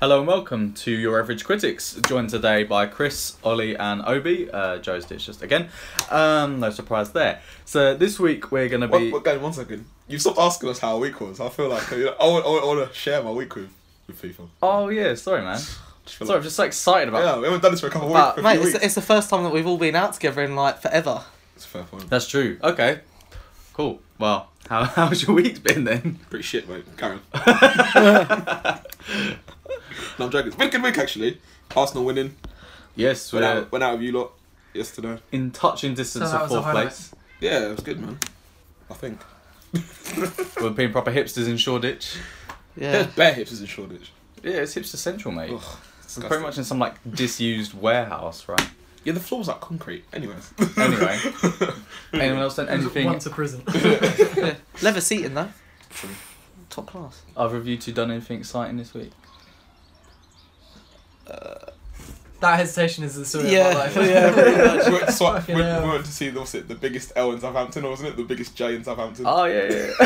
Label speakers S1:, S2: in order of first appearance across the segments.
S1: Hello and welcome to Your Average Critics, joined today by Chris, Ollie, and Obi. Uh, Joe's ditched just again. Um, no surprise there. So this week we're going to
S2: One,
S1: be.
S2: one, guys, one second. You stopped asking us how our week was. I feel like you know, I, want, I, want, I want to share my week with, with people.
S1: Oh yeah, sorry man.
S2: Just feel
S1: Sorry, I'm
S2: like-
S1: just so excited about.
S2: yeah, we haven't done this for a couple of
S3: But
S2: weeks.
S3: mate,
S2: weeks.
S3: it's, it's the first time that we've all been out together in like forever.
S2: It's a fair point.
S1: That's true. Okay, cool. Well, how how's your week been then?
S2: Pretty shit, mate. Karen. no, I'm joking. It's been a good week, actually. Arsenal winning.
S1: Yes,
S2: Went,
S1: we're
S2: out, went out with you lot yesterday.
S1: in touch and distance
S3: So
S1: of
S3: that was the
S1: fourth
S3: highlight.
S1: place.
S2: Yeah, it was good, man. I think.
S1: We're being proper hipsters in Shoreditch.
S3: Yeah.
S2: There's bare hipsters in Shoreditch.
S1: Yeah, it's hipster central, mate.
S2: Ugh,
S1: it's pretty much in some like disused warehouse, right?
S2: Yeah, the floor's like concrete. Anyways.
S1: Anyway,
S2: Mm.
S1: anyone else done anything?
S4: Once a prison.
S3: yeah. Leather seating though. Top class.
S1: Other of you two done anything exciting this week?
S4: that hesitation is the story of my
S3: yeah.
S4: life.
S3: yeah. pretty much.
S2: we, went to swi-
S4: Fucking
S2: we, we
S4: hell.
S2: went to see the, what's it, the biggest L in Southampton, or wasn't it? The biggest J in Southampton.
S1: Oh yeah, yeah.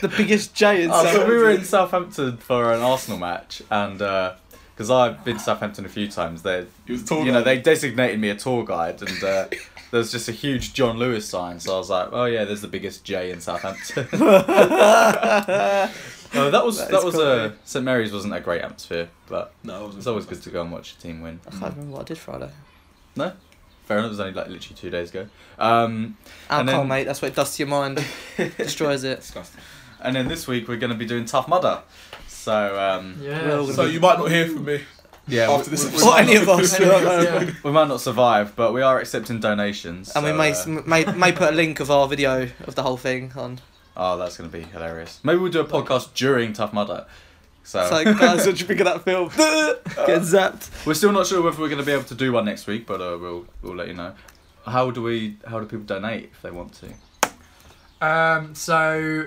S3: the biggest giant.
S1: Oh, so
S2: Southampton.
S1: we were in Southampton for an Arsenal match, and because I've been to Southampton a few times, they,
S2: He was tall.
S1: you know,
S2: guy.
S1: they designated me a tour guide, and uh, there's just a huge John Lewis sign. So I was like, oh yeah, there's the biggest J in Southampton. Uh, that was that,
S3: That is
S1: was
S3: cool.
S1: uh, St Mary's wasn't a great atmosphere, but
S2: No, it wasn't.
S1: it's always good to go and watch a team win.
S3: I can't remember what I did Friday.
S1: Fair enough, it was only like literally two days ago. Um, And
S3: Alcohol,
S1: then-
S3: mate. That's what it does to your mind. Destroys it.
S2: Disgusting.
S1: and then this week we're going to be doing Tough Mudder. So um,
S4: Yeah.
S3: Well,
S2: So you might not hear from me
S1: yeah,
S2: after
S1: we-
S2: this
S1: we,
S2: episode.
S3: Or any of us.
S4: Anyways, yeah.
S1: we might not survive, but we are accepting donations.
S3: And we
S1: so,
S3: may,
S1: uh,
S3: may may put a link of our video of the whole thing on.
S1: Oh, that's gonna be hilarious. Maybe we'll do a podcast during Tough Mudder. So
S3: So guys, what do you think of that film? Get zapped.
S1: we're still not sure whether we're gonna be able to do one next week, but uh, we'll we'll let you know. How do we? How do people donate if they want to?
S4: Um, so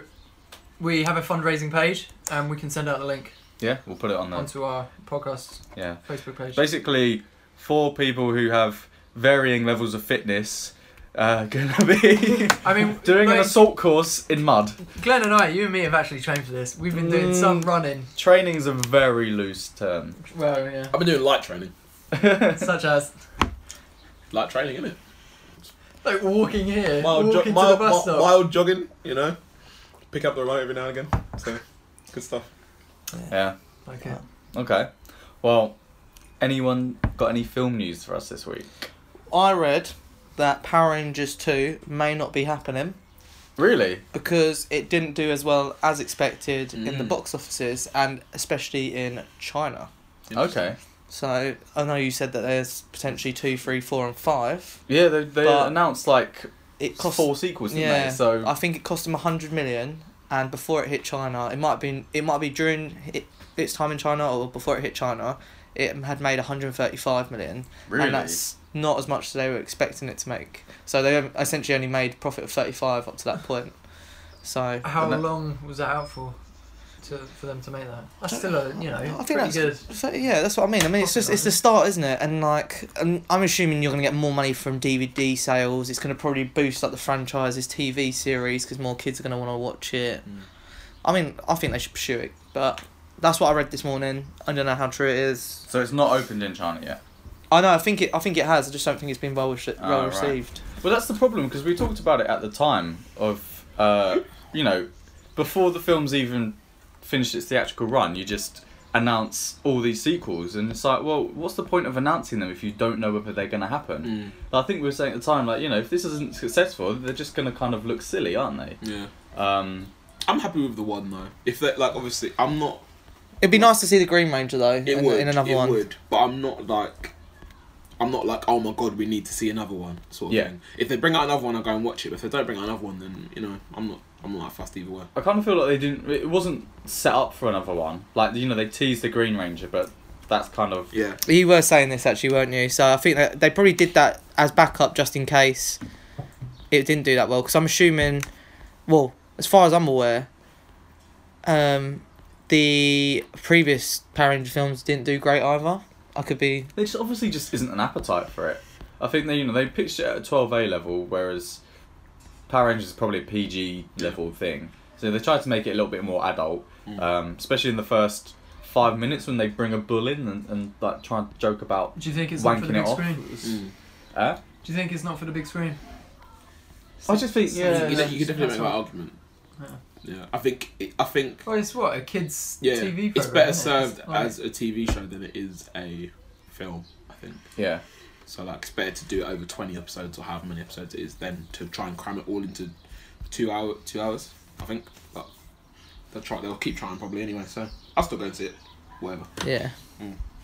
S4: we have a fundraising page, and we can send out the link
S1: Yeah, we'll put it on there.
S4: onto our podcast
S1: Yeah,
S4: Facebook page.
S1: basically, four people who have varying levels of fitness are gonna be
S4: I mean,
S1: doing an
S4: mate,
S1: assault course in mud.
S4: Glenn and I, you and me, have actually trained for this. We've been doing some
S1: Mm.
S4: running.
S1: Training's a very loose term.
S4: Well, yeah.
S2: I've been doing light training.
S4: Such as
S2: Light training, innit?
S4: like walking here,
S2: Mild,
S4: walking
S2: jo-
S4: to the
S2: mild,
S4: bus
S2: mild,
S4: stop.
S2: mild jogging, you know? Pick up the remote every now and again. So, good stuff.
S1: Yeah.
S4: Okay.
S1: Okay. Well, anyone got any film news for us this week?
S3: I read that Power Rangers two may not be happening.
S1: Really?
S3: because it didn't do as well as expected in the
S2: Mm.
S3: box offices and especially in China.
S1: Okay.
S3: So I know you said that there's potentially two, three, four, and five.
S1: Yeah, they, they
S3: But-
S1: announced like
S3: It cost.
S1: four sequels, didn't
S3: yeah,
S1: they? So
S3: I think it cost them hundred million, and before it hit China, it might have been it might be during it, its time in China or before it hit China, it had made hundred thirty five million, and that's not as much as they were expecting it to make. So they essentially only made profit of thirty five up to that point. So
S4: How
S1: And that-
S4: long was that out for? To, for them to make that, that's still a you know
S3: I think
S4: pretty
S3: that's-
S4: good.
S3: So yeah, that's what I mean. I mean, it's just it's the start, isn't it? And like, and I'm assuming you're gonna get more money from DVD sales. It's gonna probably boost like the franchise's TV series because more kids are gonna want to watch it.
S4: Hmm.
S2: Mm.
S3: I mean, I think they should pursue it, but that's what I read this morning. I don't know how true it is.
S1: So it's not opened in China yet. I
S3: I know. I think it. I think it has. I just don't think it's been well, rece-
S1: Ah,
S3: well
S1: right.
S3: received.
S1: Well, that's the problem because we talked about it at the time of, uh, you know, before the film's even finished its theatrical run, you just announce all these sequels, and it's like, well, what's the point of announcing them if you don't know whether they're going to happen?
S2: Mm,
S1: I think we were saying at the time, like, you know, if this isn't successful, they're just going to kind of look silly, aren't they?
S2: Yeah.
S1: Um,
S2: I'm happy with the one, though. If that, like, obviously, I'm not.
S3: It'd be nice to see the Green Ranger though
S2: It
S3: in,
S2: would.
S3: in another
S2: it
S3: one.
S2: would. But I'm not like. I'm not like, oh my god, we need to see another one, sort of
S1: Yeah.
S2: thing. If they bring out another one, I'll go and watch it. But if they don't bring out another one, then, you know, I'm not. I'm not that fast either way.
S1: I kind of feel like they didn't. It wasn't set up for another one. Like you know, they teased the Green Ranger, but that's kind of
S2: Yeah.
S3: You were saying this actually, weren't you? So I think that they probably did that as backup just in case it didn't do that well. Because I'm assuming, well, as far as I'm aware, um, the previous Power Ranger films didn't do great either. I could be.
S1: there just obviously just isn't an appetite for it. I think they you know they pitched it at a twelve A level, whereas Power Rangers is probably a
S4: Mm.
S1: PG level thing. So they tried to make it a little bit more adult, um, especially in the first five minutes when they bring a bull in and, and like try and joke about.
S4: Do you think it's not for the
S1: Wanking
S4: big
S1: it off.
S4: screen?
S1: Uh,
S4: Do you think it's not for the big screen?
S1: I just think yeah.
S4: Yeah,
S5: you,
S4: yeah.
S5: you could definitely make that
S4: That's
S5: argument.
S4: Yeah.
S5: Yeah, I think it, I think
S4: Well, it's what a kids'
S5: yeah,
S4: TV program.
S5: it's better
S4: isn't it? It's
S5: served
S4: like-
S5: as a TV show than it is a film. I think
S1: yeah.
S5: so. Like, it's better to do it over twenty episodes or however many episodes it is than to try and cram it all into two hour two hours. I think, but they'll try. They'll keep trying probably anyway. So I'll still go and see it. Whatever.
S3: Yeah.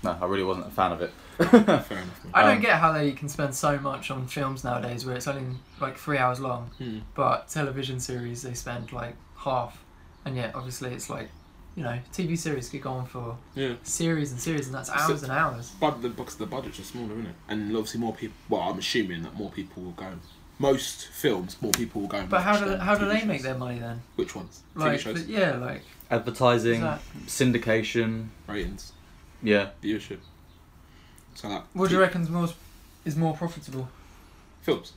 S1: No, I really wasn't a fan of it.
S5: Fair enough. man.
S4: I don't
S1: Um,
S4: get how they can spend so much on films nowadays where it's only like three hours long,
S5: Hmm.
S4: but television series they spend like half, and yet obviously it's like, you know, TV series could go on for
S5: Yeah.
S4: series and series, and that's hours and hours.
S5: But the because the budgets are smaller, isn't it? And obviously more people. Well, I'm assuming that more people will go. Most films, more people will go. And
S4: But how
S5: watch
S4: do
S5: than
S4: how do
S5: TV
S4: they
S5: shows.
S4: make their money then?
S5: Which ones? TV
S4: Like,
S5: shows,
S4: th- yeah, like
S1: Advertising,
S4: Is that-
S1: syndication,
S5: ratings,
S1: yeah.
S5: viewership. So like
S4: what do
S5: t-
S4: you reckon's more is more profitable?
S5: films?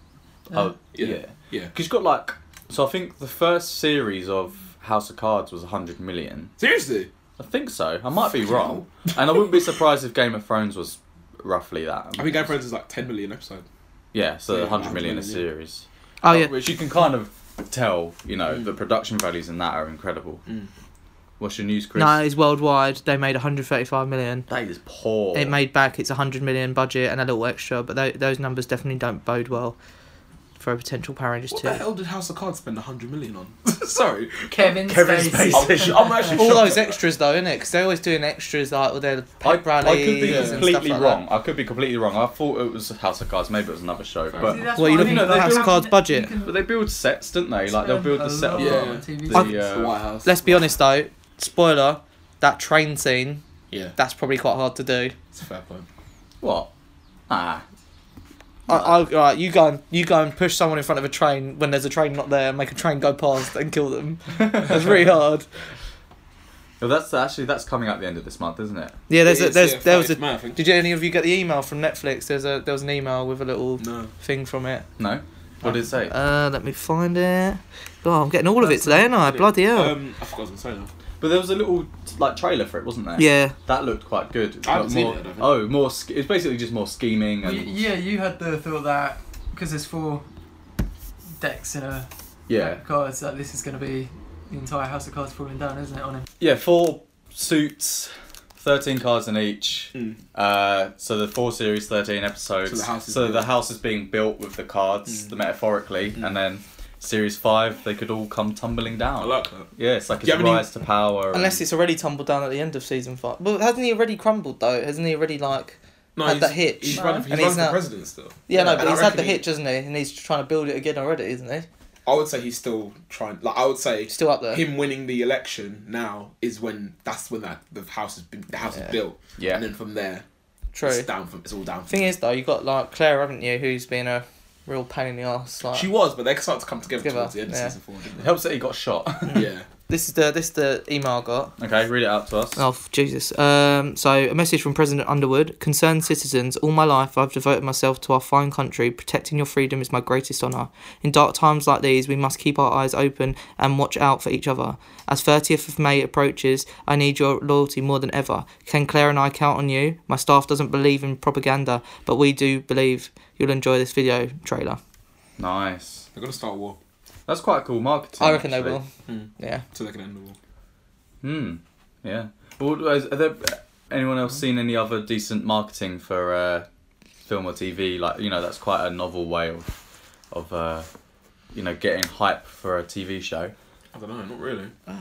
S4: Yeah.
S1: Oh yeah.
S5: Yeah.
S1: yeah.
S5: Yeah.
S1: Cause you've got like, so I think the first series of House of Cards was hundred million.
S5: Seriously?
S1: I think so. I might be wrong, and I wouldn't be surprised if Game of Thrones was roughly that.
S5: I think Game of Thrones is like 10 million episode.
S1: Yeah, so
S5: Yeah,
S1: hundred million a
S5: 100 million,
S1: series.
S3: Oh yeah.
S1: Which you can kind of tell, you know,
S5: Mm.
S1: the production values in that are incredible.
S5: Mm.
S1: What's your news, Chris?
S3: No, it's worldwide. They made 135 million.
S1: That is poor.
S3: It made back its 100 million budget and a little extra, but tho- those numbers definitely don't bode well for a potential Power Rangers
S5: What
S3: 2.
S5: the hell did House of Cards spend 100 million on? Sorry.
S4: Kevin
S1: Kevin
S4: Spacey.
S1: Spacey.
S5: I'm, actually- I'm actually
S3: All
S5: shocked
S3: those
S5: at
S3: extras though, innit? Because they're always doing extras like all their
S1: I, I could
S3: pep
S1: be
S3: rallies and stuff
S1: completely
S3: like that.
S1: wrong. I could be completely wrong. I thought it was House of Cards. Maybe it was another show,
S5: Fair
S1: but
S4: See, that's
S3: Well,
S4: what
S3: you
S4: I
S3: look
S4: mean,
S3: at
S4: like,
S3: House
S4: you
S3: of Cards
S4: can-
S3: budget.
S4: you can
S1: but they build sets, didn't they? Like they'll
S4: spend
S1: build
S4: a
S1: the set.
S4: lot
S1: of
S5: Yeah.
S1: the-
S4: on TV
S1: the,
S4: series.
S5: that. The
S1: uh,
S5: White House.
S3: Let's be honest though, spoiler, that train scene,
S5: Yeah,
S3: that's probably quite hard to do.
S5: it's a fair point.
S1: What? Ah,
S3: I, I, right, you go and you go and push someone in front of a train when there's a train not there, and make a train go past and kill them. That's really hard.
S1: well, that's actually that's coming out the end of this month, isn't it?
S3: Yeah, there's
S5: It
S3: a,
S5: is,
S3: there's
S5: yeah,
S3: there was a.
S5: it's mad, I think.
S3: Did you, any of you get the email from Netflix? There's a there was an email with a little
S5: No.
S3: thing from it.
S1: No. What did it say?
S3: Uh, let me find it. God, I'm getting all of it today, aren't I? Bloody hell.
S5: Um, I forgot what I was saying now.
S1: but there was a little like trailer for it, wasn't there?
S3: yeah.
S1: That looked quite good. It's got
S5: I haven't seen
S1: more,
S5: it, I don't think.
S1: oh, more. Sk- it's basically just more scheming
S4: Well,
S1: and
S4: you- yeah, you had the thought that because there's four decks in a
S1: yeah.
S4: deck of cards that this is going to be the entire house of cards falling down, isn't it? On him.
S1: Yeah, four suits, thirteen cards in each.
S5: Mm.
S1: Uh, so the four series, thirteen episodes.
S5: So the house is
S1: So the
S5: built.
S1: house is being built with the cards,
S5: Mm.
S1: the metaphorically,
S5: Mm.
S1: and then series five, they could all come tumbling
S5: I
S1: down.
S5: like that.
S1: yeah, it's like
S5: Do you
S1: it's
S5: have any-
S1: rise to power.
S3: Unless
S1: and-
S3: it's already tumbled down at the end of season five. But hasn't he already crumbled though? Hasn't he already like?
S5: No,
S3: Had
S5: he's,
S3: that hitch.
S5: He's
S1: No.
S5: running, he's
S3: And
S5: running
S3: he's
S5: for
S3: now-
S5: president still.
S3: Yeah, no,
S5: And
S3: but
S5: I
S3: he's had
S5: reckon
S3: the
S5: he-
S3: hitch, hasn't he? And he's trying to build it again already, isn't he?
S5: I would say he's still trying. Like I would say,
S3: Still up there.
S5: him winning the election now is when that's when that the house has been the house
S3: Yeah.
S5: is built.
S1: Yeah.
S5: And then from there,
S3: True.
S5: it's down from it's all down. From
S3: Thing is though, you got like Claire, haven't you? Who's been a real pain in the ass. Like
S5: she was, but they started to come together
S3: Give
S5: towards
S3: up,
S5: the end of
S3: yeah.
S5: season four,
S1: it
S5: didn't
S1: helps that he got shot.
S5: they? yeah.
S3: this is the this is the email I got.
S1: okay, read it out to us.
S3: Oh f- Jesus! Um, so a message from President Underwood: Concerned citizens, all my life I've devoted myself to our fine country. Protecting your freedom is my greatest honor. In dark times like these, we must keep our eyes open and watch out for each other. As 30th of May approaches, I need your loyalty more than ever. Can Claire and I count on you? My staff doesn't believe in propaganda, but we do believe you'll enjoy this video trailer.
S1: Nice.
S5: They're gonna start a war
S1: That's quite cool marketing.
S3: I reckon they
S1: actually.
S3: will.
S5: Hmm.
S3: Yeah.
S5: so they can end the war.
S1: Hmm. Yeah. Well, is- are there anyone else seen any other decent marketing for uh, film or TV? Like you know, that's quite a novel way of of uh, you know getting hype for a TV show.
S5: I don't know, not really.
S3: Uh,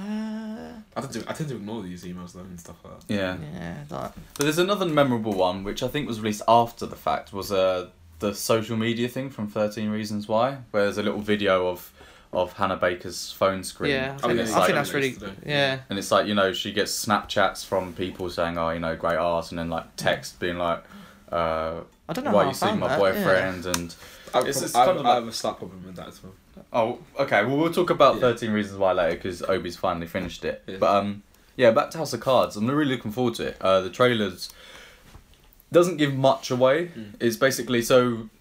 S5: I tend to I tend to ignore these emails though and stuff like that.
S1: Yeah.
S3: yeah. Like,
S1: But there's another memorable one which I think was released after the fact was uh, the social media thing from Thirteen Reasons Why, where there's a little video of of Hannah Baker's phone screen.
S3: yeah. I
S5: Oh,
S3: think,
S5: yeah,
S3: I
S1: like-
S3: think that's really. Yeah.
S1: And it's like, you know, she gets Snapchats from people saying, oh, you know, great art, and then like text being like, uh,
S3: I don't know
S1: why
S3: how I
S1: you see
S3: found
S1: my
S3: that, yeah.
S1: boyfriend and
S5: I,
S1: It's- it's
S5: I,
S1: kind of
S5: I
S1: like-
S5: have a slight problem with that as well.
S1: oh okay well we'll talk about
S5: Yeah.
S1: 13 reasons why later because obi's finally finished it
S5: Yeah.
S1: but um yeah back to house of cards i'm really looking forward to it uh the trailers doesn't give much away
S5: Mm.
S1: it's basically so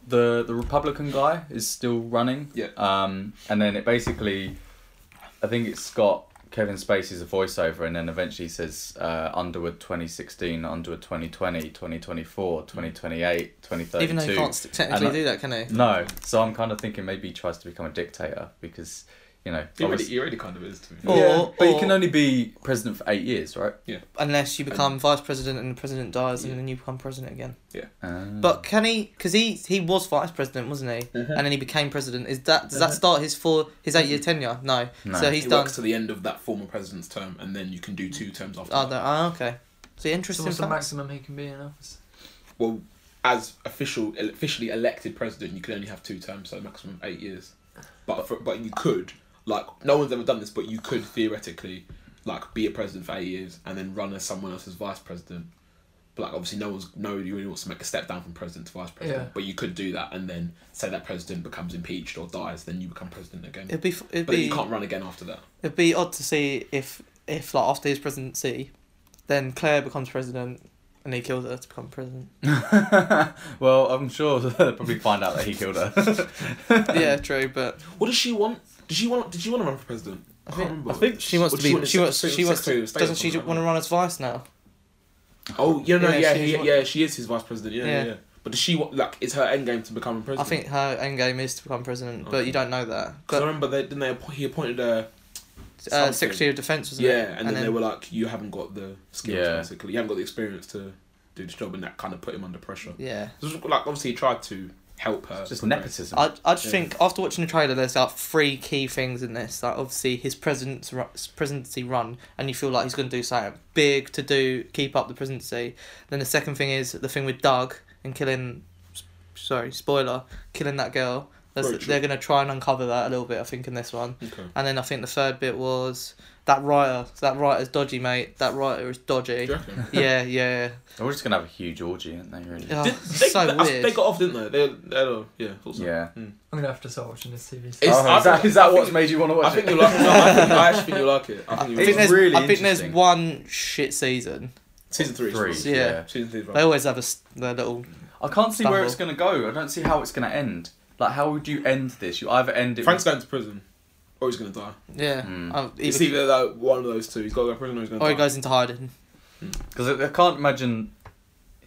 S1: the the republican guy is still running
S5: Yeah.
S1: um and then it basically i think it's got Kevin Spacey's a voiceover, and then eventually says uh, Underwood 2016, Underwood 2020, 2024, 2028, 2032.
S3: Even though you can't st- technically
S1: And I-
S3: do that, can he?
S1: No, so I'm kind of thinking maybe he tries to become a dictator because you know.
S5: He already,
S1: obvious-
S5: he already kind of is. To be fair.
S3: Or-
S1: yeah, but you
S3: or-
S1: can only be president for eight years, right?
S3: Unless you become vice president and the president dies, and then you become president again.
S1: Uh,
S3: But can he? Because he he was vice president, wasn't he? And then he became president. Is that does that start his four his eight year tenure? No.
S1: No.
S3: So he's
S5: it
S3: done.
S5: works to the end of that former president's term, and then you can do two terms after.
S3: Oh, no.
S5: that.
S3: oh, okay. So
S4: So
S3: interesting.
S4: what's the
S3: fact.
S4: maximum he can be in office?
S5: Well, as official, officially elected president, you can only have two terms, so maximum eight years. But for, but you could like no one's ever done this, but you could theoretically like be a president for eight years and then run as someone else's vice president. But like obviously no one's nobody really wants to make a step down from president to vice president.
S4: Yeah.
S5: But you could do that and then say that president becomes impeached or dies, then you become president again.
S3: It'd be f- it'd
S5: but then
S3: be
S5: you can't run again after that.
S3: it'd be odd to see if if like after his presidency, then Claire becomes president, and he kills her to become president.
S1: well, I'm sure they'll probably find out that he killed her.
S3: yeah, true. But
S5: What does she want? Did she want? Did she want to run for president? I can't remember.
S1: I think
S3: she wants
S5: Well,
S3: to
S5: she
S3: be.
S5: wanted
S3: She wants.
S5: Secretary-
S3: She wants.
S5: Secretary
S3: To,
S5: of State or
S3: doesn't she
S5: something,
S3: want to run as vice now?
S5: Oh, yeah, no,
S3: Yeah,
S5: yeah,
S3: she's
S5: he,
S3: one-
S5: yeah, she is his vice president. Yeah, yeah.
S3: Yeah.
S5: yeah. But does she want like is her end game to become a
S3: I
S5: president?
S3: think her end game is to become president, but
S5: Okay.
S3: you don't know that.
S5: 'Cause I
S3: But
S5: remember they didn't they appo- he appointed her.
S3: uh,
S5: something.
S3: Secretary of Defense wasn't
S5: Yeah,
S3: it?
S5: and, then, they were like, you haven't got the skills
S1: Yeah.
S5: basically, you haven't got the experience to do this job, and that kind of put him under pressure.
S3: Yeah.
S5: So, like obviously he tried to help her.
S1: Just
S5: progress.
S1: nepotism.
S3: I, I just
S5: Yeah.
S3: think after watching the trailer, there's like three key things in this. Like obviously his president's ru- his presidency run, and you feel like he's going to do something big to do keep up the presidency. Then the second thing is the thing with Doug and killing, s- sorry spoiler, killing that girl. That's,
S5: Rachel.
S3: they're going to try and uncover that a little bit, I think, in this one.
S5: Okay.
S3: And then I think the third bit was that writer. That writer's dodgy, mate. That writer is
S5: Do
S3: dodgy.
S5: you reckon?
S3: yeah, yeah.
S1: We're just gonna have a huge orgy, aren't they? Really?
S3: Oh,
S5: Did- they,
S3: so
S5: they,
S3: weird.
S5: they got off, didn't they? They, they were- yeah. I thought so.
S1: Yeah.
S4: I'm gonna have to start watching this TV.
S5: It's-
S4: series.
S1: Oh, is that, is that what's made you want to watch
S5: I think
S1: it?
S5: you like. No, I, think, I actually think you like it. I think
S3: I
S5: you
S3: think
S5: like
S3: there's,
S5: it.
S1: really
S3: I think there's
S1: interesting.
S3: one shit season.
S5: Season three. is
S1: Three,
S5: fine.
S3: Yeah.
S5: Season three. is
S3: They
S5: right.
S3: always have a s- their little
S1: I can't see where
S3: Stumble.
S1: it's gonna go. I don't see how it's gonna end. Like, how would you end this? You either end it.
S5: Frank's
S1: with...
S5: going to prison, or he's gonna die.
S3: Yeah.
S1: Mm.
S3: Um,
S5: It's
S3: either-
S5: either like, one of those two. He's got to go to prison or he's going to
S3: or
S5: die.
S3: he goes into hiding.
S1: Because I, I can't imagine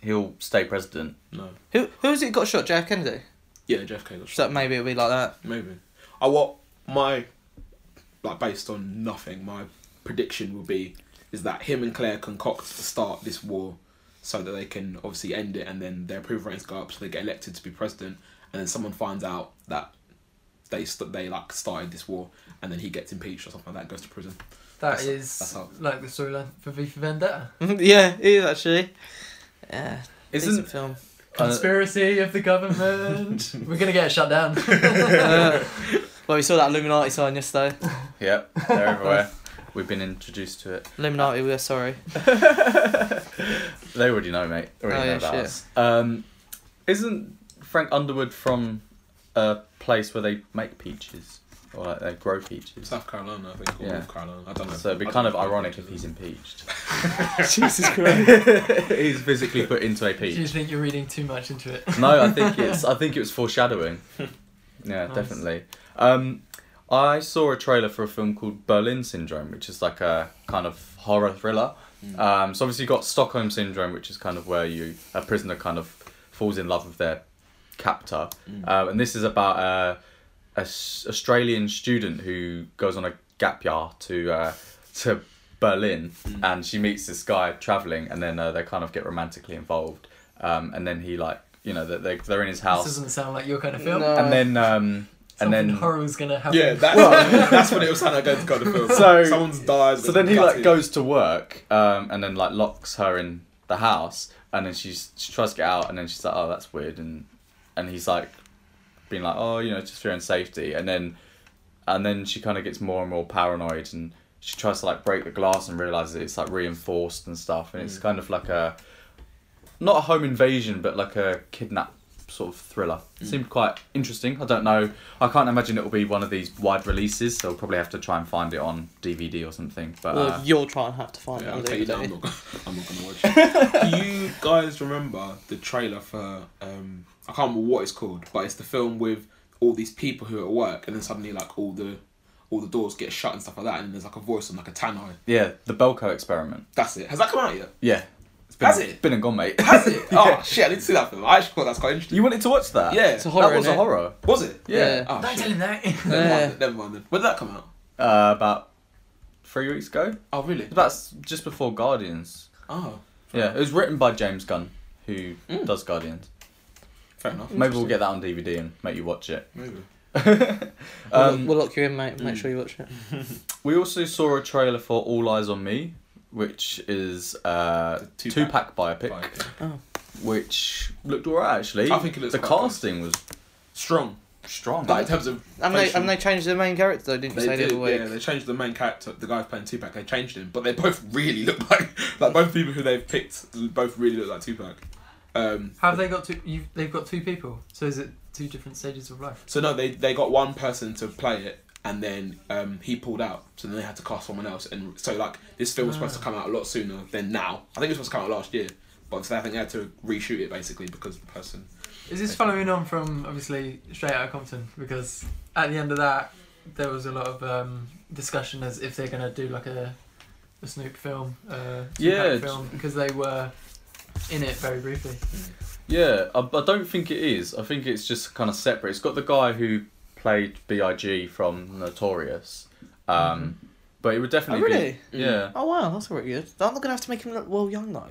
S1: he'll stay president.
S5: No.
S3: Who who's it got shot? Jack Kennedy.
S5: Yeah, JFK got shot.
S3: So maybe it'll be like that.
S5: Maybe. I what my like based on nothing. My prediction will be is that him and Claire concoct to start this war so that they can obviously end it, and then their approval ratings go up, so they get elected to be president, and then someone finds out that. They st- they like started this war, and then he gets impeached or something like that, goes to prison.
S4: That
S5: That's-
S4: is
S5: that's how-
S4: like the storyline for V for Vendetta.
S3: yeah, he is actually. Yeah.
S1: Isn't
S3: decent film.
S1: Uh,
S4: Conspiracy of the government. We're gonna get shut down.
S3: Uh, well, we saw that Illuminati sign yesterday.
S1: Yeah, they're everywhere. We've been introduced to it.
S3: Illuminati, we're sorry.
S1: They already know, mate. They Already
S3: Oh,
S1: know
S3: yeah,
S1: about
S3: shit.
S1: us. Um, isn't Frank Underwood from a place where they make peaches or like they grow peaches?
S5: South Carolina, I think, or
S1: Yeah.
S5: North Carolina. I don't know.
S1: So it'd be
S5: I
S1: kind
S5: don't
S1: of
S5: know.
S1: ironic if he's impeached.
S3: Jesus Christ.
S1: he's physically put into a
S4: Do you
S1: peach.
S4: think you're reading too much into it?
S1: No, I think it's. I think it was foreshadowing. Yeah,
S4: Nice.
S1: definitely. Um, I saw a trailer for a film called Berlin Syndrome, which is like a kind of horror thriller.
S4: Hmm.
S1: Um, so obviously you've got Stockholm Syndrome, which is kind of where you a prisoner kind of falls in love with their captor,
S4: Mm.
S1: um, and this is about a, a s- Australian student who goes on a gap year to uh, to Berlin,
S4: Mm.
S1: and she meets this guy traveling, and then uh, they kind of get romantically involved, um, and then he like you know they- they they're in his
S4: This
S1: house,
S4: doesn't sound like your kind of film.
S3: No.
S1: and then um, and
S4: Something
S1: then
S4: horror's gonna happen.
S5: Yeah, that, that's when it was kind of going to go to film.
S1: So-
S5: someone's dies.
S1: So then he
S5: gutted.
S1: like goes to work, um, and then like locks her in the house, and then she's she tries to get out, and then she's like, "Oh, that's weird," and and he's like, being like, "Oh, you know, just for your own safety," and then and then she kind of gets more and more paranoid, and she tries to like break the glass and realizes it's like reinforced and stuff, and it's kind of like a not a home invasion, but like a kidnap sort of thriller. It Seemed quite interesting. I don't know. I can't imagine it'll be one of these wide releases, so I'll probably have to try and find it on DVD or something. But
S3: well,
S1: uh,
S3: you'll try and have to find
S5: Yeah,
S3: it.
S5: I'll
S3: on
S5: tell you that. I'm
S3: DVD.
S5: not, gonna- I'm not gonna watch it. Do you guys remember the trailer for? Um, I can't remember what it's called, but it's the film with all these people who are at work, and then suddenly like all the all the doors get shut and stuff like that, and there's like a voice on like a tannoy.
S1: Yeah, the Belko experiment.
S5: That's it. Has that come out yet?
S1: Yeah. It's been,
S5: Has it?
S1: Been and gone, mate.
S5: Has it? Oh shit! I didn't see that film. I actually thought that's quite interesting.
S1: You wanted to watch that?
S5: yeah,
S3: It's a horror.
S1: that was
S3: innit?
S1: a horror.
S5: was it?
S1: Yeah.
S5: Oh,
S4: Don't
S5: shit.
S4: tell him that.
S5: Never mind
S3: Yeah.
S5: then, Never mind then. When did that come out?
S1: Uh, about three weeks ago.
S5: Oh really?
S1: That's just before Guardians.
S5: Oh,
S1: Yeah, it was written by James Gunn, who
S5: Mm.
S1: does Guardians.
S5: fair enough.
S1: Maybe we'll get that on DVD and make you watch it.
S5: Maybe.
S3: We'll,
S1: um,
S3: we'll lock you in, mate. Make sure you watch it.
S1: we also saw a trailer for All Eyes on Me, which is uh,
S5: The
S1: two pack
S5: Tupac
S1: biopic,
S5: Like,
S1: which looked alright actually.
S5: I think it looks
S1: the
S5: quite good.
S1: casting was
S5: strong.
S1: strong.
S5: Like in terms of
S3: And they,
S5: facial-
S3: and they changed the main character though, didn't you
S5: They
S3: say
S5: did,
S3: the other week? Oh,
S5: yeah. They changed the main character, the guy playing Tupac. They changed him, but they both really look like like both people who they've picked both really look like Tupac. Um,
S4: Have they got two? You've, they've got two people. So is it two different stages of life?
S5: so no, they they got one person to play it, and then um, he pulled out, so then they had to cast someone else. And so like this film was supposed
S3: Ah.
S5: to come out a lot sooner than now. I think it was supposed to come out last year, but so I think they had to reshoot it basically because the person.
S4: Is this following on from obviously Straight Outta Compton? Because at the end of that, there was a lot of um, discussion as if they're gonna do like a, a Snoop film, uh,
S1: Yeah,
S4: Tupac film, because they were in it very briefly.
S1: Yeah, I, I don't think it is. I think it's just kind of separate. It's got the guy who played Big from Notorious,
S5: Mm-hmm.
S1: um, but it would
S3: Oh
S1: definitely
S3: really?
S1: be
S5: Mm.
S1: yeah.
S3: Oh wow, that's alright good. I'm not gonna have to make him look well young though.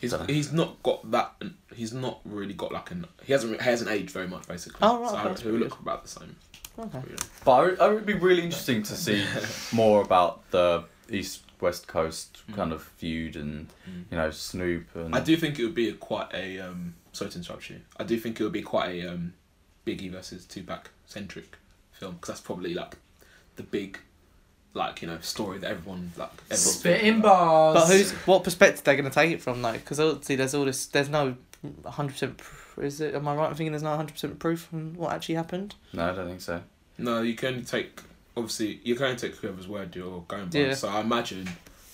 S5: He's,
S1: Dunno.
S5: he's not got that. He's not really got like an. He hasn't. He hasn't aged very much, basically.
S3: Oh, right,
S5: So
S3: okay,
S5: I-
S3: that's
S5: he'll
S3: pretty
S5: look about the same.
S3: Okay.
S1: But I, would- I would be really interesting to see more about the East West Coast kind of feud and
S5: Mm.
S1: you know Snoop and
S5: I do think it would be a, quite a um, sorry to interrupt you. I do think it would be quite a um, Biggie versus Tupac centric film because that's probably like the big, like you know, story that everyone like. everyone's
S4: Spitting
S5: thinking about.
S4: bars.
S3: But who's what perspective they're gonna take it from though? Because obviously there's all this. There's no hundred percent. Is it? Am I right in thinking there's no hundred percent proof on what actually happened?
S1: no, I don't think so.
S5: No, you can only take obviously you can only take whoever's word you're going by.
S3: Yeah.
S5: So I imagine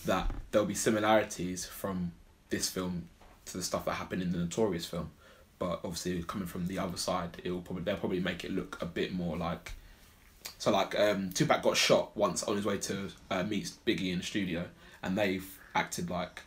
S5: that there'll be similarities from this film to the stuff that happened in the Notorious film, but obviously coming from the other side, it will probably they'll probably make it look a bit more like. So like um, Tupac got shot once on his way to uh, meet Biggie in the studio, and they've acted like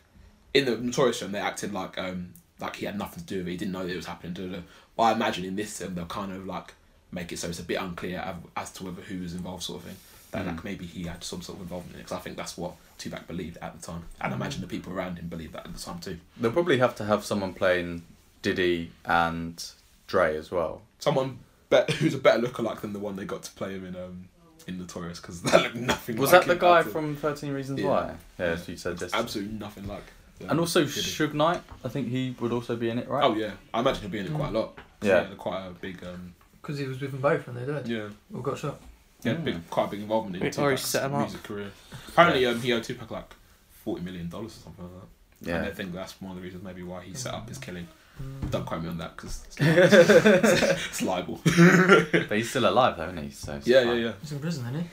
S5: in the Notorious film they acted like um like he had nothing to do with it. He didn't know that it was happening. Duh, duh. But I imagine in this film they'll kind of like make it so it's a bit unclear as, as to whether who was involved, sort of thing. That
S1: Mm.
S5: like maybe he had some sort of involvement in it because I think that's what Tupac believed at the time, and I imagine the people around him believed that at the time too.
S1: They'll probably have to have someone playing Diddy and Dre as well.
S5: Someone bet who's a better lookalike than the one they got to play him in um in Notorious because that looked nothing.
S1: Was
S5: like
S1: that the
S5: him
S1: guy
S5: at all.
S1: from Thirteen Reasons
S5: Yeah.
S1: Why? Yeah,
S5: Yeah.
S1: as you said just
S5: Absolutely nothing like. um,
S1: And also
S5: Diddy.
S1: Suge Knight, I think he would also be in it, right?
S5: Oh yeah, I imagine he'll be in it quite a lot. 'Cause he
S1: Mm. Yeah.
S5: had quite a big um
S4: Because he was with them both when they did.
S5: yeah.
S4: Or got shot.
S5: Yeah,
S1: Mm.
S5: big, quite a big involvement in
S3: Wait, Ori
S5: Tupac's
S3: set him up.
S5: music career. Apparently, um, he owed Tupac like forty million dollars or something like that.
S1: Yeah.
S5: And I think that's one of the reasons maybe why he set up his killing.
S4: Mm.
S5: Don't quote me on that because it's, it's libel.
S1: But he's still alive, though, isn't he? So it's
S5: yeah, yeah,
S1: fine.
S5: yeah.
S4: He's in prison, isn't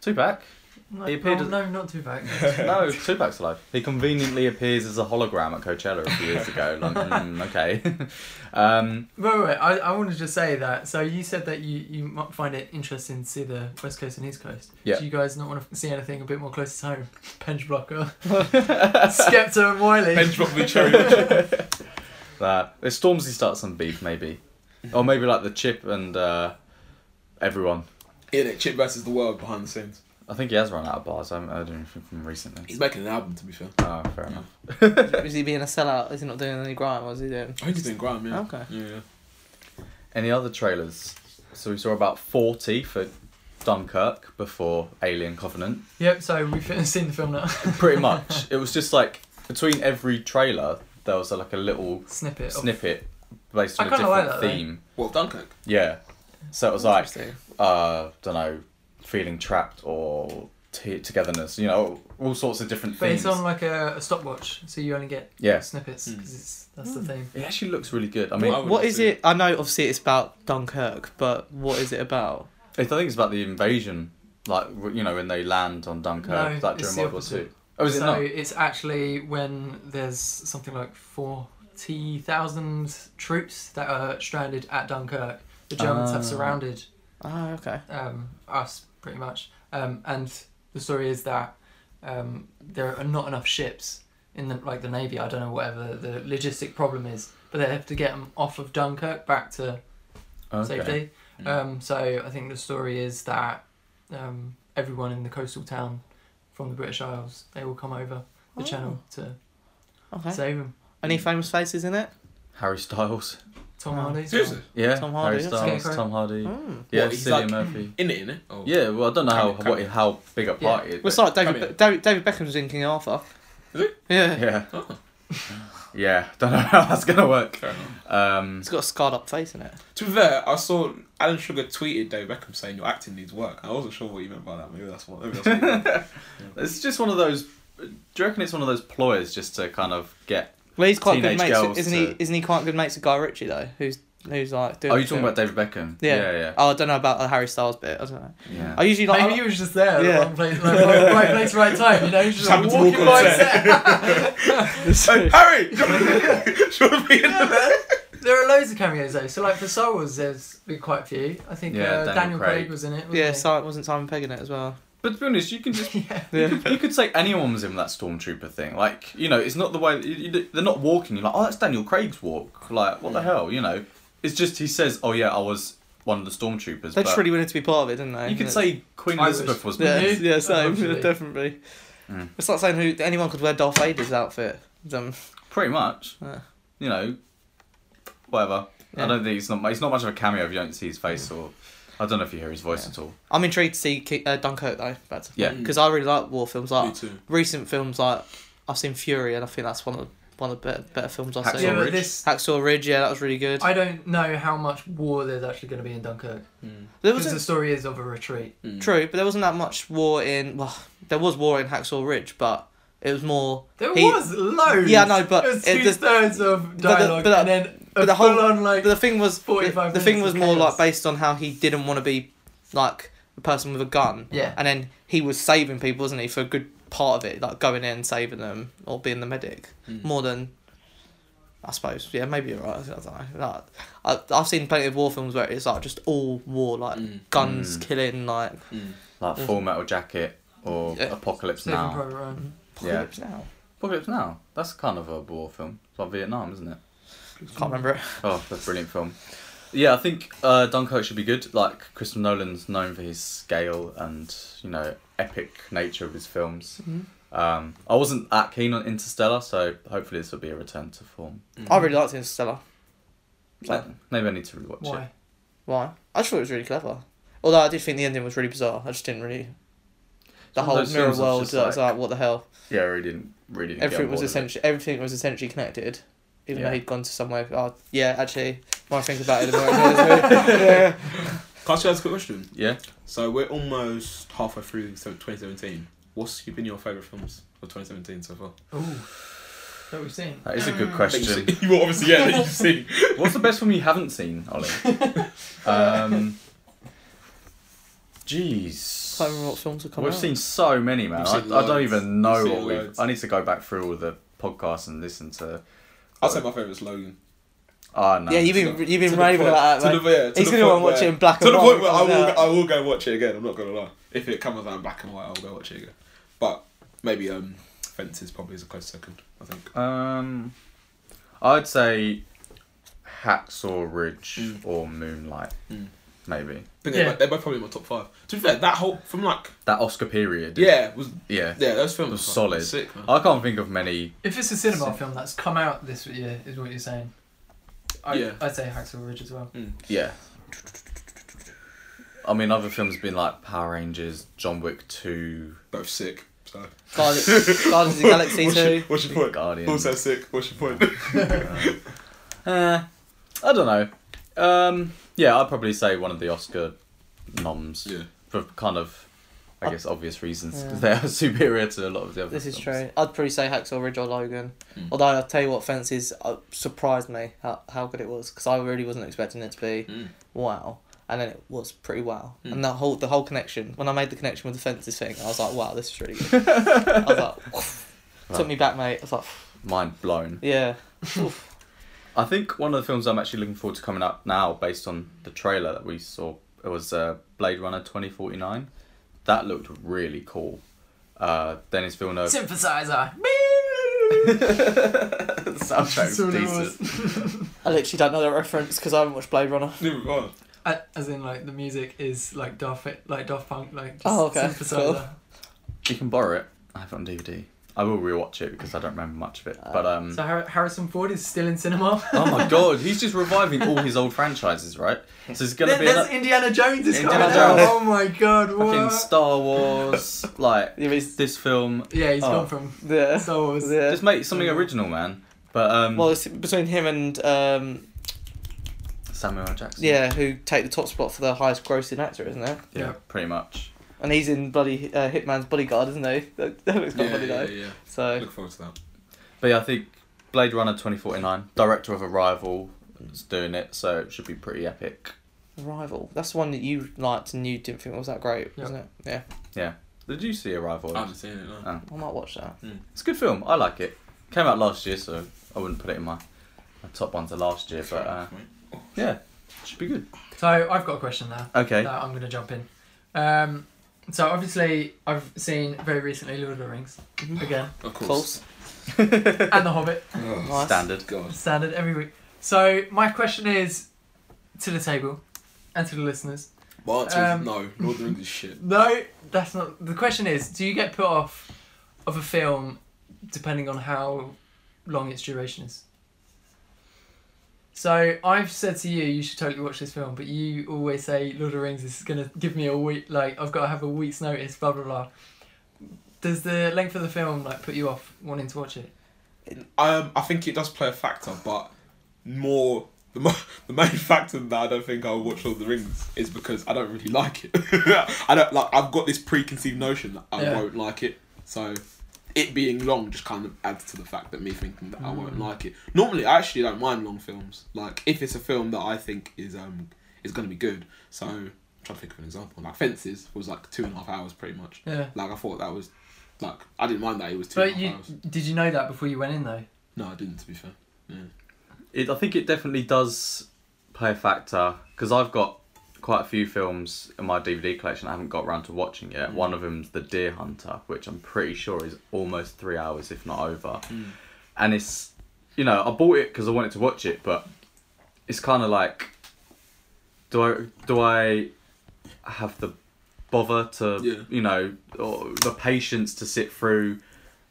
S1: Tupac?
S4: he? No,
S1: He appeared
S4: well,
S1: as-
S4: no not too bad.
S1: No, Tupac's alive. He conveniently appears as a hologram at Coachella a few years ago. Like, mm, okay. um,
S4: Wait, wait, wait. I, I want to just say that. So you said that you, you might find it interesting to see the West Coast and East Coast.
S1: Yeah.
S4: Do you guys not want to see anything a bit more close to home? Bench blocker. Skepta and Wiley.
S5: Bench rock with cherry. Red.
S1: uh, if Stormzy starts some beef, maybe. Or maybe like the chip and uh, everyone.
S5: in it, Chip versus the world behind the scenes. I
S1: I think he has run out of bars. I haven't heard anything from him recently.
S5: He's making an album, to be fair.
S1: Oh, fair enough.
S3: Is he being a sellout? Is he not doing any grind? What is he doing?
S5: I think he's doing grime, yeah.
S3: Okay.
S5: Yeah, yeah.
S1: Any other trailers? So we saw about 40 for Dunkirk before Alien Covenant.
S4: Yep, so we've seen the film now.
S1: Pretty much. it was just like between every trailer, there was like a little
S4: Snippet. of-
S1: snippet based
S4: I
S1: on a
S4: kinda
S1: different
S4: like that, though.
S1: theme.
S5: Well, Dunkirk.
S1: Yeah. So it was like,
S3: Interesting.
S1: uh, don't know, feeling trapped or t- togetherness. You know, all sorts of different
S4: But
S1: things.
S4: it's on like a, a stopwatch, so you only get
S1: Yeah. Hmm.
S4: snippets
S5: Mm.
S4: because it's that's the theme.
S1: It actually looks really good. I mean,
S5: Well, I would
S3: what
S5: love
S3: is
S5: to-
S3: it? I know obviously it's about Dunkirk, but what is it about?
S1: I think it's about the invasion. Like w- you know, when they land on Dunkirk,
S4: No,
S1: like
S4: it's
S1: during
S4: the
S1: World War Two.
S4: opposite.
S1: Oh, is
S4: so
S1: it not?
S4: it's actually when there's something like forty thousand troops that are stranded at Dunkirk. The Germans
S1: Ah.
S4: have surrounded
S3: Oh, okay.
S4: um, us pretty much. Um, and the story is that um, there are not enough ships in the like the navy. I don't know whatever the logistic problem is, but they have to get them off of Dunkirk back to safety.
S1: Mm.
S4: Um, so I think the story is that um, everyone in the coastal town from the British Isles they will come over the channel to
S3: Okay.
S4: save them.
S3: Any famous faces in it?
S1: Harry Styles.
S4: Tom
S3: Oh.
S4: Hardy's
S5: Who's
S4: one.
S5: it?
S1: Yeah.
S3: Tom Hardy,
S1: Harry
S3: that's
S1: Styles.
S4: good.
S1: Tom Hardy.
S3: Mm.
S1: Yeah.
S5: What, he's
S1: Cillian
S5: like-
S1: Murphy.
S5: In it, in it. Oh.
S1: Yeah. Well, I don't know how
S5: Come- come-
S1: what how big a
S4: Yeah.
S1: party. it
S3: Well, it's
S1: is,
S3: like David,
S5: Come here.
S3: David, David Beckham's in King Arthur.
S5: Is it?
S3: Yeah.
S1: but- Yeah.
S5: Oh.
S1: Yeah. Don't know how that's gonna work.
S5: Fair enough.
S1: Um.
S3: It's got a scarred up face in it.
S5: To be fair,
S2: I saw Alan Sugar tweeted Dave Beckham saying your acting needs work. I wasn't sure what he meant by that. Maybe that's what. Maybe that's what he meant.
S1: It's just one of those. Do you reckon it's one of those ploys just to kind of get?
S3: Well, he's quite
S1: Teenage
S3: good mates,
S1: girls
S3: isn't
S1: to-
S3: he? Isn't he quite good mates with Guy Ritchie though? Who's who's like doing?
S1: Oh, you
S3: the
S1: talking
S3: film?
S1: about David Beckham?
S3: Yeah.
S1: Yeah. Yeah.
S3: Oh, I don't know about the Harry Styles bit. I don't know.
S1: yeah.
S3: I usually like.
S4: Maybe he was just there,
S3: Yeah.
S4: the wrong place, like, right, right place, right time. You know, he's just,
S2: Just happened to
S4: walking
S2: walk on
S4: by
S2: set.
S4: set.
S2: hey, Harry, do you want to- do you want to be in
S4: Yeah,
S2: the
S4: man. There are loads of cameos though. So like for Star Wars, there's been quite a few. I think
S1: Yeah,
S4: uh,
S1: Daniel
S4: Daniel,
S1: Craig.
S4: Craig. was in it. Wasn't
S3: yeah,
S4: he?
S3: so it wasn't Simon Pegg in it as well.
S1: But to be honest, you can just
S4: yeah.
S3: Yeah.
S1: you could say anyone was in that stormtrooper thing. Like you know, it's not the way you, you- they're not walking. You're like, oh, that's Daniel Craig's walk. Like what the hell, you know? It's just he says, oh yeah, I was one of the stormtroopers.
S3: they just
S1: but
S3: really wanted to be part of it, didn't they?
S1: you could say Queen
S4: I was-
S1: Elizabeth was.
S3: Yeah,
S4: You?
S3: yeah, same,
S4: Obviously.
S3: definitely.
S1: Mm.
S3: It's like saying who anyone could wear Darth Vader's outfit. Um,
S1: Pretty much.
S3: Yeah.
S1: You know, whatever. I
S3: Yeah.
S1: don't think it's not. It's not much of a cameo if you don't see his face or. I don't know if you hear his voice
S3: Yeah.
S1: at all.
S3: I'm intrigued to see Ki- uh, Dunkirk though. That's
S1: Yeah.
S3: because I really like war films.
S5: me
S3: Like
S5: too.
S3: recent films, like I've seen Fury, and I think that's one of one of the better, better films I've
S1: Hacksaw
S3: seen.
S4: Yeah,
S1: Ridge.
S4: but this
S3: Hacksaw Ridge, yeah, that was really good.
S4: I don't know how much war there's actually going to be in Dunkirk
S3: there
S4: because the
S3: wasn't
S4: story is of a retreat.
S3: true, but there wasn't that much war in. Well, there was war in Hacksaw Ridge, but it was more.
S4: There
S3: He-
S4: was loads.
S3: Yeah, I know, but
S4: it was
S3: it
S4: two
S3: just-
S4: thirds
S3: but
S4: of
S3: the-
S4: dialogue
S3: but the-
S4: and then a
S3: but the whole-
S4: full on like
S3: But the thing was, the,
S4: 45
S3: the thing was
S4: minutes of
S3: more like
S4: chaos.
S3: based on how he didn't want to be like a person with a gun.
S4: yeah.
S3: and then he was saving people, wasn't he, for a good part of it, like going in and saving them or being the medic,
S5: Mm.
S3: more than. I suppose, yeah, maybe you're right. I don't know. Like, I, I've seen plenty of war films where it's like just all war, like
S5: Mm.
S3: guns
S1: Mm.
S3: killing, like
S1: Like
S3: Yeah.
S1: Full Metal Jacket or
S3: Yeah.
S1: Apocalypse
S4: Saving
S1: Now.
S4: Private Ryan.
S3: apocalypse now.
S1: Apocalypse Now. That's kind of a war film. It's like Vietnam, isn't it?
S4: Mm.
S3: Can't remember it.
S1: Oh, that's a brilliant film. Yeah, I think uh, Dunkirk should be good. Like Christopher Nolan's known for his scale and you know epic nature of his films. Um, I wasn't that keen on Interstellar, so hopefully this will be a return to form.
S4: Mm-hmm.
S3: I really liked Interstellar.
S1: But maybe I need to rewatch
S4: Why?
S3: Why? I just thought it was really clever. Although I did think the ending was really bizarre. I just didn't really.
S1: one
S3: The
S1: of
S3: whole
S1: those
S3: mirror
S1: films that's
S3: world.
S1: just
S3: That was
S1: like-
S3: like, what the hell?
S1: it. Yeah, I really didn't really didn't
S3: Everything
S1: get
S3: was
S1: on board
S3: essentially everything was essentially connected, even
S1: Yeah.
S3: though he'd gone to somewhere. Oh, yeah, actually, the more I think about it, the more it is. yeah.
S5: Can I ask you guys a quick question?
S1: with it. Yeah,
S5: So we're almost halfway through so- 2017. What's been your favourite films of 2017 so far?
S4: Ooh, that we've seen.
S1: that is a good
S5: That you've
S1: question.
S5: seen- You were obviously yeah that you've seen.
S1: What's the best film you haven't seen, Ollie? Um, jeez.
S3: Can't remember what films have come
S1: We've
S3: out.
S1: seen so many, man.
S5: We've
S1: I,
S5: seen
S1: I don't
S5: loads.
S1: even
S5: We've
S1: know
S5: seen
S1: what we've.
S5: loads.
S1: I need to go back through all the podcasts and listen to.
S5: I'd say my favourite is Logan.
S1: Oh no.
S3: yeah, you've
S5: to
S3: been
S5: the-
S3: you've
S5: to
S3: been
S5: the
S3: raving
S5: point-
S3: about that,
S5: to
S3: mate.
S5: the- yeah, to
S3: He's
S5: the
S3: gonna go
S5: point
S3: and watch it
S5: where-
S3: in black
S5: To
S3: and
S5: the
S3: white.
S5: point where I
S3: when it
S5: will,
S3: comes out.
S5: I will go watch it again. I'm not gonna lie. If it comes out in black and white, I'll go watch it again. But maybe um, Fences probably is a close second. I think.
S1: Um, I'd say Hacksaw Ridge
S5: Mm.
S1: or Moonlight,
S5: Mm.
S1: maybe
S5: I think they're,
S4: Yeah.
S5: both, they're both probably in my top five. To be fair, that whole from like
S1: that Oscar period.
S5: yeah was
S1: Yeah.
S5: yeah those films
S1: Was
S5: were
S1: solid.
S5: Sick man.
S1: I can't think of many.
S4: If it's a cinema film that's come out this year, is what you're saying. I,
S5: Yeah.
S4: I'd say Hacksaw Ridge as well.
S1: Mm. Yeah. I mean, other films have been like Power Rangers, John Wick Two,
S5: both sick. So
S3: Guardians, Guardians of the Galaxy
S5: what's your,
S3: too.
S5: what's your point?
S1: Guardians.
S5: Also sick. What's your point?
S1: Uh, I don't know. Um, yeah, I'd probably say one of the Oscar noms
S5: yeah.
S1: for kind of, I guess, obvious reasons because they are superior to a lot of the other.
S3: This is
S1: films.
S3: true. I'd probably say Hacksaw Ridge or Logan.
S1: Hmm.
S5: Mm.
S3: Although I'll tell you what, Fences uh, surprised me how, how good it was because I really wasn't expecting it to be.
S1: Hmm.
S5: Mm.
S3: wow and then it was pretty wow
S5: Mm.
S3: and that whole the whole connection when i made the connection with the fences thing i was like wow this is really good i was like took me back mate i was like
S1: Mind blown.
S3: yeah
S1: I think one of the films I'm actually looking forward to coming up now, based on the trailer that we saw, it was uh, Blade Runner 2049. That looked really cool. Uh, Dennis Villeneuve.
S4: Synthesizer.
S1: the soundtrack's
S4: So
S1: decent.
S3: I literally don't know the reference because I haven't watched Blade Runner.
S2: No, go on.
S4: A- As in, like the music is like Daft, like Daft Punk, like just
S3: Oh, okay,
S4: synthesizer.
S1: You can borrow it. I have it on DVD. I will rewatch it because I don't remember much of it.
S3: Uh,
S1: But um,
S4: So Har- Harrison Ford is still in cinema.
S1: oh my god, he's just reviving all his old franchises, right? So it's gonna
S4: There-
S1: be
S4: There's
S1: like
S4: Indiana Jones is
S1: Indiana
S4: coming out.
S1: Jones.
S4: Oh my god!
S1: fucking
S4: What?
S1: Star Wars, like
S3: Yeah, but it's-
S1: this film.
S4: yeah, he's
S1: Oh.
S4: gone from
S3: Yeah.
S4: Star Wars.
S3: Yeah.
S1: Just make something original, man. But um,
S3: Well, it's between him and
S1: Hmm.
S3: um,
S1: Samuel L. Jackson.
S3: yeah, who take the top spot for the highest grossing actor, isn't there?
S1: yeah,
S4: Yeah.
S1: pretty much.
S3: And he's in bloody uh, Hitman's Bodyguard, isn't he? That, that looks quite
S5: Yeah,
S3: funny
S5: yeah,
S3: though.
S5: yeah.
S3: So
S5: Look forward to that.
S1: But yeah, I think Blade Runner 2049, director of Arrival, is doing it, so it should be pretty epic.
S3: Rival. That's the one that you liked and you didn't think was that great,
S4: Yeah.
S3: wasn't it? Yeah.
S1: Did you see Arrival?
S5: I haven't seen it. No.
S3: I might watch that.
S1: It's a good film. I like it. Came out last year, so I wouldn't put it in my, my top ones of last year, but uh, yeah, should be good.
S4: So I've got a question now.
S1: Okay.
S4: that I'm going to jump in. Um, so obviously, I've seen very recently Lord of the Rings again,
S5: Of course.
S3: Mm-hmm. False.
S4: and The Hobbit,
S3: Nice.
S1: Standard.
S5: God.
S4: standard every week. So my question is to the table and to the listeners.
S5: My answer
S4: Um,
S5: is no. Lord of the Rings is shit.
S4: No, that's not. The question is, do you get put off of a film depending on how long its duration is? So I've said to you, you should totally watch this film, but you always say Lord of the Rings is gonna give me a week. Like I've got to have a week's notice. Blah blah blah. Does the length of the film like put you off wanting to watch it?
S2: Um, I think it does play a factor, but more the, mo- the main factor that I don't think I'll watch Lord of the Rings is because I don't really like it. I don't like. I've got this preconceived notion that I
S4: Yeah.
S2: won't like it, so
S5: It being long just kind of adds to the fact that me thinking that I
S2: Mm.
S5: won't like it. Normally, I actually don't mind long films. Like if it's a film that I think is um is gonna be good. So I'm trying to think of an example. Like Fences was like two and a half hours pretty much.
S4: Yeah.
S5: Like I thought that was like I didn't mind that it was two and a
S4: But
S5: half
S4: you
S5: hours.
S4: did you know that before you went in though?
S5: No, I didn't. To be fair.
S1: It, I think it definitely does play a factor because I've got quite a few films in my DVD collection I haven't got around to watching yet. One of them's The Deer Hunter, which I'm pretty sure is almost three hours, if not over. And it's, you know, I bought it because I wanted to watch it, but it's kind of like, do I do I have the bother to,
S5: Yeah.
S1: you know, or the patience to sit through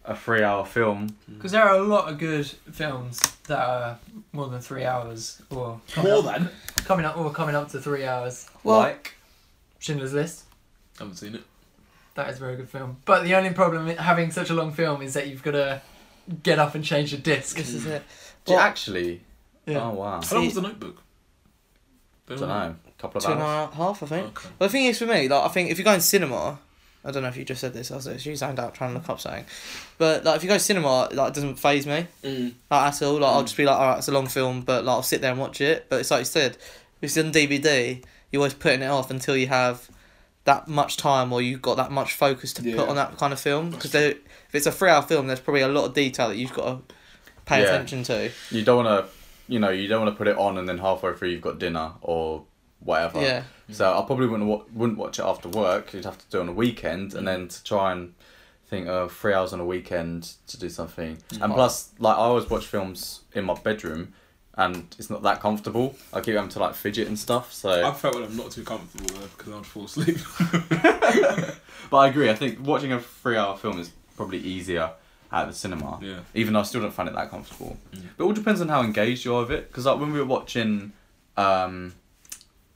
S1: a three-hour film?
S4: Because there are a lot of good films that are more than three hours or coming
S5: More
S4: up-
S5: than.
S4: coming up or coming up to three hours.
S3: Well-
S1: like,
S4: Schindler's List.
S5: Haven't seen it.
S4: That is a very good film. But the only problem with having such a long film is that you've got to get up and change the disc.
S3: This is it.
S1: do you
S3: Well,
S1: actually?
S4: Yeah.
S1: Oh wow.
S5: How long was the Notebook?
S1: I don't know, a couple of
S3: Mm. two and a
S1: hours.
S3: half, I think.
S5: Okay.
S3: Well, the thing is for me, like I think if you go in cinema, I don't know if you just said this. I was actually zoned out trying to look up something, but like if you go to cinema, like it doesn't phase me
S5: Mm.
S3: like at all. Like
S1: Hmm.
S3: I'll just be like, all right, it's a long film, but like I'll sit there and watch it. But it's like you said, if it's on DVD, you're always putting it off until you have that much time or you've got that much focus to
S5: Yeah.
S3: put on that kind of film. Because if it's a three-hour film, there's probably a lot of detail that you've got to pay
S1: Yeah.
S3: attention to.
S1: You don't want to, you know, you don't want to put it on and then halfway through you've got dinner or whatever.
S3: Yeah.
S1: So I probably wouldn't wa- wouldn't watch it after work. You'd have to do it on a weekend,
S3: Mm.
S1: and then to try and think of three hours on a weekend to do something.
S3: Mm.
S1: And plus, like I always watch films in my bedroom, and it's not that comfortable. I keep having to like fidget and stuff. So,
S5: I felt when I'm not too comfortable there because I'd fall asleep.
S1: but I agree. I think watching a three-hour film is probably easier at the cinema.
S5: yeah. Mm.
S1: even though I still don't find it that comfortable. But it all depends on how engaged you are with it. Because like when we were watching um,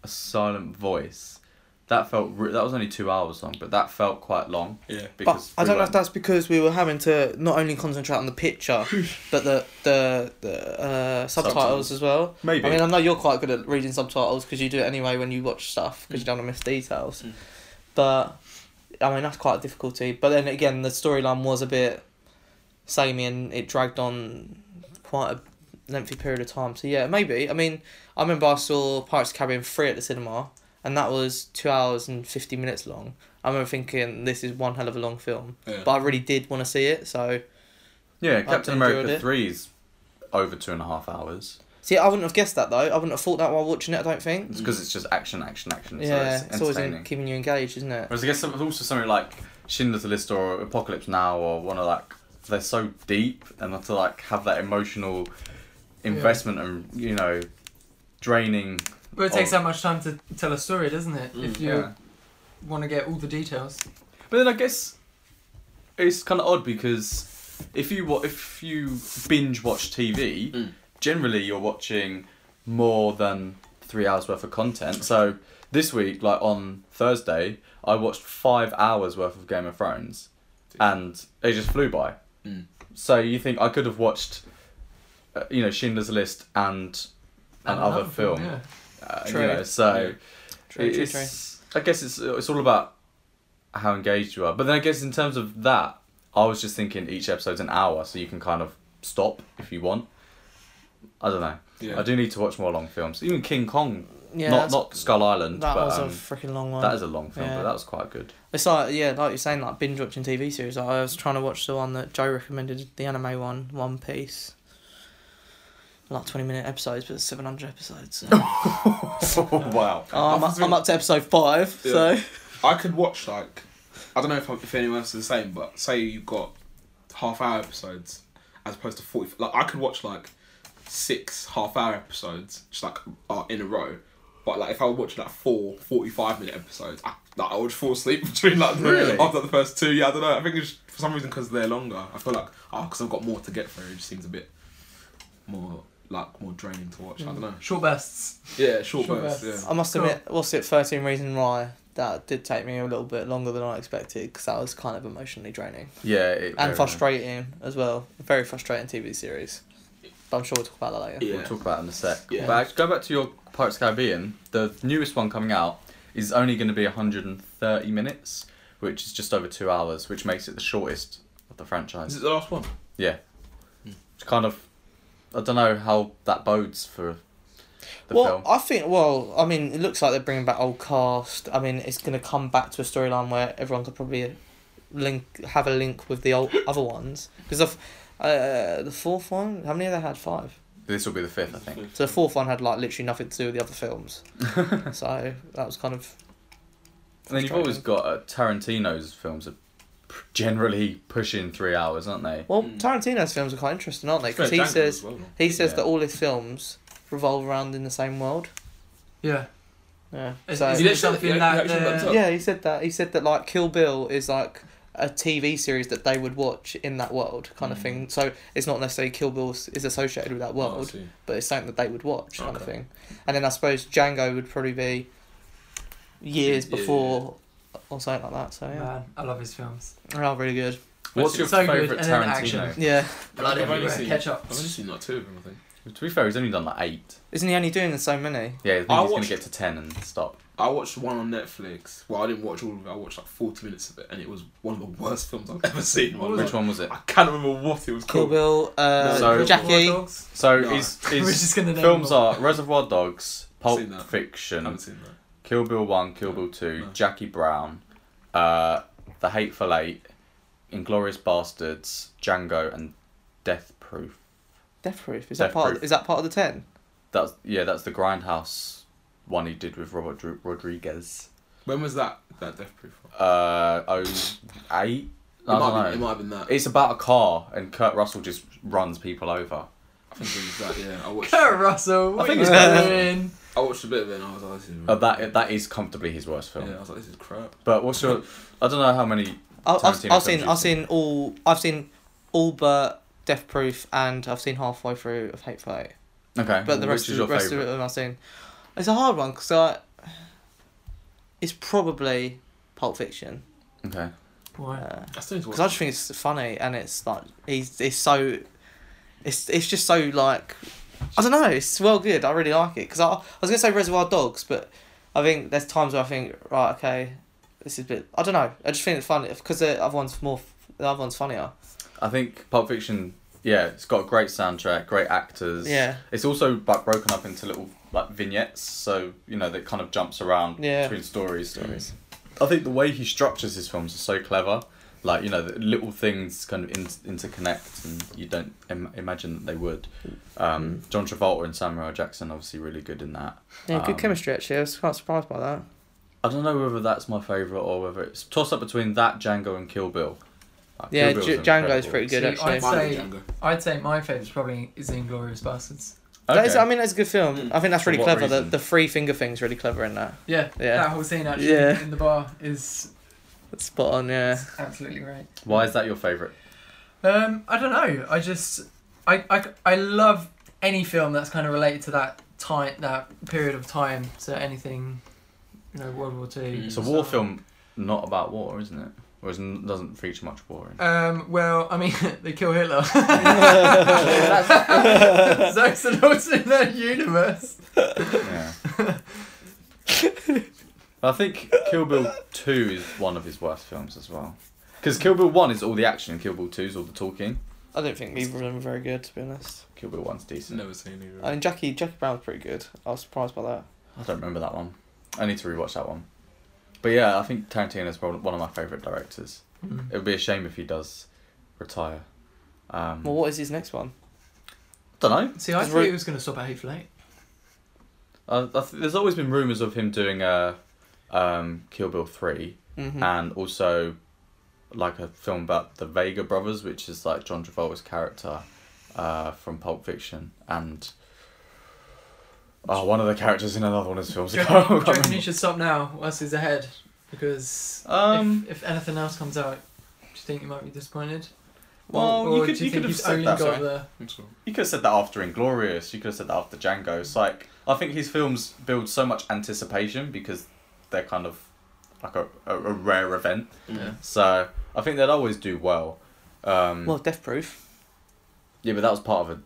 S1: a Silent Voice, that felt re- that was only two hours long, but that felt quite long.
S5: Yeah.
S1: Because
S3: but I
S1: we
S3: don't know if
S1: weren't-
S3: that's because we were having to not only concentrate on the picture, but the the, the uh, subtitles
S1: Subtitles.
S3: as well.
S1: Maybe.
S3: I mean, I know you're quite good at reading subtitles because you do it anyway when you watch stuff because you don't want to miss details. But I mean, that's quite a difficulty. But then again, the storyline was a bit samey and it dragged on quite a lengthy period of time. So yeah, maybe. I mean, I remember I saw Pirates of the Caribbean three at the cinema, and that was two hours and fifty minutes long. I remember thinking this is one hell of a long film,
S5: Yeah.
S3: but I really did want to see it. So
S1: yeah, Captain
S3: enjoyed
S1: America
S3: it.
S1: three is over two and a half hours.
S3: See, I wouldn't have guessed that though. I wouldn't have thought that while watching it. I don't think.
S1: It's
S5: Mm.
S1: because it's just action, action, action.
S3: yeah,
S1: so
S3: it's,
S1: it's,
S3: always
S1: entertaining.
S3: in, keeping you engaged, isn't it?
S1: Whereas I guess some- also something like Schindler's List or Apocalypse Now or one of like they're so deep and to like have that emotional investment and you know draining.
S4: But it takes
S1: of-
S4: that much time to tell a story, doesn't it? if you
S1: yeah.
S4: want to get all the details.
S1: But then I guess it's kind of odd because if you wa- if you binge watch TV, generally you're watching more than three hours worth of content. So this week, like on Thursday, I watched five hours worth of Game of Thrones, and it just flew by.
S2: Mm.
S1: So you think I could have watched, uh, you know, Schindler's List and
S4: And
S1: another
S4: another
S1: film.
S4: yeah.
S1: uh,
S3: True.
S1: You know, so
S3: True, true, true.
S1: it's- I guess it's it's all about how engaged you are. But then I guess in terms of that, I was just thinking each episode's an hour, so you can kind of stop if you want. I don't know.
S2: Yeah.
S1: I do need to watch more long films. Even King Kong,
S3: Yeah,
S1: not
S3: that's-
S1: not Skull Island,
S3: that
S1: but
S3: was
S1: um,
S3: a freaking long one.
S1: that is a long film,
S3: Yeah.
S1: but that was quite good.
S3: It's like yeah, like you're saying, like binge watching TV series. Like, I was trying to watch the one that Joe recommended, the anime one, One Piece. Like twenty minute episodes, but seven hundred episodes. so. Oh,
S1: wow.
S3: I'm, up- I'm up to episode five,
S2: Yeah.
S3: so
S2: I could watch like I don't know if if anyone else is the same, but say you've got half hour episodes as opposed to forty. Like I could watch like six half hour episodes just like uh, in a row. But like if I watched like four 45 minute episodes, I, like, I would fall asleep between like the-
S1: Really?
S2: after the first two. Yeah, I don't know. I think it's just- for some reason because they're longer. I feel like oh, because I've got more to get through. It just seems a bit more like more draining to watch. I don't know.
S4: Short bursts.
S2: Yeah, short,
S4: Mm. Short
S2: bursts.
S4: bursts.
S2: Yeah.
S3: I must
S4: Cool.
S3: admit, what's it? Thirteen Reasons Why. That did take me a little bit longer than I expected because that was kind of emotionally draining
S1: Yeah. It,
S3: and
S1: very-
S3: frustrating as well. A very frustrating TV series, but I'm sure we'll talk about that later.
S2: Yeah.
S1: We'll talk about it in a sec.
S2: Yeah.
S1: But actually, go back to your Pirates of the Caribbean. The newest one coming out is only going to be 130 minutes, which is just over two hours, which makes it the shortest of the
S2: Is
S1: franchise.
S2: it the last one?
S1: Yeah.
S4: Hmm.
S1: It's kind of. I don't know how that bodes for the
S3: well,
S1: film.
S3: I think. Well, I mean, it looks like they're bringing back old cast. I mean, it's gonna come back to a storyline where everyone could probably link have a link with the old other ones because of uh, the fourth one. How many have they had? Five.
S1: This will be the fifth, I think.
S3: So the fourth one had like literally nothing to do with the other films. so that was kind of.
S1: And then you've always got uh, Tarantino's films are pr- generally pushing three hours, aren't they?
S3: Well,
S2: Mm.
S3: Tarantino's films are quite interesting, aren't they? Because he
S2: Django
S3: says
S2: as well.
S3: he says
S1: Yeah.
S3: that all his films revolve around in the same world.
S4: Yeah.
S3: Yeah.
S4: Is,
S3: so
S4: is
S2: You
S4: it
S2: actually-
S4: something
S2: you
S4: that uh,
S2: actually
S4: they're-
S2: looked up?
S3: yeah, he said that. He said that like Kill Bill is like a TV series that they would watch in that world kind of thing. So it's not necessarily Kill Bill s- is associated with that
S2: Oh, I
S3: world,
S2: see.
S3: but it's something that they would watch kind of
S2: Okay.
S3: thing. And then I suppose Django would probably be years
S2: Yeah, yeah, yeah.
S3: before or something like that. So yeah,
S4: Man, I love his films.
S3: they're all really good.
S1: What's your
S4: It's so good,
S1: favourite
S4: and then
S1: Tarantino?
S4: action.
S3: Yeah.
S4: Blood
S2: I've only
S4: everywhere.
S2: seen-
S4: Ketchup.
S2: I've only seen like two of them, I think.
S1: To be fair, he's only done like eight.
S3: Isn't he only doing so many?
S1: Yeah, I think
S2: I
S1: he's going
S2: watched-
S1: to get to ten and stop.
S2: I watched one on Netflix. Well, I didn't watch all of it. I watched like 40 minutes of it, and it was one of the worst films I've ever seen.
S4: What was
S1: Which one was it?
S2: I can't remember what it was
S3: Kill
S2: called.
S3: Bill, uh,
S1: No, so-
S3: Jackie.
S4: War Dogs.
S1: So
S2: No.
S1: his,
S4: We're
S1: his
S4: just gonna name
S1: films
S4: them all.
S1: are Reservoir Dogs, Pulp
S2: Seen that. I
S1: Fiction,
S2: haven't seen that.
S1: Kill Bill One, Kill Bill Two,
S2: No.
S1: Jackie Brown, uh, The Hateful Eight, Inglorious Bastards, Django, and Death Proof.
S3: Death Proof. Is
S1: Death
S3: that part?
S1: Proof.
S3: Of, is that part of the ten?
S1: That's yeah, that's the Grindhouse one he did with Robert Dr- Rodriguez.
S2: When was that? That Death Proof one?
S1: Uh, oh eight.
S2: It,
S1: I don't
S2: might have been, it
S1: know.
S2: might have been that.
S1: It's about a car and Kurt Russell just runs people over.
S2: I think it was that, yeah. I watched,
S4: Kurt Russell.
S1: I
S4: What
S1: think
S4: I think
S1: it's
S4: it's
S1: Kurt
S4: doing.
S2: I watched a bit of it, and I was like, this is
S1: Uh, that that is comfortably his worst film.
S2: Hmm. Yeah, I was like, this is crap.
S1: But what's your? I don't know how many.
S3: I- I've,
S1: Tarantino
S3: I've
S1: films
S3: seen
S1: you've
S3: I've seen all I've seen all but Death Proof and I've seen halfway through of Hateful Eight.
S1: Okay.
S3: But
S1: which
S3: the rest
S1: is
S3: of, the
S1: your
S3: rest
S1: favorite?
S3: of it I've seen. It's a hard one because I. It's probably Pulp Fiction
S1: Okay.
S4: Why?
S3: because
S2: I still need to
S3: I
S2: watch
S3: just think it's funny and it's like he's it's so. It's it's just so like, I don't know. It's well good. I really like it because I, I was gonna say Reservoir Dogs, but I think there's times where I think right okay, this is a bit. I don't know. I just think it's funny because the other one's more. f- The other one's funnier.
S1: I think Pulp Fiction, yeah, it's got a great soundtrack, great actors.
S3: Yeah.
S1: It's also like broken up into little like vignettes, so you know that kind of jumps around
S3: Yeah.
S1: between stories. Stories. I think the way he structures his films is so clever. Like you know, the little things kind of in, interconnect, and you don't Im- imagine that they would. Um, John Travolta and Samuel L. Jackson obviously really good in that.
S3: Yeah,
S1: Um,
S3: good chemistry actually. I was quite surprised by that.
S1: I don't know whether that's my favorite or whether it's toss up between that Django and Kill Bill. Like,
S3: Yeah,
S1: Kill
S3: J-
S1: Bill's
S3: Django's
S1: incredible.
S3: pretty good
S4: See,
S3: actually.
S4: I'd
S2: Mine is
S4: say-
S2: Django.
S4: I'd say my favourite probably is Inglorious Bastards.
S3: That is,
S1: Okay.
S3: I mean, that's a good film. I think that's
S1: For
S3: really
S1: what
S3: clever. The,
S1: reason?
S3: the three finger thing's really clever in that.
S4: Yeah,
S3: Yeah.
S4: that whole scene actually
S3: Yeah.
S4: in the bar is
S3: That's spot on, yeah.
S4: absolutely great.
S1: Why is that your favorite?
S4: Um, I don't know. I just I, I, I love any film that's kind of related to that time that period of time. So anything, you know, World War Two.
S1: It's a war film, not about war, isn't it? Or is n- doesn't feature much war. In. it?
S4: Um, well, I mean, they kill Hitler. That's that's an alternate universe.
S1: Yeah. I think Kill Bill Two is one of his worst films as well. Because Kill Bill One is all the action, and Kill Bill Two is all the talking.
S3: I don't think either of them were very good, to be honest.
S1: Kill Bill One's decent.
S2: Never seen either.
S3: I mean, Jackie Jackie Brown's pretty good. I was surprised by that.
S1: I don't remember that one. I need to rewatch that one. But yeah, I think Tarantino's probably one of my favorite directors.
S3: Mm.
S1: It would be a shame if he does retire. Um,
S3: Well, what is his next one?
S1: don't know.
S4: See, I
S3: It's
S4: thought
S3: re-
S4: he was going to stop at Hateful Eight.
S1: I, I th- there's always been rumors of him doing a um, Kill Bill 3
S4: Hmm.
S3: Mm-hmm.
S1: and also like a film about the Vega brothers, which is like John Travolta's character uh, from Pulp Fiction and. Oh, one of the characters in another one of his films. I
S4: Do you
S1: can't
S4: reckon- do you reckon
S1: remember.
S4: you should stop now whilst he's ahead? Because
S1: Um,
S4: if, if anything else comes out, do you think you might be disappointed?
S1: Well,
S4: or
S1: you could-
S4: do
S1: you
S4: you,
S1: could
S4: think
S1: have
S4: he's
S1: said
S4: only
S1: that,
S4: got
S1: sorry.
S4: the
S1: You could have said that after Inglorious. You could have said that after Django. It's like I think his films build so much anticipation because they're kind of like a, a, a rare event.
S2: Mm.
S4: Yeah.
S1: So I think they'd always do well. Um,
S3: Well, Death Proof.
S1: yeah, but that was part of a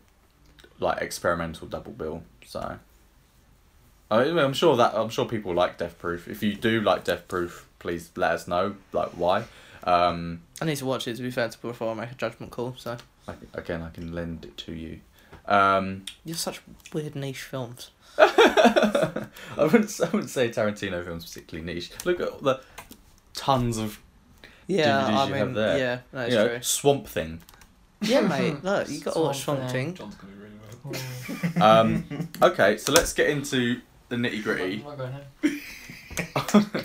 S1: like experimental double bill. So I mean, I'm sure that I'm sure people like Death Proof. If you do like Death Proof, please let us know like why. Um,
S3: I need to watch it to be fair to before I make a judgment call. So
S1: I, again, I can lend it to you. Um,
S3: you're such weird niche films.
S1: I wouldn't. I wouldn't say Tarantino films particularly niche. Look at all the tons of
S3: Yeah,
S1: DVDs
S3: I
S1: you
S3: mean,
S1: have there.
S3: yeah, that's
S1: you know,
S3: true.
S1: Swamp Thing.
S3: Yeah, mate. Look, you got to watch
S4: Swamp
S3: Swamp
S4: Thing.
S3: Thing.
S2: John's gonna be really well.
S4: Oh,
S1: Um, okay, so let's get into the nitty
S4: I'm
S1: gritty.
S4: not going home.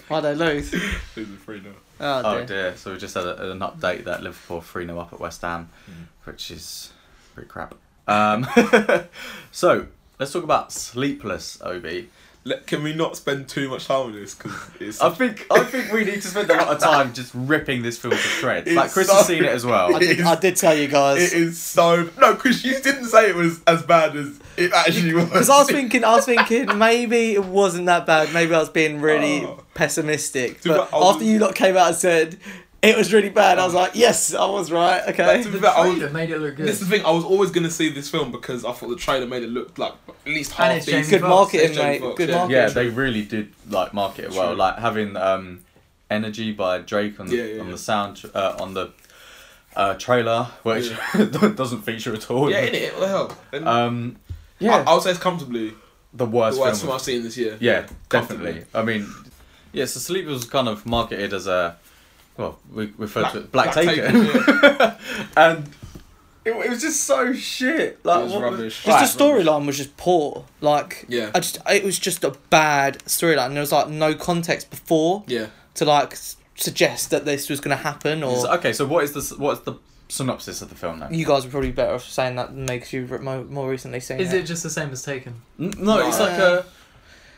S3: Why they lose?
S2: Who's the free now?
S3: Oh,
S1: Oh
S3: dear.
S1: dear! So we just had a, an update that Liverpool three 0 up at West Ham,
S2: Hmm.
S1: which is pretty crap. Um, so let's talk about Sleepless, Obi.
S2: Let, can we not spend too much time on this? Because it's.
S1: I think I think we need to spend a lot of time just ripping this film to shreds. like
S2: It's
S1: Chris
S2: so-
S1: has seen it as well.
S3: I, did,
S2: is-
S3: I did tell you
S2: it
S3: guys.
S2: is so no, Chris. You didn't say it was as bad as it actually was.
S3: Because I was thinking, I was thinking maybe it wasn't that bad. Maybe I was being really
S2: Oh.
S3: pessimistic.
S2: To be-
S3: But
S2: I was-
S3: after you lot came out and said it was really bad, I was like, yes, I was right. Okay.
S2: That's a
S4: The
S2: But I was-
S4: trailer made it look good.
S2: This is the thing. I was always gonna see this film because I thought the trailer made it look like at least
S4: And
S2: half
S4: it's
S2: decent.
S3: Good
S4: Fox,
S3: marketing,
S2: it's Jamie
S3: mate.
S2: Foxx,
S3: Good
S2: yeah.
S3: marketing.
S1: Yeah, they really did like market it well.
S2: True.
S1: Like having um, energy by Drake on the,
S2: Yeah, yeah,
S1: on
S2: yeah.
S1: the sound uh, on the uh, trailer, which doesn't feature at all.
S2: Yeah, in it. What the hell? And
S1: Um,
S2: yeah.
S1: yeah,
S2: I, I would say it's comfortably
S1: the worst,
S2: the worst film
S1: film.
S2: I've seen this year.
S1: of- yeah,
S2: Comfortably.
S1: definitely. I mean, yeah. So Sleep was kind of marketed as a well, we we refer to it Black, Taken,
S2: yeah.
S1: and it, it was just so shit. Like
S2: It was
S1: what-
S2: rubbish.
S3: Just the storyline was just poor. Like,
S2: Yeah.
S3: I just it was just a bad storyline. and There was like no context before
S2: Yeah.
S3: to like s- suggest that this was gonna happen. Or
S1: So- okay, so what is the what's the synopsis of the film then?
S3: you guys were probably better off saying that than makes you re- mo- more recently seen.
S4: Is it just the same as Taken?
S1: N- No, it's
S3: No.
S1: like a.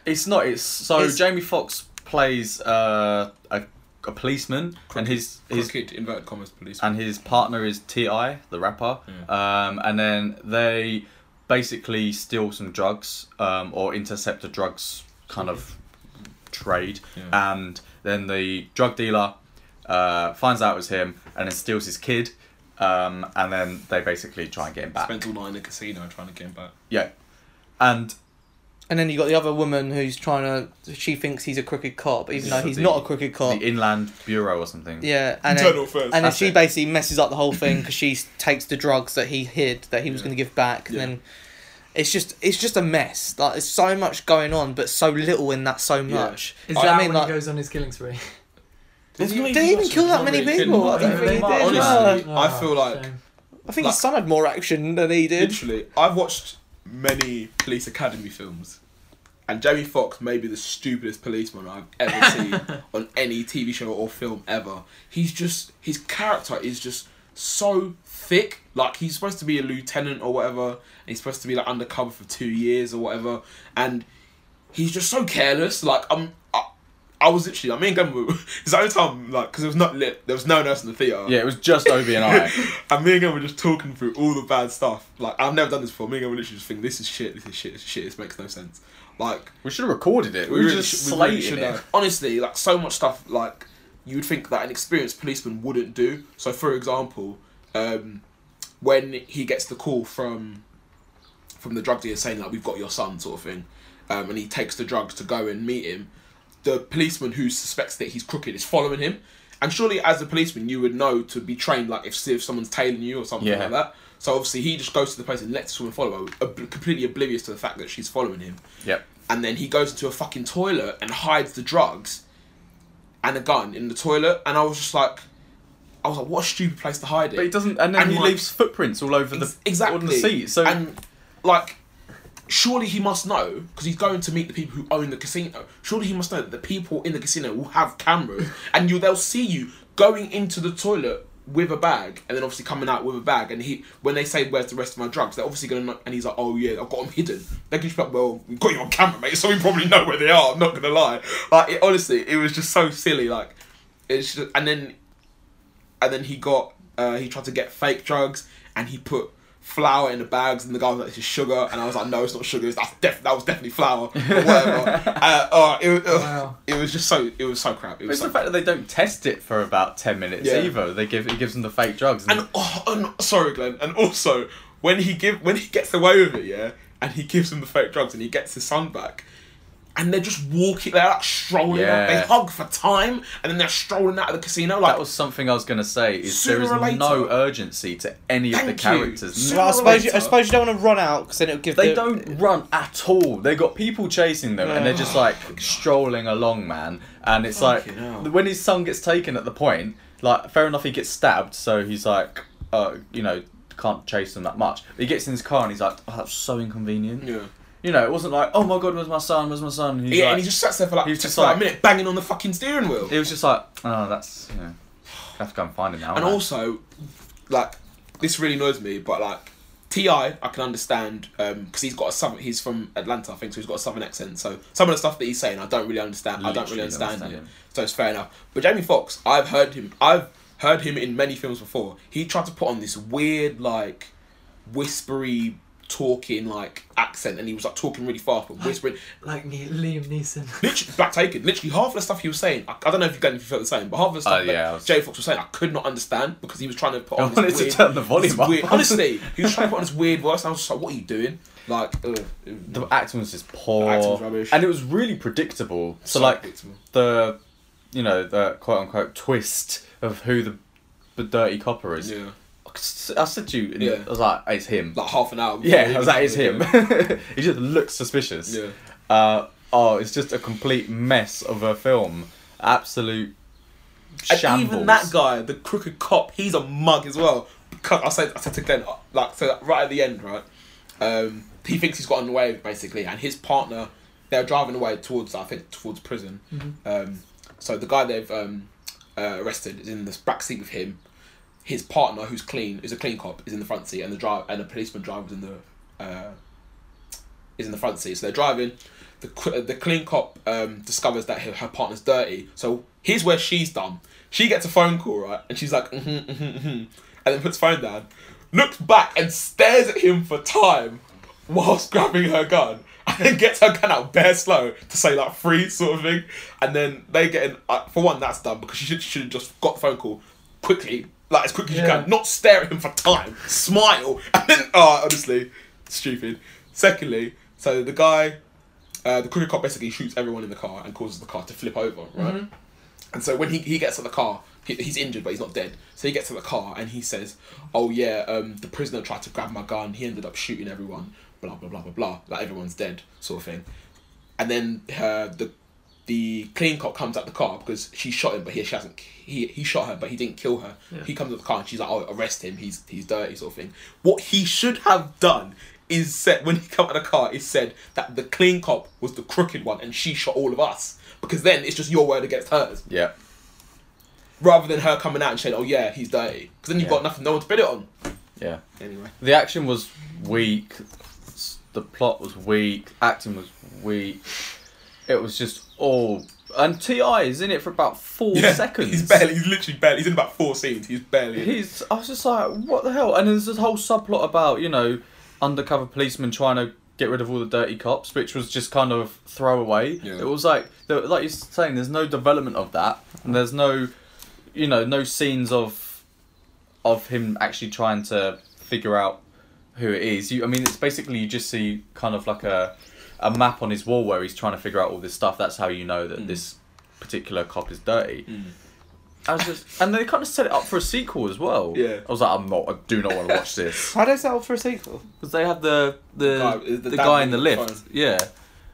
S1: It's not. It's so
S3: It's-
S1: Jamie Fox plays uh, a a policeman, and his his
S2: Crooked, inverted commas, police.
S1: and his partner is Ti, the rapper.
S5: Mm.
S1: Um, and then they basically steal some drugs, um, or intercept a drugs kind of trade,
S2: Yeah.
S1: and then the drug dealer uh, finds out it was him, and then steals his kid. Um, and then they basically try and get him back.
S2: Spent all night in the casino trying to get him back.
S1: Yeah, and
S3: And then you got the other woman who's trying to. She thinks he's a crooked cop, even
S1: Yeah,
S3: though he's
S1: the-
S3: not a crooked cop.
S1: the Inland Bureau or something.
S3: yeah, and
S2: Internal
S3: then,
S2: affairs.
S3: and then
S1: That's
S3: she
S1: it.
S3: basically messes up the whole thing because she s- takes the drugs that he hid that he was
S2: Yeah.
S3: going to give back.
S2: Yeah.
S3: And then it's just it's just a mess. Like there's so much going on, but so little in that so much.
S4: Is
S3: I
S4: that
S3: mean,
S4: when
S3: like-
S4: he goes on his killing spree?
S5: There's not
S3: Did he even kill that many
S1: Probably couldn't,
S3: people? I
S1: like,
S3: don't think he did.
S5: honestly,
S3: no.
S5: I feel like
S4: Oh, shame.
S3: I think his son had more action than he did.
S5: Literally, I've watched many police academy films, and Jamie Foxx may be the stupidest policeman I've ever seen on any TV show or film ever. He's just his character is just so thick. Like he's supposed to be a lieutenant or whatever, and he's supposed to be like undercover for two years or whatever, and he's just so careless. Like I'm. I, I was literally, like, me and Glenn were, it's the only time, like, because there was not lit, there was no one else in the theatre.
S1: Yeah, it was just Obi and I.
S5: And me and Gavin were just talking through all the bad stuff. Like I've never done this before. Me and Gavin were literally just thinking, "This is shit. This is shit. This is shit. This makes no sense." Like
S1: We should have recorded it. We, were just
S5: sh- we really
S1: slating
S5: should
S1: it.
S5: have. Honestly, like so much stuff. Like you would think that an experienced policeman wouldn't do. So, for example, um, when he gets the call from from the drug dealer saying like we've got your son sort of thing, um, and he takes the drugs to go and meet him, the policeman who suspects that he's crooked is following him. And surely, as a policeman, you would know to be trained like if if someone's tailing you or something
S1: Yeah.
S5: like that. So obviously, he just goes to the place and lets this woman follow, her, ob- completely oblivious to the fact that she's following him
S1: Yep.
S5: and then he goes into a fucking toilet and hides the drugs and a gun in the toilet and I was just like I was like what a stupid place to hide it
S1: But he doesn't, and then
S5: And
S1: he
S5: like-
S1: leaves footprints all over the
S5: Ex- exactly
S1: on the seat. So
S5: and like surely he must know because he's going to meet the people who own the casino surely he must know that the people in the casino will have cameras and you they'll see you going into the toilet with a bag and then obviously coming out with a bag and he when they say where's the rest of my drugs they're obviously gonna know, and he's like oh yeah I've got them hidden they can just be like well we've got you on camera mate so we probably know where they are I'm not gonna lie like it, honestly it was just so silly like it's just, and then and then he got uh, he tried to get fake drugs and he put flour in the bags and the guy was like this is sugar and I was like no it's not sugar it's, that's def- that was definitely flour or whatever uh, oh, it, was- ugh,
S4: Wow.
S5: it was just so it was so crap it
S1: But
S5: was
S1: it's
S5: so
S1: the fact that they don't test it for about ten minutes
S5: Yeah.
S1: either. They give it gives them the fake drugs. And,
S5: and oh and, sorry Glenn and also when he give when he gets away with it yeah and he gives him the fake drugs and he gets his son back and they're just walking they're like strolling out. they
S1: Yeah.
S5: hug for time and then they're strolling out of the casino like
S1: that was something I was going to say. Is
S5: Sooner
S1: there is
S5: or later-
S1: no urgency to any of the
S5: Thank you.
S1: characters.
S5: Sooner
S3: Well, I
S5: or
S3: suppose you, I
S5: later-
S3: suppose you don't want to run out because then it'll give.
S1: They
S3: the-
S1: don't run at all. They got people chasing them, and they're just like strolling along, man. And it's like
S5: Fucking hell.
S1: when his son gets taken at the point, like fair enough, he gets stabbed, so he's like, uh, you know, can't chase them that much. But he gets in his car and he's like, oh, that's so inconvenient.
S5: yeah
S1: You know, it wasn't like, oh my god, where's my son? Where's my son? And he's
S5: yeah,
S1: like-
S5: and he just sits there for like,
S1: he was just
S5: for like a
S1: like-
S5: minute banging on the fucking steering wheel.
S1: It was just like, oh, that's you know, I have to go and find it now.
S5: And
S1: man.
S5: also, like, this really annoys me, but like, Ti, I can understand because he's got a southern. He's from Atlanta, I think, so he's got a southern accent. So some of the stuff that he's saying, I don't really understand. I don't
S1: Literally
S5: really understand,
S1: understand
S5: it. So it's fair enough. But Jamie Foxx, I've heard him. I've heard him in many films before. He tried to put on this weird, like, whispery, talking like accent, and he was like talking really fast, but whispering.
S4: Like Ne- Liam Neeson.
S5: Literally, Black Taken. Literally, half of the stuff he was saying, I, I don't know if you guys felt the same, but half of the stuff
S1: Oh,
S5: that
S1: yeah, I was-
S5: Jay Fox was saying, I could not understand because he was trying to put
S1: I
S5: on.
S1: wanted
S5: this
S1: to
S5: weird,
S1: turn the volume
S5: this
S1: up.
S5: weird- honestly, he was trying to put on this weird voice, and I was just like, "What are you doing?" Like, uh, ugh.
S1: the acting was just poor,
S5: The acting was rubbish.
S1: and it was really predictable. So,
S5: So
S1: like
S5: predictable.
S1: the, you know, the quote unquote twist of who the, the dirty copper is.
S5: yeah,
S1: I said to you, in
S5: Yeah.
S1: I was like, it's him.
S5: like half an hour. before
S1: yeah,
S5: he
S1: I was like, it's him. he just looks suspicious.
S5: Yeah.
S1: Uh, oh, it's just a complete mess of a film. Absolute
S5: And
S1: shambles.
S5: even that guy, the crooked cop, he's a mug as well. Because I said, I said to Glenn, uh, like, so right at the end, right? Um, he thinks he's gotten away basically, and his partner, they're driving away towards, I think, towards prison. Um, so the guy they've um, uh, arrested is in the back seat with him. His partner, who's clean, is a clean cop, is in the front seat, and the drive and the policeman driver's in the uh, is in the front seat. So they're driving. The qu- the clean cop um, discovers that her, her partner's dirty. So here's where she's done. She gets a phone call, right? And she's like, mm-hmm, mm-hmm, mm-hmm, and then puts phone down, looks back and stares at him for time, whilst grabbing her gun, and then gets her gun out bare slow to say like freeze sort of thing. And then they get in. Uh, for one, that's done because she should should have just got the phone call quickly, like as quick as
S4: Yeah.
S5: you can, not stare at him for time, smile, and then oh, honestly, stupid. Secondly, so the guy, uh, the crooked cop basically shoots everyone in the car and causes the car to flip over, right? And so when he, he gets to the car, he, he's injured but he's not dead. So he gets to the car and he says, "Oh yeah, um, the prisoner tried to grab my gun. He ended up shooting everyone. Blah blah blah blah blah. Like everyone's dead, sort of thing." And then uh, the the clean cop comes at the car because she shot him, but he she hasn't. He, he shot her, but he didn't kill her.
S4: Yeah.
S5: He comes at the car and she's like, "Oh, arrest him. He's he's dirty," sort of thing. What he should have done is said when he come at the car is said that the clean cop was the crooked one and she shot all of us because then it's just your word against hers
S1: Yeah.
S5: rather than her coming out and saying, "Oh yeah, he's dirty," because then you've
S1: Yeah.
S5: got nothing, no one to pin it on.
S1: Yeah.
S5: Anyway,
S1: The action was weak. s- The plot was weak. Acting was weak. It was just all. And Ti is in it for about four seconds.
S5: He's barely. He's literally barely. He's in about four scenes. He's barely. in.
S1: He's. I was just like, what the hell? And there's this whole subplot about you know, undercover policemen trying to get rid of all the dirty cops, which was just kind of throwaway.
S5: Yeah.
S1: It was like, there- like you're saying, there's no development of that, and there's no, you know, no scenes of, of him actually trying to figure out who it is. You, I mean, it's basically you just see kind of like a, a map on his wall where he's trying to figure out all this stuff. That's how you know that this particular cop is dirty. I was just, and they kind of set it up for a sequel as well.
S5: Yeah.
S1: I was like, I'm not, I do not want to watch this
S3: How does that all for a sequel?
S1: because they have the the
S5: Guy-
S1: the,
S5: the dad
S1: guy in the
S5: with the
S1: lift,
S5: phone.
S1: yeah,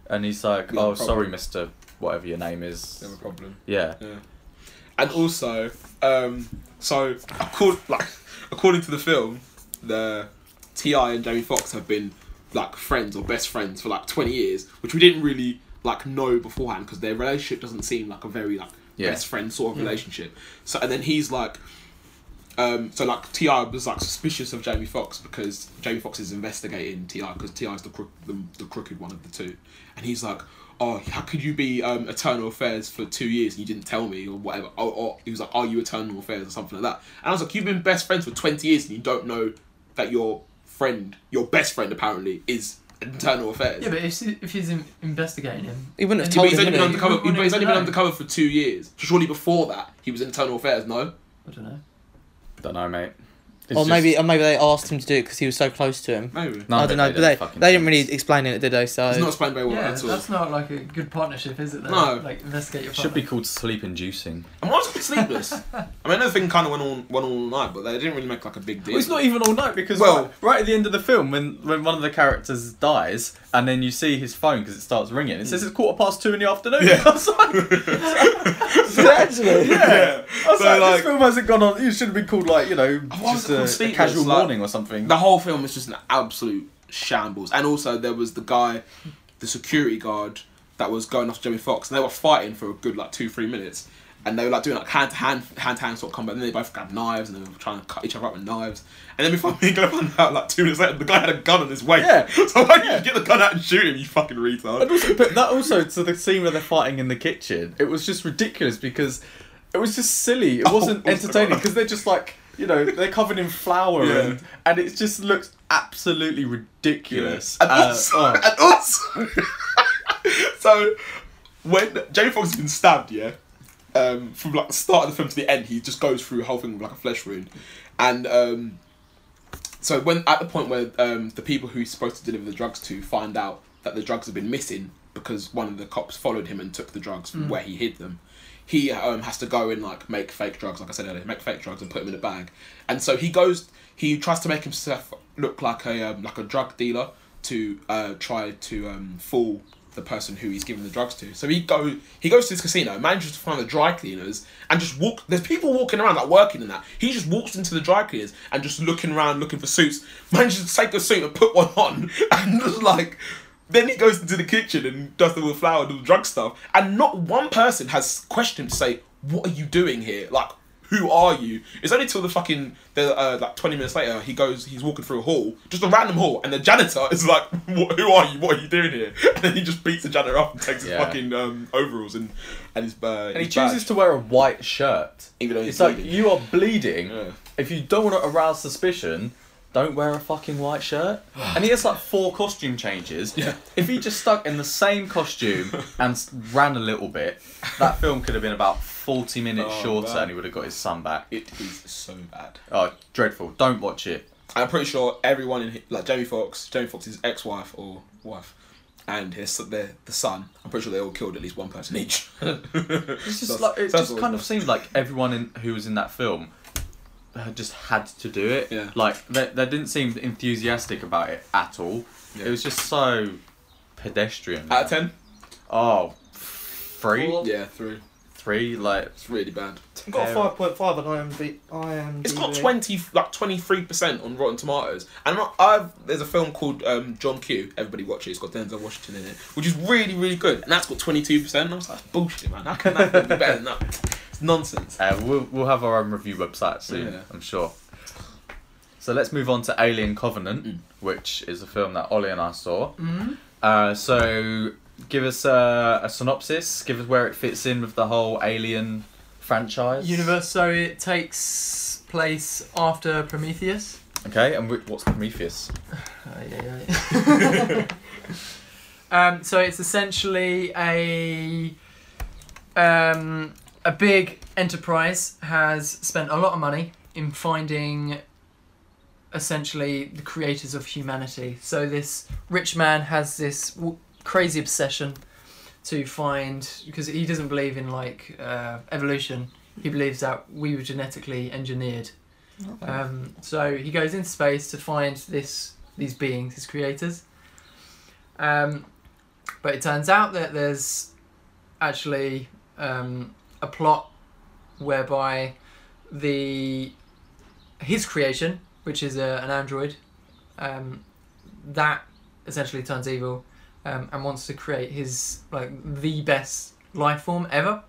S1: and he's like,
S5: Yeah,
S1: oh,
S5: probably.
S1: sorry, Mister, whatever your name is,
S5: No problem.
S1: yeah,
S5: And also, um, so according like according to the film, the Ti and Jamie Foxx have been like friends or best friends for like twenty years, which we didn't really like know beforehand because their relationship doesn't seem like a very like
S1: Yeah.
S5: best friend sort of relationship. So and then he's like. Um, so like Ti was like suspicious of Jamie Foxx because Jamie Foxx is investigating Ti because Ti is the, crook, the the crooked one of the two, and he's like, "Oh, how could you be um, Eternal Affairs for two years and you didn't tell me or whatever?" Or, or he was like, "Are you Eternal Affairs or something like that?" And I was like, "You've been best friends for twenty years and you don't know that your friend, your best friend apparently, is Eternal Affairs."
S4: Yeah, but if, if he's in, investigating him,
S3: He wouldn't have
S4: then-
S3: told
S5: Yeah, but he's
S3: him,
S5: only been
S3: wouldn't he?
S5: undercover.
S4: He wouldn't
S5: But he's only
S4: have
S5: been
S4: known.
S5: undercover for two years. Surely before that, he was in Eternal Affairs. No.
S4: I don't know.
S1: don't know, mate. It's
S3: Or
S1: just-
S3: maybe, or maybe they asked him to do it because he was so close to him.
S5: Maybe.
S1: No,
S3: I don't know, but they,
S1: fucking
S3: they didn't
S1: sense.
S3: really explain it, did they? So
S5: It's not explained very well
S4: yeah,
S5: at all.
S4: that's not like a good partnership, is it? Though?
S5: No.
S4: Like investigate your
S1: Should
S4: partner.
S1: be called sleep inducing.
S5: I'm not sleepless. I mean, another thing kind of went on, went on all night, but they didn't really make like a big deal.
S1: Well, it's not even all night because
S5: Well-
S1: right, right at the end of the film, when when one of the characters dies, and then you see his phone because it starts ringing. It says it's quarter past two in the afternoon.
S5: Yeah.
S1: I was like,
S3: actually.
S1: yeah. I was
S5: So,
S1: like,
S5: like-
S1: this film hasn't gone on. It should have been called like you know
S5: why was
S1: just a,
S5: it called
S1: a
S5: Sleepless?
S1: casual
S5: Like-
S1: warning or something.
S5: The whole film is just an absolute shambles. And also, there was the guy, the security guard that was going after Jamie Foxx, and they were fighting for a good like two, three minutes. And they were like doing like hand to hand, hand to hand sort of combat. And then they both grabbed knives and they were trying to cut each other up with knives. And then we finally found out like two minutes later, the guy had a gun on his waist.
S1: Yeah.
S5: So why did
S1: Yeah.
S5: you get the gun out and shoot him? You fucking retard.
S1: And also, but that also to the scene where they're fighting in the kitchen, it was just ridiculous because it was just silly.
S5: Oh,
S1: It wasn't
S5: it was
S1: entertaining
S5: not.
S1: because they're just like you know they're covered in flour
S5: Yeah.
S1: and and it just looks absolutely ridiculous.
S5: And
S1: Uh,
S5: also,
S1: oh.
S5: and also so when Jamie Foxx has been stabbed, yeah, um, from like the start of the film to the end, he just goes through the whole thing with like a flesh wound, and um, so when at the point where um, the people who he's supposed to deliver the drugs to find out that the drugs have been missing because one of the cops followed him and took the drugs from where he hid them. He um, has to go and like make fake drugs, like I said earlier, make fake drugs and put them in a bag. And so he goes, he tries to make himself look like a um, like a drug dealer to uh, try to um, fool the person who he's giving the drugs to. So he go he goes to this casino, manages to find the dry cleaners, and just walk. There's people walking around like working in that. He just walks into the dry cleaners and just looking around looking for suits. Manages to take a suit and put one on, and just like. Then he goes into the kitchen and does the little flour, the drug stuff, and not one person has questioned him to say, "What are you doing here? Like, who are you?" It's only till the fucking the uh, like twenty minutes later he goes, he's walking through a hall, just a random hall, and the janitor is like, "What? Who are you? What are you doing here?" And then he just beats the janitor up and takes his
S1: Yeah.
S5: fucking um, overalls and and his uh,
S1: and he chooses to wear a white shirt.
S5: Even though he's
S1: It's like
S5: bleeding.
S1: you are bleeding.
S5: Yeah.
S1: If you don't want to arouse suspicion, don't wear a fucking white shirt. And he has like four costume changes.
S5: Yeah.
S1: If he just stuck in the same costume and s- ran a little bit, that film could have been about forty minutes
S5: Oh,
S1: shorter,
S5: man.
S1: and he would have got his son back.
S5: It is so bad.
S1: Oh, dreadful! Don't watch it.
S5: And I'm pretty sure everyone in he- like Jamie Foxx, Jamie Foxx's ex-wife or wife, and his son- their the son. I'm pretty sure they all killed at least one person each.
S1: It's just like it just kind of seemed like everyone in, who was in that film had just had to do it.
S5: Yeah.
S1: Like they, they didn't seem enthusiastic about it at all.
S5: Yeah.
S1: It was just so pedestrian.
S5: out of ten.
S1: Oh, Three?
S3: Four.
S5: Yeah, three.
S1: Three? Like,
S5: It's really bad.
S3: I've got a
S1: Yeah.
S3: five point five on IMDb. IMDb.
S5: It's got twenty, like twenty three percent on Rotten Tomatoes, and I- I've there's a film called um, John Q. Everybody watch it. It's got Denzel Washington in it, which is really really good, and that's got twenty two percent. I was like, bullshit, man. How can that be better than that? It's nonsense.
S1: uh, we'll, we'll have our own review website soon,
S5: Yeah.
S1: I'm sure. So let's move on to Alien Covenant, which is a film that Ollie and I saw.
S4: Mm-hmm.
S1: Uh, so give us uh, a, a synopsis, give us where it fits in with the whole Alien franchise.
S4: Universe. So it takes place after Prometheus.
S1: Okay, and wh- what's Prometheus?
S4: Ay, ay, ay. um, so it's essentially a um, a big enterprise has spent a lot of money in finding essentially the creators of humanity. So this rich man has this w- crazy obsession to find because he doesn't believe in like uh, evolution. He believes that we were genetically engineered. Um, so he goes into space to find this these beings, his creators. Um, but it turns out that there's actually um, a plot whereby the his creation, which is a, an android, um, that essentially turns evil um, and wants to create his like the best life form ever,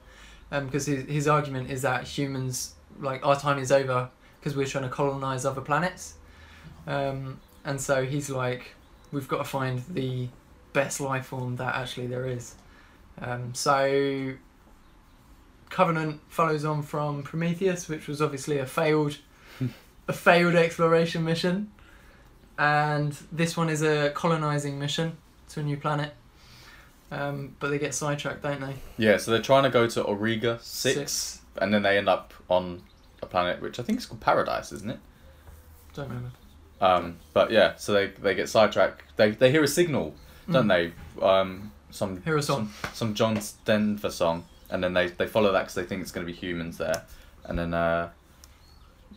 S4: because his his argument is that humans like our time is over because we're trying to colonize other planets. Um, and so he's like, we've got to find the best life form that actually there is. Um, so Covenant follows on from Prometheus, which was obviously a failed, a failed exploration mission, and this one is a colonizing mission to a new planet. Um, but they get sidetracked, don't they?
S1: Yeah, so they're trying to go to Auriga 6, and then they end up on a planet which I think is called Paradise, isn't it?
S4: Don't remember.
S1: Um, but yeah, so they, they get sidetracked. They, they hear a signal, don't they? Um, some
S4: Hmm. Hear a song.
S1: Some, some John Denver song, and then they, they follow that because they think it's going to be humans there, and then uh,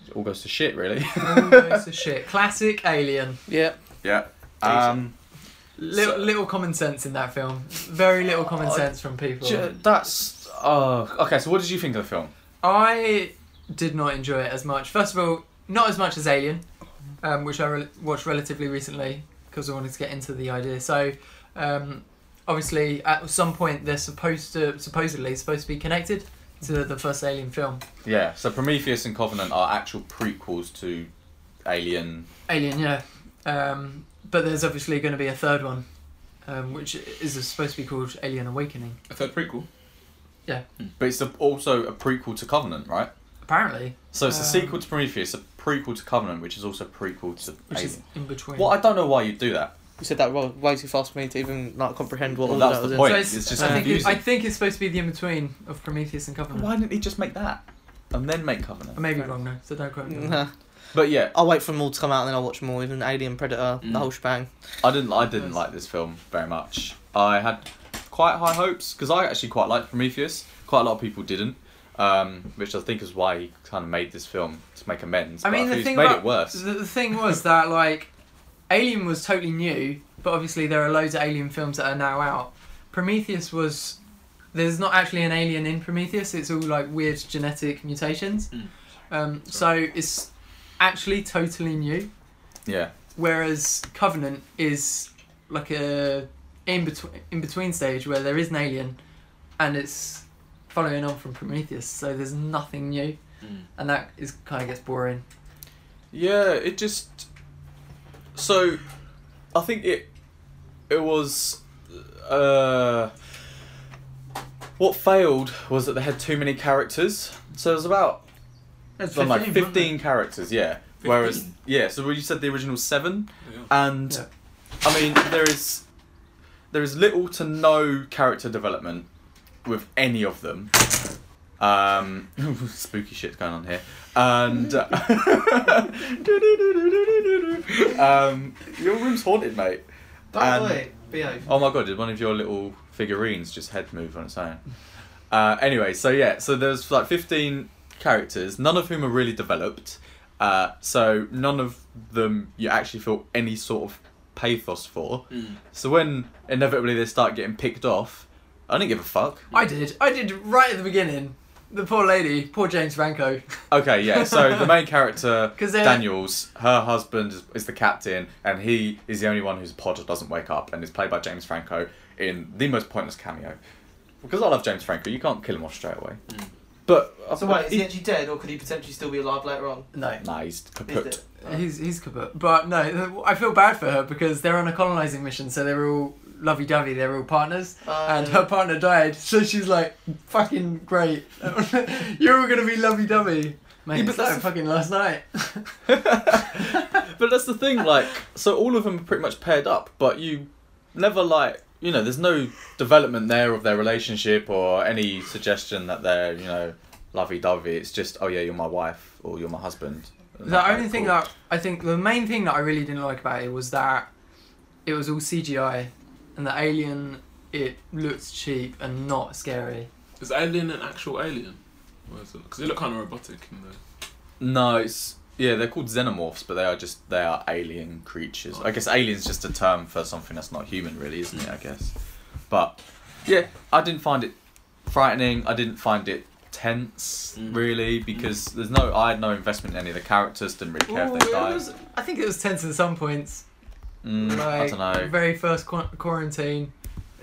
S1: it all goes to shit, really.
S4: All goes to shit. Classic Alien.
S3: Yeah.
S1: yeah. Um,
S4: Little,
S1: So-
S4: little common sense in that film. Very little common sense from people.
S1: ju- that's. Oh, okay, so what did you think of the film?
S4: I did not enjoy it as much. First of all, not as much as Alien, um, which I re- watched relatively recently because I wanted to get into the idea. So, um, obviously, at some point they're supposed to supposedly supposed to be connected to the first Alien film,
S1: Yeah, so Prometheus and Covenant are actual prequels to Alien.
S4: Alien, yeah. Um, but there's obviously going to be a third one, um, which is supposed to be called Alien Awakening.
S5: A third prequel.
S1: But it's a, also a prequel to Covenant, right?
S4: Apparently,
S1: So it's a
S4: Um,
S1: sequel to Prometheus, a prequel to Covenant, which is also a prequel to
S4: which
S1: Alien.
S4: is in between.
S1: Well, I don't know why you do that.
S3: You said that wa- way too fast for me to even like comprehend what
S1: Well,
S3: all
S1: that's
S3: that
S1: the
S3: was
S1: point.
S4: So
S1: It's just
S4: I think, it-
S1: confusing.
S4: I think it's supposed to be the in between of Prometheus and Covenant.
S1: Why didn't he just make that? And then make
S4: I
S1: Covenant.
S4: may be wrong now, so don't quote me.
S3: in.
S4: on that.
S3: Nah.
S1: But yeah,
S3: I'll wait for them all to come out and then I'll watch them all, even Alien Predator,
S5: Mm.
S3: the whole shebang.
S1: I didn't. I didn't like this film very much. I had quite high hopes because I actually quite liked Prometheus. Quite a lot of people didn't, um, which I think is why he kind of made this film to make amends.
S4: I
S1: but
S4: mean, the
S1: he's
S4: thing
S1: made
S4: about
S1: it worse.
S4: The, the thing was that like, Alien was totally new, but obviously there are loads of Alien films that are now out. Prometheus was there's not actually an alien in Prometheus. It's all like weird genetic mutations.
S5: Mm.
S4: Um, so it's actually totally new.
S1: Yeah,
S4: Whereas Covenant is like a in between in between stage where there is an alien, and it's following on from Prometheus. So there's nothing new,
S5: Mm.
S4: and that is kind of gets boring.
S1: yeah. It just. So, I think it. It was. Uh, what failed was that they had too many characters. So there's about
S4: There's
S1: So like 15 characters, yeah. Whereas,
S5: 15?
S1: yeah, so when you said the original seven,
S5: Yeah.
S1: and
S4: Yeah.
S1: I mean, there is there is little to no character development with any of them. Um, spooky shit's going on here, and um, your room's haunted, mate. And-
S4: behave.
S1: Oh my god, did one of your little figurines just head move on its own? Uh, anyway, so yeah, so there's like 15 characters, none of whom are really developed. Uh, so none of them you actually feel any sort of pathos for.
S5: Mm.
S1: So when inevitably they start getting picked off, I didn't give a fuck.
S4: I did. I did right at the beginning. The poor lady, poor James Franco.
S1: Okay, yeah. So the main character,
S4: 'Cause they're-
S1: Daniels, her husband is, is the captain, and he is the only one whose pod doesn't wake up, and is played by James Franco in the most pointless cameo. Because I love James Franco, you can't kill him off straight away.
S4: Mm.
S1: But uh,
S6: So wait, is he actually dead, or could he potentially still be alive later on?
S4: No,
S1: Nah, he's
S6: Is
S1: kaput.
S6: it?
S4: he's he's kaput. But no, I feel bad for her because they're on a colonizing mission, so they're all lovey dovey. They're all partners,
S6: Uh,
S4: and her partner died, so she's like, "Fucking great, you're all gonna be lovey dovey." Mate,
S1: Yeah, but
S4: it's like
S1: that's-
S4: fucking last night.
S1: But that's the thing, like, so all of them are pretty much paired up, but you never, like, you know, there's no development there of their relationship or any suggestion that they're, you know, lovey dovey. It's just, oh yeah, you're my wife or you're my husband. And
S4: The
S1: like,
S4: only
S1: oh,
S4: thing
S1: cool.
S4: that I think the main thing that I really didn't like about it was that it was all CGI, and the alien it looked cheap and not scary.
S5: Is Alien an actual alien? Because they look kind of robotic in the.
S1: No, it's. Yeah, they're called xenomorphs, but they are just they are alien creatures. I guess alien's just a term for something that's not human, really, isn't it? I guess. But yeah, I didn't find it frightening. I didn't find it tense,
S5: Mm.
S1: really, because there's no. I had no investment in any of the characters. Didn't really care
S4: Ooh,
S1: if
S4: it
S1: they died.
S4: was- I think it was tense at some points.
S1: Mm, I
S4: like
S1: don't know.
S4: very first qu- quarantine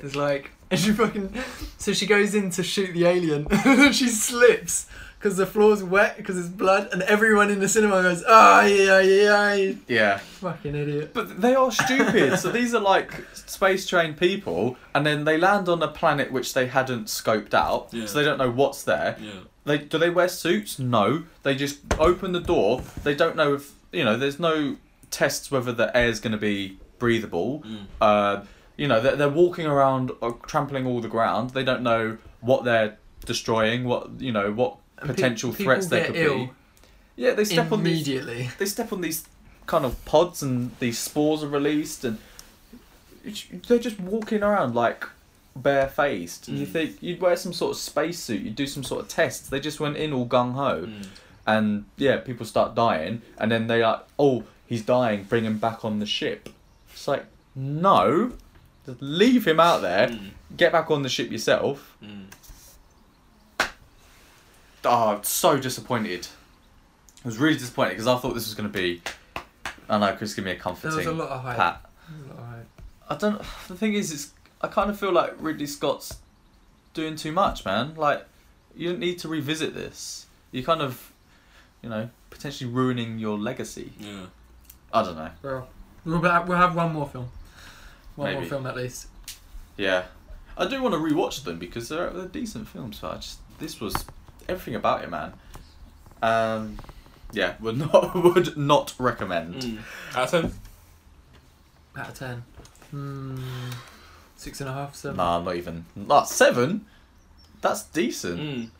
S4: is like, and she fucking so she goes in to shoot the alien, and she slips because the floor's wet because it's blood, and everyone in the cinema goes, ay ay ay,
S1: Yeah,
S4: fucking idiot.
S1: but they are stupid. so these are like space trained people, and then they land on a planet which they hadn't scoped out,
S5: Yeah.
S1: so they don't know what's there.
S5: Yeah.
S1: They do they wear suits? No. They just open the door. They don't know if you know. There's no tests whether the air's going to be breathable.
S5: Mm.
S1: Uh, you know they're, they're walking around uh, trampling all the ground. They don't know what they're destroying. What you know what
S4: And pe-
S1: potential
S4: people
S1: threats they
S4: get
S1: could
S4: ill
S1: be. Yeah, they step on these.
S4: immediately.
S1: They step on these kind of pods, and these spores are released, and it's- they're just walking around like barefaced. And you
S5: Mm.
S1: think you'd wear some sort of spacesuit, you'd do some sort of tests. They just went in all gung ho
S5: Mm.
S1: and yeah, people start dying, and then they are oh, he's dying, bring him back on the ship. It's like no, just leave him out there,
S5: Mm.
S1: get back on the ship yourself.
S5: Mm.
S1: Oh, I'm so disappointed. I was really disappointed because I thought this was gonna be. I know Chris, give me a
S4: There
S1: comforting
S4: was a lot of hype.
S1: pat.
S4: A lot of hype.
S1: I don't. The thing is, it's I kind of feel like Ridley Scott's doing too much, man. Like you don't need to revisit this. You kind of, you know, potentially ruining your legacy.
S5: Yeah.
S1: I don't know.
S4: Well, we'll have, we'll have one more film. One more
S1: Maybe.
S4: film at least.
S1: Yeah, I do want to rewatch them because they're, they're decent films. But I just this was everything about it, man. Um, yeah, would not would not recommend.
S5: Mm. Out of ten?
S4: Out of ten. Hmm. Six and a half, seven.
S1: Nah, not even. Nah, seven. That's decent.
S5: Mm.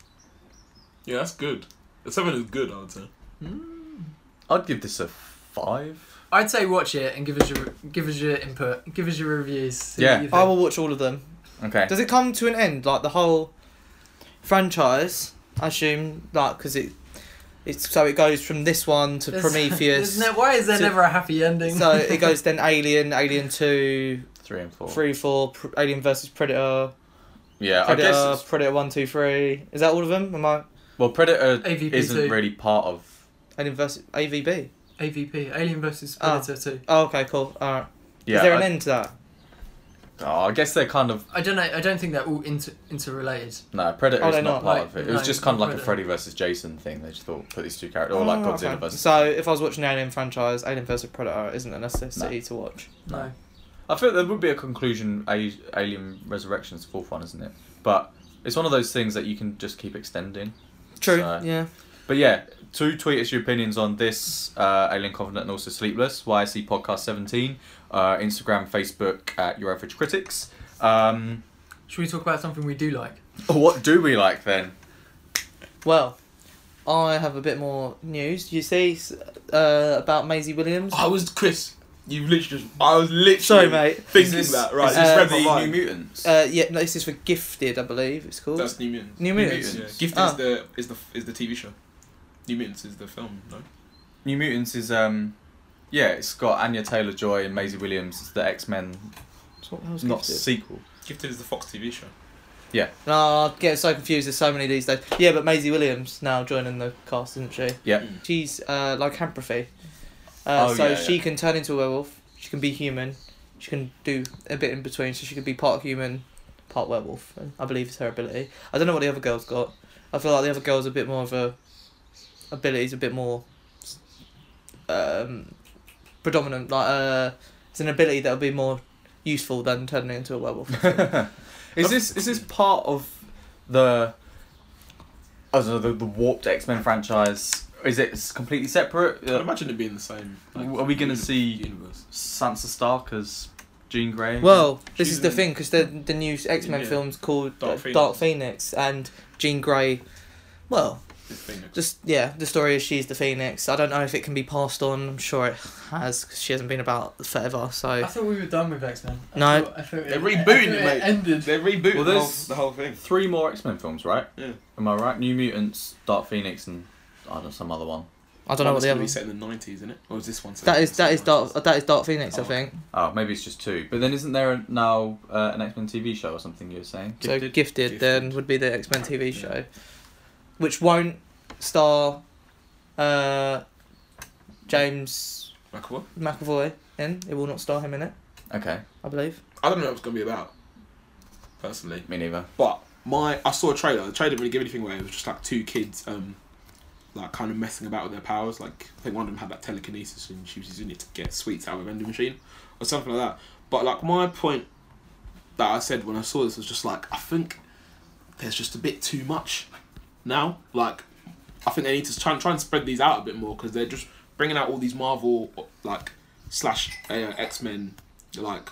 S5: Yeah, that's good. The seven is good, I would say.
S4: Hmm.
S1: I'd give this a five.
S4: I'd say watch it and give us your give us your input, give us your reviews. see
S1: Yeah.
S4: what you
S3: I
S4: think.
S3: will watch all of them.
S1: Okay.
S3: Does it come to an end, like the whole franchise? I assume, like, because it, it's so it goes from this one to
S4: There's-
S3: Prometheus.
S4: there's no- why is there
S3: to-
S4: never a happy ending?
S3: so it goes then Alien, Alien Two,
S1: Three and four.
S3: Three, Four, Pr- Alien versus Predator,
S1: Yeah, I
S3: Predator,
S1: guess. it's-
S3: Predator One, Two, Three. Is that all of them? Am I
S1: Well, Predator
S4: AVP
S1: isn't
S4: too.
S1: really part of.
S3: Alien versus AVB?
S4: AVP, Alien versus
S3: Ah.
S4: Predator Two.
S3: Oh, okay, cool. All right.
S1: Yeah.
S3: Is there an
S1: I,
S3: end to that?
S1: Oh, I guess they're kind of
S4: I don't know. I don't think they're all inter- interrelated.
S1: no. Predator
S3: Oh,
S1: is
S3: they're
S1: not,
S3: not,
S1: part
S4: like,
S1: of it. It
S4: no,
S1: was just kind of like a
S4: Predator.
S1: Freddy versus Jason thing. They just thought put these two characters, or like
S3: Oh,
S1: Godzilla
S3: okay.
S1: versus.
S3: So if I was watching the Alien franchise, Alien versus Predator isn't a necessity to watch.
S4: No.
S1: I feel there would be a conclusion. A- Alien Resurrection is the fourth one, isn't it? But it's one of those things that you can just keep extending.
S3: True.
S1: So-
S3: Yeah.
S1: But yeah, to tweet us your opinions on this uh, Alien Confident and also Sleepless, YSC Podcast 17, uh, Instagram, Facebook at Your Average Critics. Um,
S4: Should we talk about something we do like?
S1: what do we like then?
S3: Well, I have a bit more news. You see, s- uh, about Maisie Williams.
S5: I was Chris. You literally just.
S2: I was literally
S3: Sorry, mate.
S2: thinking
S1: Is this-
S2: that. Right,
S1: Is
S3: Uh,
S1: this
S2: read
S1: from
S2: my
S1: the New
S2: mind.
S1: Mutants?
S3: Uh, yeah, no, this is for Gifted, I believe it's called.
S5: That's New Mutants.
S3: New Mutants.
S5: Yeah.
S1: Mutants.
S5: Gifted
S3: Ah.
S5: is the is the is the TV show. New Mutants is the film, no?
S1: New Mutants is um, yeah, it's got Anya Taylor Joy and Maisie Williams. It's the X Men,
S3: So what the hell's
S1: not
S3: Gifted?
S1: sequel.
S5: Gifted is the Fox TV show.
S1: Yeah.
S3: No, I get so confused. There's so many these days. Yeah, but Maisie Williams now joining the cast, isn't she?
S1: Yeah.
S3: She's uh, lycanthropy. Uh,
S1: Oh,
S3: so
S1: yeah,
S3: she
S1: yeah.
S3: can turn into a werewolf. She can be human. She can do a bit in between. So she could be part human, part werewolf. And I believe it's her ability. I don't know what the other girl's got. I feel like the other girl's a bit more of a ability's a bit more um, predominant. Like uh, it's an ability that'll be more useful than turning into a werewolf.
S1: is this is this part of the I don't know, the, the warped X Men franchise? Is it s- completely separate?
S5: I'd
S1: Uh,
S5: imagine it being the same.
S1: Are we gonna
S5: uni-
S1: see-
S5: universe?
S1: Sansa Stark as Jean Grey.
S3: Well, this is
S5: She's
S3: the
S5: in-
S3: thing because the the new X Men
S5: Yeah.
S3: films called uh, Dark
S5: Dark
S3: Phoenix.
S5: Phoenix.
S3: and Jean Grey. Well,
S5: This thing.
S3: just yeah, the story is she's the Phoenix. I don't know if it can be passed on. I'm sure it has 'cause she hasn't been about forever. So
S4: I thought we were done with X Men.
S3: No.
S4: I thought
S5: They're
S4: it-
S5: rebooting
S4: I thought
S5: it, mate.
S4: Ended.
S5: They rebooted
S1: Well,
S5: the, whole,
S1: there's-
S5: the whole thing.
S1: three more X Men films, right?
S5: Yeah.
S1: Am I right? New Mutants, Dark Phoenix, and I don't know some other one.
S3: I don't know what the other.
S5: Be set in the nineties, isn't it? Or is this one? Set
S3: That
S5: in
S3: is
S5: the
S3: that is
S5: 90s?
S3: Dark that is Dark Phoenix. I
S5: Oh,
S3: think
S1: Oh, maybe it's just two. But then isn't there now uh, an X Men TV show or something you were saying?
S3: so. Gifted,
S5: Gifted.
S3: then
S5: Gifted.
S3: would be the X Men TV
S5: Yeah.
S3: show, which won't star uh, James
S5: Like what?
S3: McAvoy in. It will not star him in it.
S1: Okay,
S3: I believe.
S5: I don't know what it's gonna be about. Personally,
S1: me neither.
S5: but my I saw a trailer. The trailer didn't really give anything away. It was just like two kids, um, like kind of messing about with their powers. Like I think one of them had like telekinesis and she was using it to get sweets out of a vending machine or something like that. But like my point that I said when I saw this was just like I think there's just a bit too much now. Like I think they need to try and try and spread these out a bit more because they're just bringing out all these Marvel like slash uh, X Men like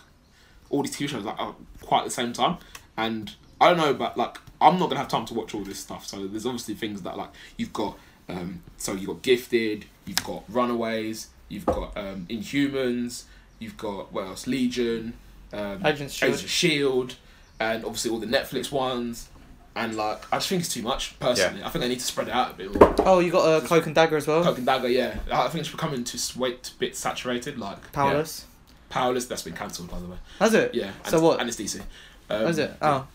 S5: all these TV shows like uh, quite at the same time, and I don't know, but like I'm not gonna have time to watch all this stuff. So there's obviously things that like you've got, um, so you've got Gifted, you've got Runaways, you've got um, Inhumans, you've got what else? Legion, um,
S3: Agent Shield.
S5: Agent Shield, and obviously all the Netflix ones. And like, I just think it's too much. Personally, I think they need to spread it out a bit more.
S3: Oh, you got a uh, Cloak and Dagger as well.
S5: Cloak and Dagger, yeah, I think it's becoming too s- wait a bit saturated. Like
S3: Powerless.
S5: yeah. Powerless. That's been cancelled, by the way.
S3: Has it?
S5: Yeah.
S3: So
S5: and-
S3: what?
S5: And it's DC. Um,
S3: Has it? Oh,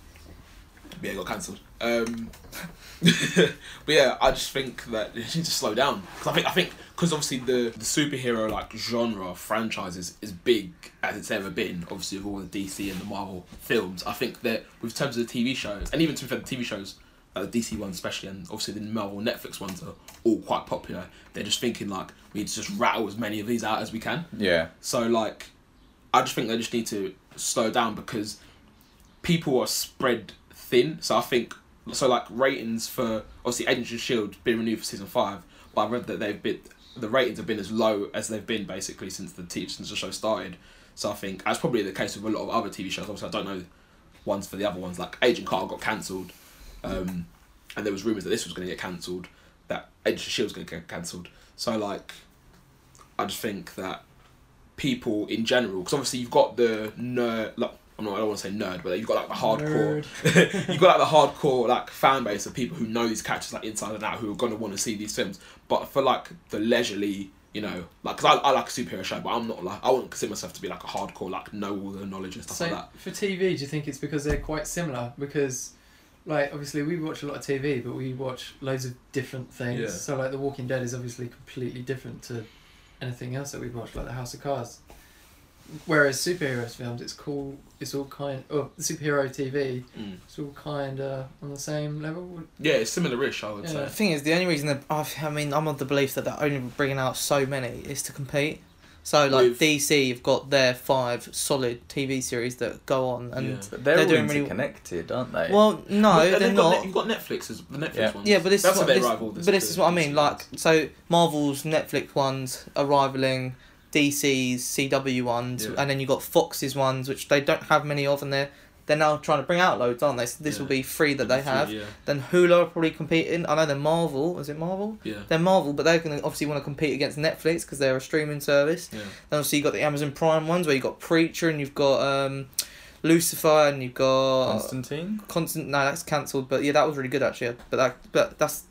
S5: yeah, it got cancelled. Um, but yeah, I just think that you need to slow down because I think I think because obviously the, the superhero like genre of franchises is big as it's ever been. Obviously, with all the DC and the Marvel films, I think that with terms of the TV shows and even to be fair, the TV shows. Uh, the DC ones especially, and obviously the Marvel Netflix ones are all quite popular. They're just thinking like we need to just rattle as many of these out as we can.
S1: Yeah,
S5: So like, I just think they just need to slow down because people are spread thin. So I think so like ratings for obviously Agents of Shield being renewed for season five, but I read that they've been the ratings have been as low as they've been basically since the t- since the show started. So I think that's probably the case with a lot of other TV shows. Obviously, I don't know ones for the other ones. Like Agent Carter got cancelled, um, and there was rumors that this was going to get cancelled, that Agents of Shield E was going to get cancelled. So like, I just think that people in general, because obviously you've got the nerd. Like, I'm not. I don't want to say nerd, but you've got like the hardcore
S4: Nerd.
S5: you've got like the hardcore like fan base of people who know these characters like inside and out who are gonna want to see these films. But for like the leisurely, you know, like 'cause I, I like a superhero show, but I'm not like I wouldn't consider myself to be like a hardcore like know all the knowledge and stuff
S4: So
S5: like that.
S4: for TV, do you think it's because they're quite similar? Because, like, obviously we watch a lot of TV, but we watch loads of different things.
S5: Yeah.
S4: So like, The Walking Dead is obviously completely different to anything else that we've watched, like The House of Cards. Whereas superheroes films, it's cool. It's all kind. Oh, superhero TV.
S5: Mm.
S4: It's all kind of on the same level.
S5: Yeah, it's similar-ish, I would
S3: the
S5: say.
S3: thing is, the only reason that I've, I mean, I'm of the belief that they're only bringing out so many is to compete. So like
S5: With-
S3: DC, you've got their five solid TV series that go on, and
S5: Yeah.
S1: but they're,
S3: They're
S1: all
S3: doing really-
S1: interconnected, aren't they?
S3: well, no,
S5: But
S3: they're,
S5: they've got
S3: not.
S5: Ne- you've got Netflix as the Netflix
S1: Yeah.
S5: ones.
S3: Yeah, but this
S5: that's
S3: is what,
S5: how they
S3: this,
S5: rival this.
S3: but this is what I mean. Like, so Marvel's Netflix ones are rivaling DC's CW ones,
S5: Yeah.
S3: and then you got Fox's ones, which they don't have many of, and they're they're now trying to bring out loads, aren't they? So this
S5: Yeah.
S3: will be three that they have.
S5: Yeah,
S3: Then Hulu are probably competing. I know they're Marvel. Is it Marvel?
S5: yeah,
S3: They're Marvel, but they're going to obviously want to compete against Netflix because they're a streaming service.
S5: yeah.
S3: Then obviously you got the Amazon Prime ones where you got Preacher and you've got um, Lucifer and you've got
S1: Constantine.
S3: constant no that's cancelled but yeah that was really good actually but that but that's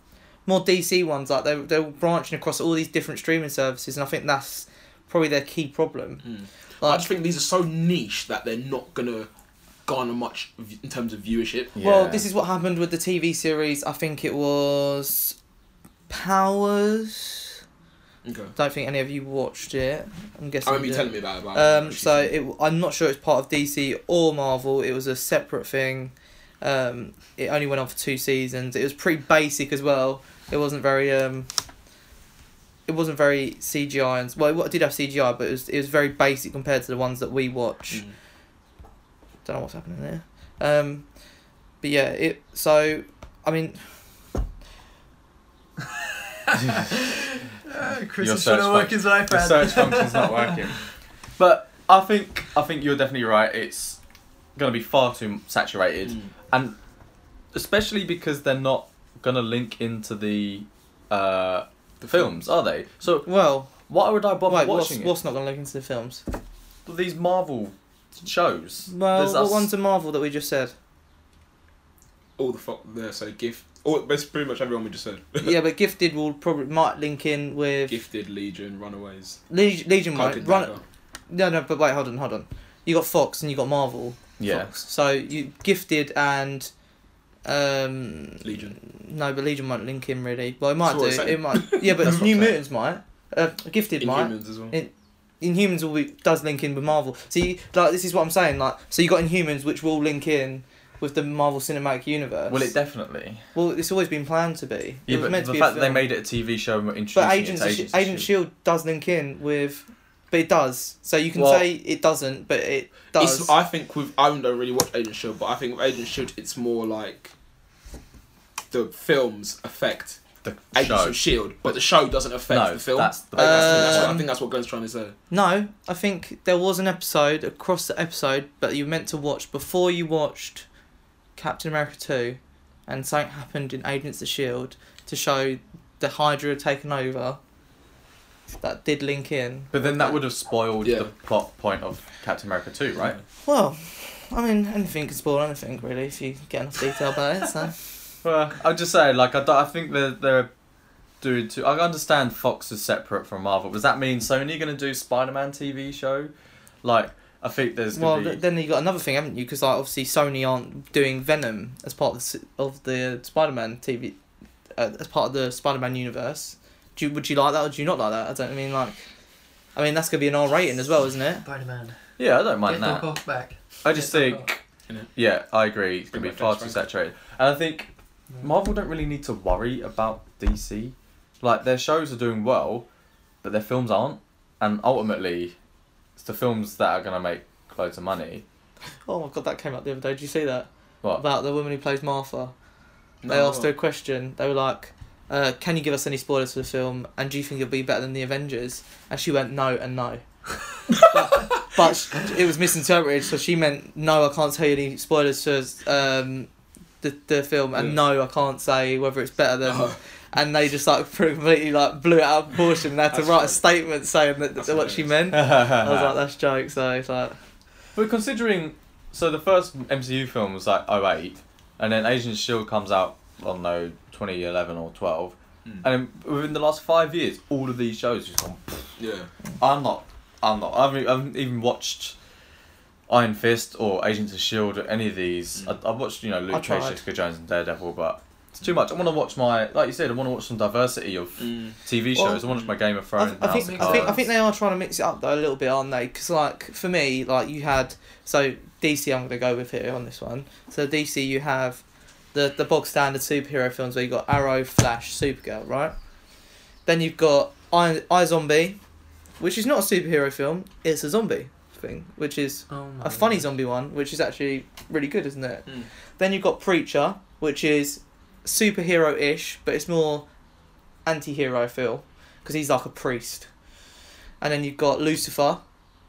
S3: more dc ones like they're, they're branching across all these different streaming services and i think that's probably their key problem
S5: Mm. I
S3: like
S5: just think these are so niche that they're not gonna garner much v- in terms of viewership.
S3: Well, this is what happened with the TV series. I think it was Powers.
S5: Okay.
S3: Don't think any of you watched it. I'm guessing.
S5: I remember
S3: you
S5: you
S3: did.
S5: telling me about it. But I haven't
S3: Um,
S5: actually
S3: so
S5: seen it.
S3: it, I'm not sure it's part of DC or Marvel. It was a separate thing. Um, it only went on for two seasons. It was pretty basic as well. It wasn't very. Um, it wasn't very CGI and well, it did have CGI, but it was it was very basic compared to the ones that we watch.
S5: Mm.
S3: Don't know what's happening there. Um, but yeah, it. So, I mean,
S4: Chris
S1: Your
S4: is
S1: search
S4: trying to
S1: fun-
S4: work his Oh, life
S1: The
S4: out.
S1: search function's not working. But I think I think you're definitely right. It's gonna be far too saturated,
S5: Mm.
S1: and especially because they're not gonna link into the uh, the films, are they? So
S3: well,
S1: why would I bother
S3: wait, what's,
S1: watching
S3: what's not going to look into the films?
S1: it? These Marvel shows.
S3: Well,
S1: There's
S3: what
S1: us-
S3: ones are Marvel that we just said?
S2: All the fuck there, so gift. All, that's pretty much everyone we just said.
S3: yeah, but Gifted will probably might link in with
S2: Gifted, Legion, Runaways.
S3: Leg- Legion.
S2: Cloak
S3: Won't,
S2: and
S3: run,
S2: Dagger.
S3: no, no, but wait, hold on, hold on. You got Fox and you got Marvel.
S1: Yeah.
S3: Fox. So you Gifted and um
S2: Legion.
S3: No, but Legion won't link in really. Well, it might
S2: That's what I'm
S3: do.
S2: saying.
S3: It might. Yeah,
S2: That's
S3: but
S2: what I'm
S3: New
S2: saying.
S3: Mutants might. Uh, Gifted might.
S2: Inhumans as well.
S3: It- Inhumans will be, does link in with Marvel. See, like this is what I'm saying. Like, so you got Inhumans, which will link in with the Marvel Cinematic Universe.
S1: Well, it definitely.
S3: Well, it's always been planned to be.
S1: Yeah,
S3: it was
S1: but
S3: meant
S1: the
S3: to be a
S1: fact that they
S3: film.
S1: made it a TV show and were introducing
S3: But
S1: Agents
S3: Agents,
S1: it to
S3: of
S1: Agents
S3: Sh-
S1: of
S3: Agent Shield does link in with, but it does. So you can
S1: Well-
S3: say it doesn't, but it does.
S5: It's, I think with I don't really watch Agent Shield, but I think with Agent Shield, it's more like the films affect
S1: the
S5: Agents
S1: show.
S5: of Shield, E but the show doesn't affect
S1: No,
S5: the film.
S1: that's the
S5: I think that's, that's what, I
S3: Um,
S5: think that's what Glenn's trying to say.
S3: no, I think there was an episode across the episode, but you meant to watch before you watched Captain America two, and something happened in Agents of Shield to show the Hydra taken over. That did link in.
S1: But then that would have spoiled
S5: Yeah.
S1: the plot point of Captain America 2, right?
S3: Well, I mean, anything can spoil anything really if you get enough detail about it. So.
S1: Well, I'm just saying, like, I, don't- I think they're, they're doing too. I understand Fox is separate from Marvel. Does that mean Sony going to do Spider Man TV show? Like, I think there's
S3: Well,
S1: going to
S3: th- then you got another thing, haven't you? Because like, obviously Sony aren't doing Venom as part of the, s- of the Spider-Man TV, uh, as part of the Spider-Man universe. Do you, would you like that or do you not like that? I don't I mean like, I mean that's gonna be an R rating as well, isn't it?
S4: Spider-Man.
S1: be. Yeah, I don't
S4: Get
S1: mind
S4: the
S1: that.
S4: cock back.
S1: I just
S4: Get the
S1: think.
S4: cock.
S1: Yeah, I agree. It's going to
S2: Pretty
S1: be
S2: much
S1: far
S2: that's
S1: too
S2: right.
S1: saturated. And I think Marvel don't really need to worry about DC. Like, their shows are doing well, but their films aren't. And ultimately, it's the films that are going to make loads of money.
S3: Oh my god, that came up the other day. Did you see that
S1: What?
S3: about the woman who plays Martha? They
S5: No.
S3: asked her a question. They were like, uh, "Can you give us any spoilers for the film? And do you think it'll be better than the Avengers?" And she went, "No and no." but, but sh- it was misinterpreted, so she meant, "No, I can't tell you any spoilers for um, the the film," and
S2: Yeah.
S3: "No, I can't say whether it's better than." And they just like completely like blew it out of proportion. And they had to
S2: That's
S3: write a
S2: funny.
S3: statement saying that
S2: That's
S3: that what she meant. I was like,
S1: but
S3: "That's joke." So it's like,
S1: considering, so the first MCU film was like 08, and then Agent Shield comes out, I don't know, 2011 or 12.
S2: Mm.
S1: And then within the last five years, all of these shows just gone.
S2: Yeah.
S1: I'm not. I'm not. I haven't, I haven't even watched Iron Fist or Agents of Shield E or any of these. I, I've watched you know
S3: Mm. I
S1: Luke
S3: tried.
S1: Cage, Jessica Jones, and Daredevil, but it's too much. I want to watch my like you said. I want to watch some diversity of TV shows.
S3: Mm. Well,
S1: I want to watch my Game of
S3: I,
S1: Thrones. uh,
S3: I
S1: House
S3: think,
S1: of
S3: I think I
S1: Cards.
S3: think they are trying to mix it up though a little bit, aren't they? Because like for me, like you had so DC. I'm gonna go with here on this one. So DC, you have the the bog standard superhero films where you got Arrow, Flash, Supergirl, right? Then you've got I, I Zombie, which is not a superhero film. It's a zombie thing, which is
S4: Oh my
S3: a funny
S4: God.
S3: zombie one, which is actually really good, isn't it?
S5: Mm.
S3: Then you've got Preacher, which is superhero ish, but it's more anti hero, I feel, because he's like a priest. And then you've got Lucifer.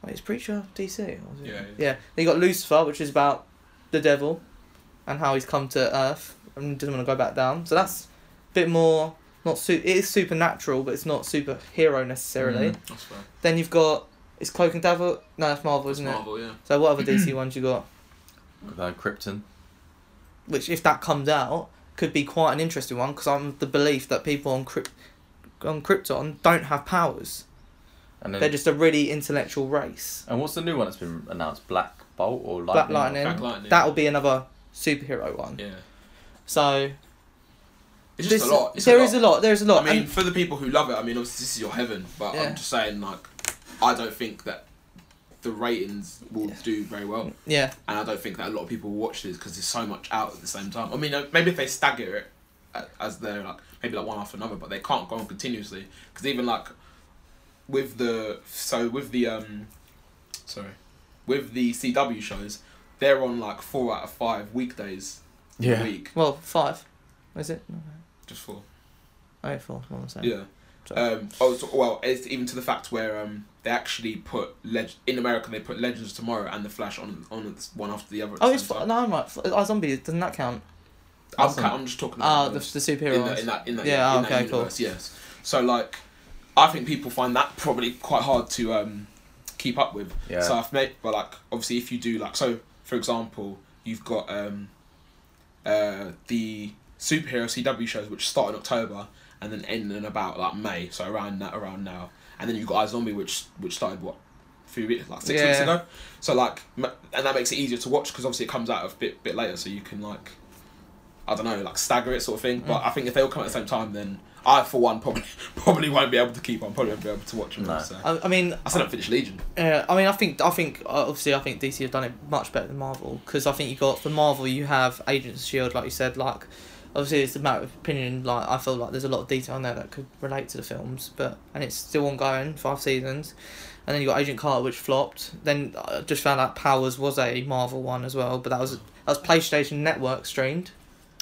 S3: Wait, is Preacher DC? Or is it-
S2: Yeah, yeah.
S3: Yeah. Then you've got Lucifer, which is about the devil and how he's come to Earth and doesn't want to go back down. So that's a bit more. Not su- it is supernatural, but it's not superhero necessarily.
S1: Mm.
S5: That's fair.
S3: Then you've got it's Cloak and Dagger. No, that's Marvel,
S5: That's
S3: isn't it?
S5: Marvel, yeah.
S3: So what other DC ones you got?
S1: Uh, Krypton.
S3: Which, if that comes out, could be quite an interesting one because I'm of the belief that people on Kryp- on Krypton don't have powers.
S1: And then,
S3: They're just a really intellectual race.
S1: and what's the new one that's been announced? Black Bolt or Lightning?
S3: Black Lightning.
S5: Black Lightning.
S3: That'll be another superhero one.
S5: Yeah.
S3: So
S5: It's just
S3: this-
S5: a lot. It's
S3: there
S5: a lot.
S3: is a lot. There is a lot.
S5: I mean,
S3: and
S5: for the people who love it, I mean, obviously this is your heaven, but
S3: Yeah.
S5: I'm just saying, like, I don't think that the ratings will do very well, and
S3: yeah,
S5: I don't think that a lot of people will watch this because there's so much out at the same time. I mean, uh, maybe if they stagger it uh, as they're like maybe like one after another, but they can't go on continuously because even like with the so with the um sorry with the CW shows, they're on like four out of five weekdays
S1: Yeah.
S5: a week,
S3: well, five. Is it? No,
S5: just four.
S3: Oh, four. What was I saying?
S5: Yeah.
S3: So-
S5: Um, oh, so- well, it's even to the fact where um, they actually put leg- in America they put Legends of Tomorrow and the Flash on on at this- one after the other. At the
S3: Oh,
S5: same
S3: it's f-
S5: time.
S3: no, I'm right. F- Our zombie doesn't that count?
S5: I'm,
S1: awesome.
S5: ca- I'm just talking.
S3: Ah,
S5: About
S3: the, the
S5: those.
S3: superhero
S5: in,
S3: ones.
S5: that, in that in that
S3: Yeah,
S5: in
S3: okay,
S5: that universe, Yes. So like, I think people find that probably quite hard to um, keep up with.
S1: Yeah.
S5: So I've made well like obviously if you do like so for example you've got um, uh, the superhero CW shows which start in October and then end in about like May so around that around now and then you've got iZombie which which started what a few weeks like six weeks
S3: Yeah.
S5: ago so like m- and that makes it easier to watch because obviously it comes out a bit bit later so you can like I don't know like stagger it sort of thing
S1: Mm.
S5: but I think if they all come at the same time then I for one probably probably won't be able to keep on probably won't be able to watch them
S1: No.
S5: so.
S3: I, I mean,
S5: I still haven't finished Legion
S3: uh, I mean, I think, I think, uh, obviously, I think DC have done it much better than Marvel because I think you got for Marvel, you have Agents of Shield, E like you said, like obviously it's a matter of opinion. Like I feel like there's a lot of detail in there that could relate to the films, but and it's still ongoing, five seasons, and then you got Agent Carter, which flopped. Then I just found out Powers was a Marvel one as well, but that was that was PlayStation Network streamed.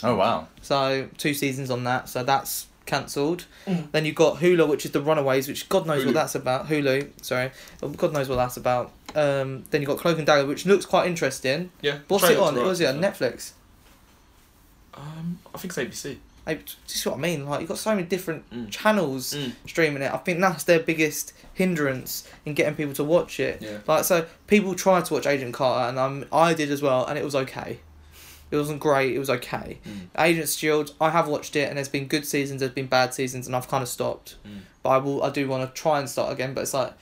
S1: Oh wow.
S3: So two seasons on that. So that's cancelled. Then you've got Hulu, which is the Runaways, which God knows what
S5: Hulu.
S3: that's about. Hulu, sorry, Oh, God knows what that's about. Um, then you have got Cloak and Dagger, which looks quite interesting.
S5: yeah
S3: What's it
S5: trailer's
S3: on?
S5: right.
S3: Was it on Netflix?
S5: Um, I think it's ABC.
S3: Hey, do you see what I mean? Like you've got so many different
S5: Mm.
S3: channels
S5: Mm.
S3: streaming it. I think that's their biggest hindrance in getting people to watch it.
S5: Yeah.
S3: Like so, people tried to watch Agent Carter, and um, I did as well, and it was okay. It wasn't great. It was okay.
S5: Mm.
S3: Agent Shield, I have watched it, and there's been good seasons, there's been bad seasons, and I've kind of stopped.
S5: Mm.
S3: But I will, I do want to try and start again. But it's like,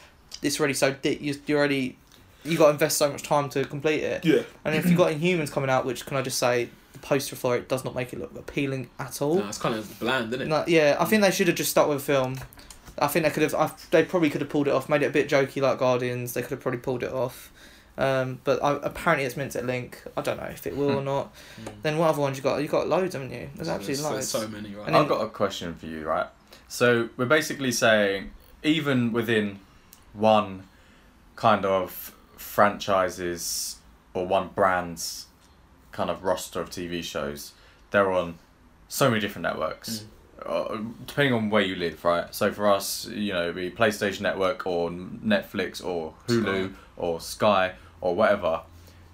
S3: it's already so deep. You, you already, you got to invest so much time to complete it.
S5: Yeah.
S3: And if you got Inhumans coming out, which can I just say, the poster for it does not make it look appealing at all.
S5: No, it's kind of bland, isn't it?
S3: No, yeah, I think they should have just stuck with a film. I think they could have. I, they probably could have pulled it off, made it a bit jokey like Guardians. They could have probably pulled it off, um, but I, apparently it's meant to link. I don't know if it will or not. Then what other ones you got? You got loads, haven't you? There's absolutely
S5: There's-
S3: loads.
S5: there's Hmm. so many, right?
S3: And
S1: I've
S3: then-
S1: got a question for you, right? So we're basically saying, even within one kind of franchises or one brand's kind of roster of TV shows, they're on so many different networks, uh, depending on where you live, right? So for us, you know, it'd be PlayStation Network or Netflix or Hulu or Sky or whatever.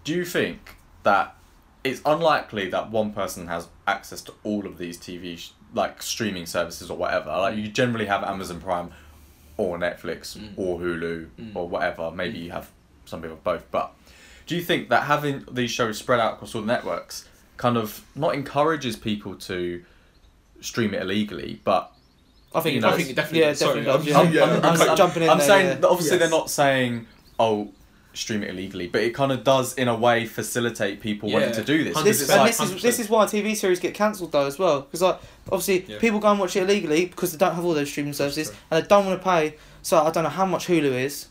S1: Do you think that it's unlikely that one person has access to all of these TV sh- like streaming services or whatever. Like you generally have Amazon Prime or Netflix or Hulu or whatever. Maybe you have some people have both, but do you think that having these shows spread out across all the networks kind of not encourages people to stream it illegally, but
S3: I think
S1: you
S3: it
S1: know,
S3: does.
S5: I think it definitely
S3: yeah,
S5: does. Sorry,
S3: definitely does.
S5: I'm-
S3: Yeah.
S5: I'm-
S3: I'm,
S5: I'm
S3: just
S5: like-
S3: jumping in
S1: I'm
S3: there,
S1: saying
S3: yeah.
S1: that obviously
S5: Yes.
S1: they're not saying oh stream it illegally, but it kind of does in a way facilitate people wanting
S5: Yeah.
S1: to do this.
S5: 'Cause
S3: This,
S5: it's
S3: and
S5: like
S3: this is
S5: 100%.
S3: this is why TV series get cancelled though as well because like obviously
S5: Yeah.
S3: people go and watch it illegally because they don't have all those streaming services and they don't want to pay. So I don't know how much Hulu is.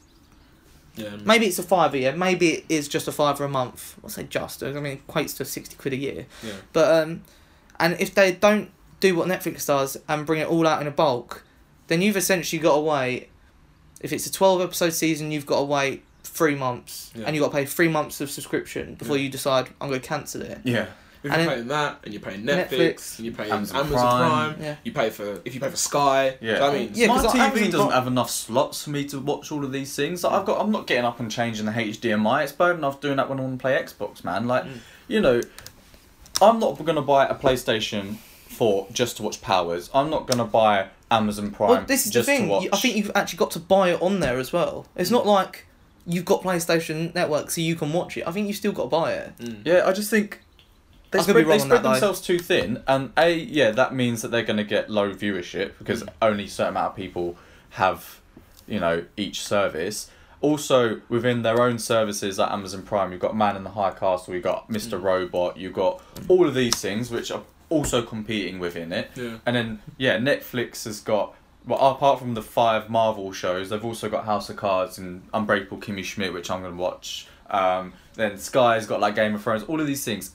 S5: Yeah.
S3: Mm. Maybe it's a fiver, yeah. Maybe it is just a fiver a month. I'll say just. I mean, it equates to sixty quid a year.
S5: Yeah.
S3: But um, and if they don't do what Netflix does and bring it all out in a bulk, then you've essentially got to wait. If it's a twelve episode season, you've got to wait three months,
S5: Yeah.
S3: and you have got to pay three months of subscription before you decide I'm going to cancel it.
S1: Yeah.
S5: If
S3: And then-
S5: you're paying that, and you're paying Netflix,
S3: Netflix,
S5: and you're paying
S1: Amazon
S5: Amazon,
S1: Prime.
S5: Prime,
S3: Yeah.
S5: you pay for if you pay for Sky.
S1: Yeah.
S5: do you know what I mean,
S3: Yeah,
S1: My
S3: 'cause, like,
S1: TV
S3: Amazon's
S1: doesn't
S3: not-
S1: have enough slots for me to watch all of these things. Like, I've got, I'm not getting up and changing the HDMI. It's bad enough doing that when I want to play Xbox, man. Like,
S3: Mm.
S1: you know, I'm not gonna buy a PlayStation Four just to watch Powers. I'm not gonna buy Amazon Prime
S3: Well, this is
S1: just
S3: the thing.
S1: to watch. Mm.
S3: you- I think you've actually got to buy it on there as well. It's not like you've got PlayStation Network so you can watch it. I think you've still got to buy it.
S1: yeah, I just think. They
S3: I could be
S1: spread,
S3: wrong
S1: they
S3: on
S1: spread
S3: that, though.
S1: themselves too thin, and a
S3: Mm.
S1: yeah, that means that they're going to get low viewership because only a certain amount of people have you know each service. Also within their own services at Amazon Prime, you've got Man in the High Castle, you've
S3: Mm.
S1: got Mr. Robot, you've got all of these things which are also competing within it.
S5: Yeah.
S1: And then yeah, Netflix has got well apart from the five Marvel shows, they've also got House of Cards and Unbreakable Kimmy Schmidt, which I'm gonna watch. Um, then Sky's got like Game of Thrones, all of these things.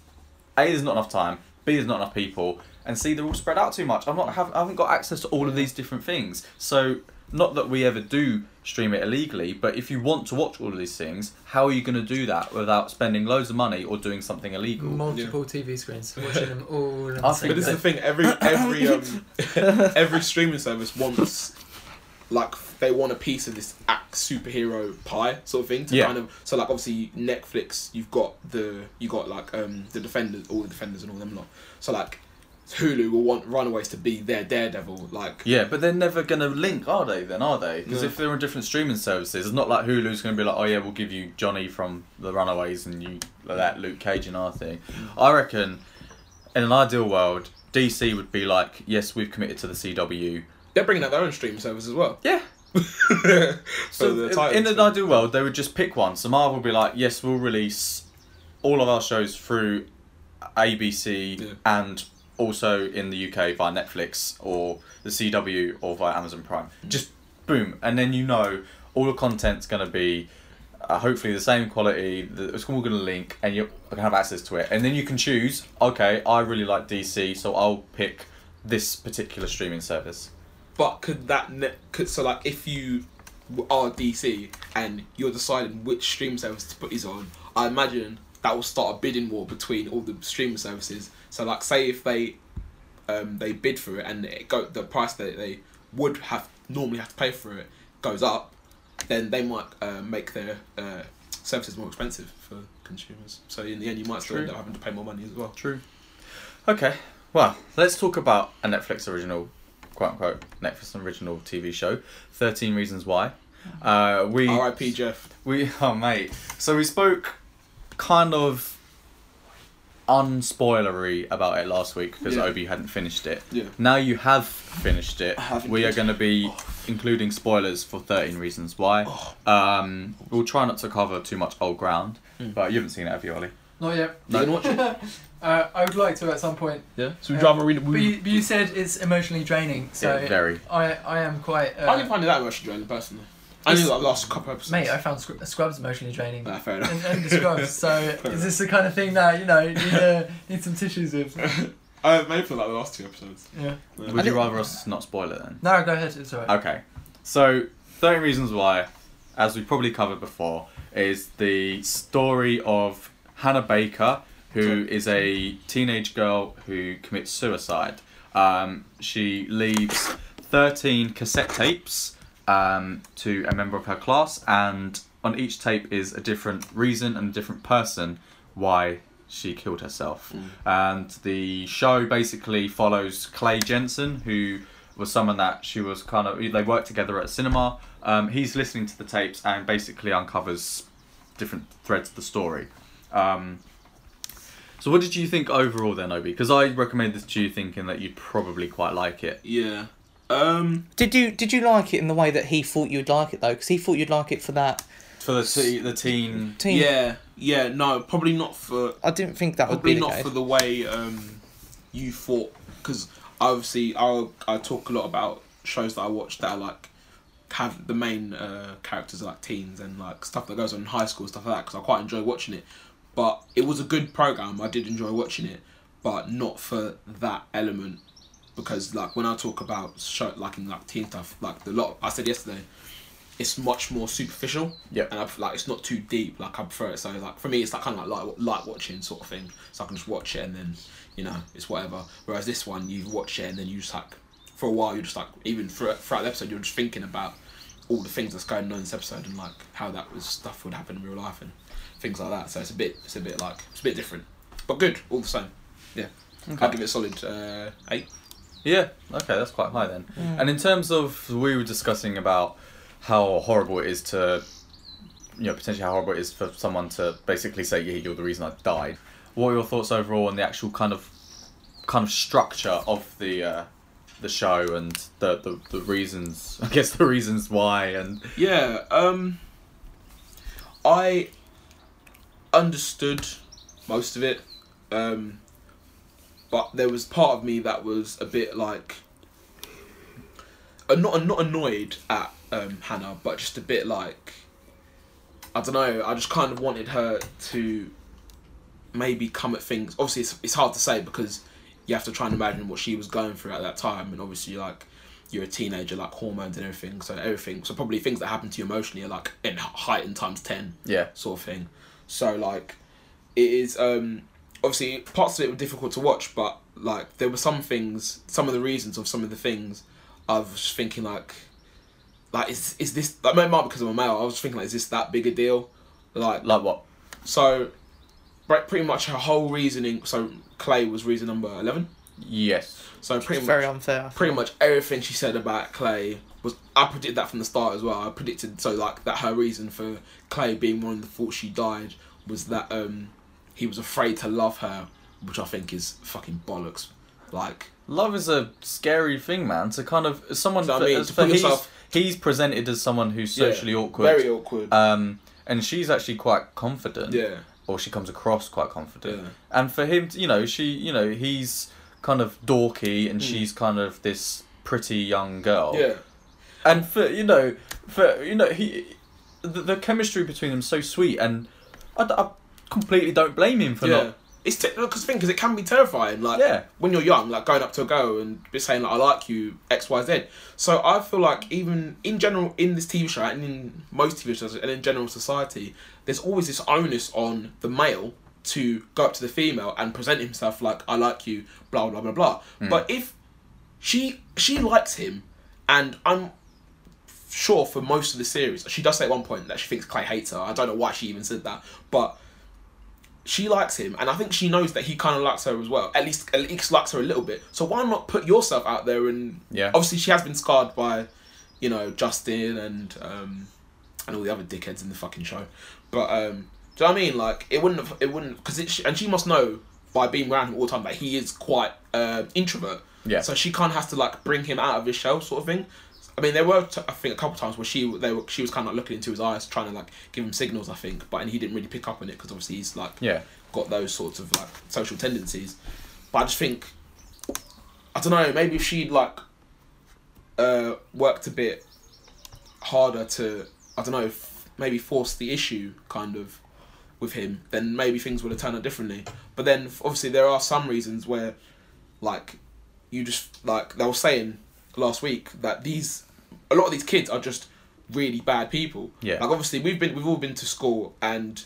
S1: A there's not enough time. B there's not enough people, and C they're all spread out too much. I'm not have I haven't got access to all of these different things. So not that we ever do stream it illegally, but if you want to watch all of these things, how are you going to do that without spending loads of money or doing something illegal?
S4: Multiple TV screens, watching them all. at
S1: I
S4: the same
S1: think
S5: But this is
S4: time.
S5: the thing. Every every um, every streaming service wants, like, they want a piece of this act superhero pie sort of thing. To
S1: Yeah.
S5: kind of so like obviously Netflix, you've got the you got like um the defenders, all the defenders and all them lot. So like, Hulu will want Runaways to be their Daredevil. Like,
S1: Yeah, but they're never going to link, are they? Then are they? Because
S5: No.
S1: if they're on different streaming services, it's not like Hulu's going to be like, oh yeah, we'll give you Johnny from The Runaways and you like that Luke Cage and our thing. I reckon, in an ideal world, DC would be like, yes, we've committed to the CW.
S5: they're bringing out their own streaming service as well.
S1: Yeah.
S5: so
S1: So in- in an ideal world, they would just pick one. So Marvel would be like, yes, we'll release all of our shows through ABC
S5: Yeah.
S1: and also in the UK via Netflix or the CW or via Amazon Prime. Just boom, and then you know all the content's going to be uh, hopefully the same quality. the- It's all going to link, and you're going to have access to it. And then you can choose. Okay, I really like DC, so I'll pick this particular streaming service.
S5: But could that ne- could so like if you are DC and you're deciding which stream service to put these on, I imagine that will start a bidding war between all the streaming services. So like say if they um, they bid for it and it go the price that they would have normally have to pay for it goes up, then they might uh, make their uh, services more expensive for consumers. So in the end, you might still
S1: True.
S5: end up having to pay more money as well.
S1: True. Okay. Well, let's talk about a Netflix original, quote unquote, Netflix original TV show, Thirteen Reasons Why.
S5: Mm-hmm.
S1: Uh, we
S5: R.I.P. Jeff.
S1: we oh mate. So we spoke kind of unspoilery about it last week because
S5: Yeah.
S1: Obi hadn't finished it.
S5: Yeah.
S1: Now you have finished it.
S5: haven't Oh.
S1: We are
S5: yet.
S1: going to be including spoilers for Thirteen Reasons Why.
S5: Oh.
S1: Um, we'll try not to cover too much old ground,
S5: Mm.
S1: but you haven't seen it, have you, Ollie?
S4: Not yet.
S5: You can watch it.
S4: Uh, I would like to at some point.
S5: Yeah. So
S4: Yeah.
S5: we drama read.
S4: But
S5: We,
S4: you, but you said it's emotionally draining, so
S1: yeah, very.
S4: I I am quite. Uh,
S5: I didn't find it that much enjoying personally. I only
S4: It's-
S5: like, last couple episodes.
S4: Mate, I found Scr- Scrubs emotionally draining.
S5: Ah, fair
S4: and,
S5: enough.
S4: and the Scrubs. So is this the kind of thing that you know you need, uh, need some tissues with?
S5: I made for like the last two episodes.
S4: Yeah.
S1: Would you
S3: didn't-
S1: rather us not spoil it then?
S4: No, go ahead. It's alright.
S1: Okay. So, 30 Reasons Why, as we probably covered before, is the story of Hannah Baker, who is a teenage girl who commits suicide. Um, she leaves 13 cassette tapes um, to a member of her class, and on each tape is a different reason and a different person why she killed herself. And the show basically follows Clay Jensen, who was someone that she was kind of they worked together at cinema. Um, he's listening to the tapes and basically uncovers different threads of the story. Um, so what did you think overall then, Obi? Because I recommended this to you thinking that you'd probably quite like it.
S5: Yeah. Um.
S3: Did you did you like it in the way that he thought you'd like it though? Because he thought you'd like it for that
S1: For the te- the teen,
S3: team.
S5: Yeah. Yeah. No, probably not for
S3: I didn't think that would
S5: probably
S3: be the
S5: not
S3: case.
S5: for the way um you thought because obviously I I talk a lot about shows that I watch that are like have the main uh, characters are like teens and like stuff that goes on in high school stuff like that because I quite enjoy watching it. But it was a good program. I did enjoy watching it, but not for that element because like when I talk about show like in like teen stuff like the lot I said yesterday. It's much more superficial,
S1: Yep.
S5: and I, like it's not too deep. Like I prefer it. So like for me, it's like kind of like light, light watching sort of thing. So I can just watch it and then you know it's whatever. Whereas this one, you watch it and then you just like for a while you're just like even thro- throughout the episode you're just thinking about all the things that's going on in this episode and like how that was stuff would happen in real life and things like that. So it's a bit it's a bit like it's a bit different, but good all the same. Yeah, I'll give it a solid uh, eight.
S1: yeah, okay, that's quite high then.
S5: Mm.
S1: And in terms of we were discussing about how horrible it is to, you know, potentially how horrible it is for someone to basically say, yeah, you're the reason I died. What are your thoughts overall on the actual kind of kind of structure of the uh, the show and the, the, the reasons. I guess the reasons why and
S5: Yeah, um I understood most of it. Um but there was part of me that was a bit like uh, not not annoyed at um Hannah, but just a bit like I don't know, I just kind of wanted her to maybe come at things. Obviously it's, it's hard to say because you have to try and imagine what she was going through at that time and obviously like you're a teenager like hormones and everything so everything so probably things that happen to you emotionally are like in heightened times 10
S1: yeah,
S5: sort of thing so like it is um obviously parts of it were difficult to watch but like there were some things some of the reasons of some of the things i was just thinking like like is is this like might might be because i'm a male i was thinking like is this that big a deal like
S1: like what?
S5: so pre- pretty much her whole reasoning so clay was reason number 11
S1: Yes.
S5: so pretty
S3: It's
S5: much
S3: very unfair.
S5: pretty much everything she said about Clay was I predicted that from the start as well. I predicted so like that her reason for Clay being one of the thoughts she died was that um he was afraid to love her, which I think is fucking bollocks. Like
S1: Love is a scary thing, man. To kind of someone
S5: So I
S1: for-
S5: mean,
S1: as
S5: to
S1: for
S5: put
S1: he's,
S5: yourself-
S1: he's presented as someone who's socially awkward.
S5: very awkward.
S1: um and she's actually quite confident.
S5: yeah,
S1: Or she comes across quite confident.
S5: yeah,
S1: And for him, to- you know, she, you know, he's kind of dorky and she's kind of this pretty young girl.
S5: Hmm. yeah.
S1: and for you know for you know he the, the chemistry between them is so sweet and I, d- I completely don't blame him for
S5: yeah.
S1: not
S5: It's te- because thing because it can be terrifying. Like
S1: Yeah.
S5: when you're young, like going up to a girl and be saying like I like you X Y Z. So I feel like even in general in this TV show and in most TV shows and in general society, there's always this onus on the male to go up to the female and present himself like I like you, blah blah blah blah. But if she she likes him, and I'm sure for most of the series she does say at one point that she thinks Clay hates her. I don't know why she even said that, but she likes him, and I think she knows that he kind of likes her as well. At least, at least likes her a little bit. So why not put yourself out there and
S1: Yeah.
S5: Obviously, she has been scarred by, you know, Justin and um, and all the other dickheads in the fucking show. But um, do you know what I mean? Like it wouldn't have, it wouldn't because it sh- and she must know by being around him all the time that he is quite uh, introvert.
S1: Yeah.
S5: So she kind of has to like bring him out of his shell, sort of thing. I mean, there were t- I think a couple times where she they were, she was kind of like looking into his eyes, trying to like give him signals. I think, but and he didn't really pick up on it because obviously he's like
S1: yeah
S5: got those sorts of like social tendencies. But I just think I don't know, maybe if she'd like uh worked a bit harder to I don't know, f- maybe force the issue kind of with him, then maybe things would have turned out differently. But then f- obviously there are some reasons where like you just like they were saying last week that these a lot of these kids are just really bad people.
S1: Yeah.
S5: Like obviously we've been we've all been to school and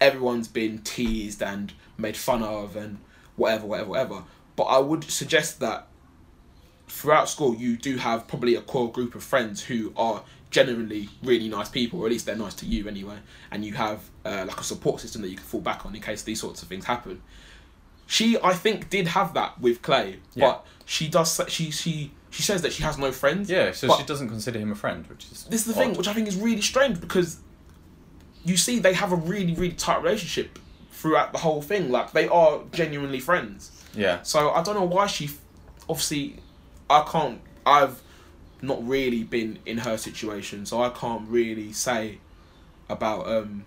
S5: everyone's been teased and made fun of and whatever, whatever, whatever. But I would suggest that throughout school you do have probably a core group of friends who are generally really nice people, or at least they're nice to you anyway, and you have uh, like a support system that you can fall back on in case these sorts of things happen. She, I think, did have that with Clay,
S1: Yeah.
S5: but she does. sa- She she she says that she has no friends.
S1: yeah so
S5: But-
S1: she doesn't consider him a friend which is
S5: this is the
S1: odd.
S5: thing which I think is really strange because you see they have a really really tight relationship throughout the whole thing. Like they are genuinely friends.
S1: yeah
S5: So I don't know why she. Obviously, I can't. I've not really been in her situation, so I can't really say about um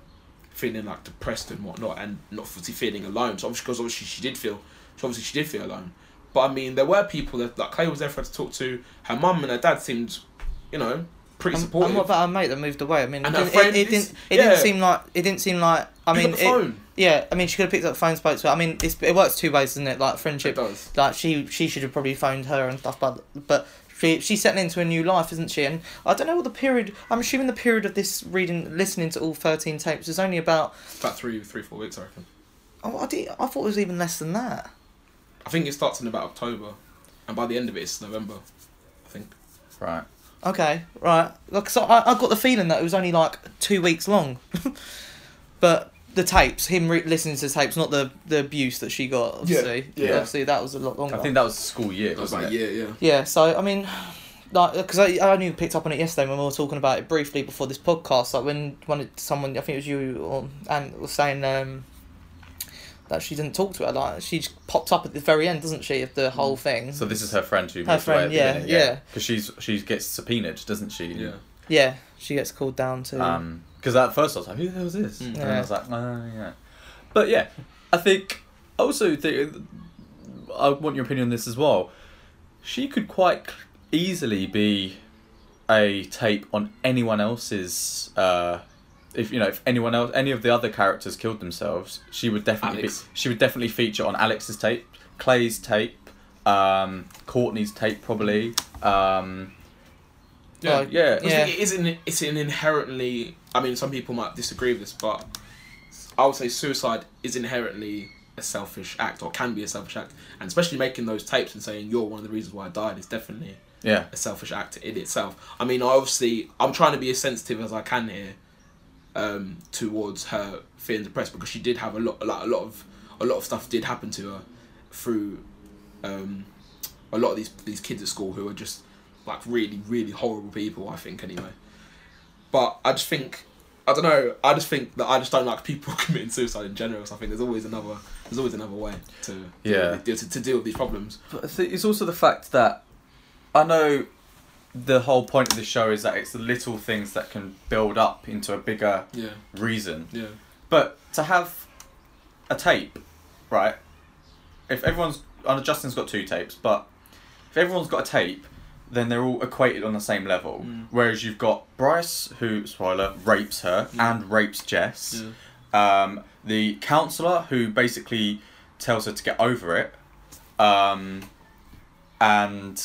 S5: feeling like depressed and whatnot, and not obviously feeling alone. So obviously, because obviously she did feel. So obviously she did feel alone. But I mean, there were people that like Clay was there for her to talk to. Her mum and her dad seemed, you know, pretty
S3: And,
S5: supportive.
S3: and what about our mate that moved away? I mean, it
S5: And her
S3: didn't,
S5: friend
S3: it, it
S5: is-
S3: didn't, it
S5: yeah.
S3: didn't seem like it didn't seem like. I
S5: Pick
S3: mean,
S5: up the
S3: it-
S5: phone.
S3: yeah. I mean, she could have picked up the phone, spoke to her. I mean, it's, it works two ways, doesn't it? Like
S5: It
S3: friendship.
S5: does.
S3: Like she, she should have probably phoned her and stuff, but but she she's settling into a new life, isn't she? And I don't know what the period. I'm assuming the period of this reading, listening to all thirteen tapes was only about.
S5: About three, three, four weeks, I reckon.
S3: Oh, I did. I thought it was even less than that.
S5: I think it starts in about October, and by the end of it, it's November. I think.
S1: right
S3: Okay, right. Like, so I, I got the feeling that it was only like two weeks long. but the tapes, him re- listening to the tapes, not the, the abuse that she got, obviously.
S5: yeah.
S3: Obviously, that was a lot longer.
S1: I think that was school year wasn't it
S5: yeah, yeah.
S3: Yeah, so, I mean, like, because I, I only picked up on it yesterday when we were talking about it briefly before this podcast. Like, when one of- someone, I think it was you, or, and was saying, um, that she didn't talk to her. Like she just popped up at the very end, doesn't she, of the whole thing?
S1: Mm. So this is her friend who
S3: Her
S1: moved away
S3: friend,
S1: at the
S3: yeah,
S1: beginning,
S3: yeah.
S1: Because she's she gets subpoenaed, doesn't she?
S2: Yeah.
S3: yeah, she gets called down to.
S1: Um, because at first I was like, who the hell is this? And then I was like, oh, yeah. But yeah, I think I also think I want your opinion on this as well. She could quite cl- easily be a tape on anyone else's. Uh, if you know, if anyone else, any of the other characters killed themselves, she would definitely be,
S5: Alex.
S1: she would definitely feature on Alex's tape, Clay's tape, um, Courtney's tape probably. Um,
S2: Yeah.
S3: like-
S1: yeah,
S3: Yeah.
S5: It is an it's an inherently. I mean, some people might disagree with this, but I would say suicide is inherently a selfish act, or can be a selfish act, and especially making those tapes and saying you're one of the reasons why I died is definitely
S1: yeah,
S5: a selfish act in itself. I mean, I obviously I'm trying to be as sensitive as I can here um, towards her feeling depressed because she did have a lot, like a lot of a lot of stuff did happen to her through um, a lot of these these kids at school who are just like really really horrible people. I think anyway, but I just think. I don't know. I just think that I just don't like people committing suicide in general. So I think there's always another, there's always another way to
S1: Yeah.
S5: to, to deal with these problems.
S1: But I think it's also the fact that I know the whole point of the show is that it's the little things that can build up into a bigger
S5: Yeah,
S1: reason.
S5: yeah.
S1: But to have a tape, right? If everyone's, I know Justin's got two tapes, but if everyone's got a tape, then they're all equated on the same level.
S5: Mm.
S1: Whereas you've got Bryce, who spoiler rapes her
S5: Yeah.
S1: and rapes Jess.
S5: Yeah.
S1: Um, the counselor who basically tells her to get over it. Um, and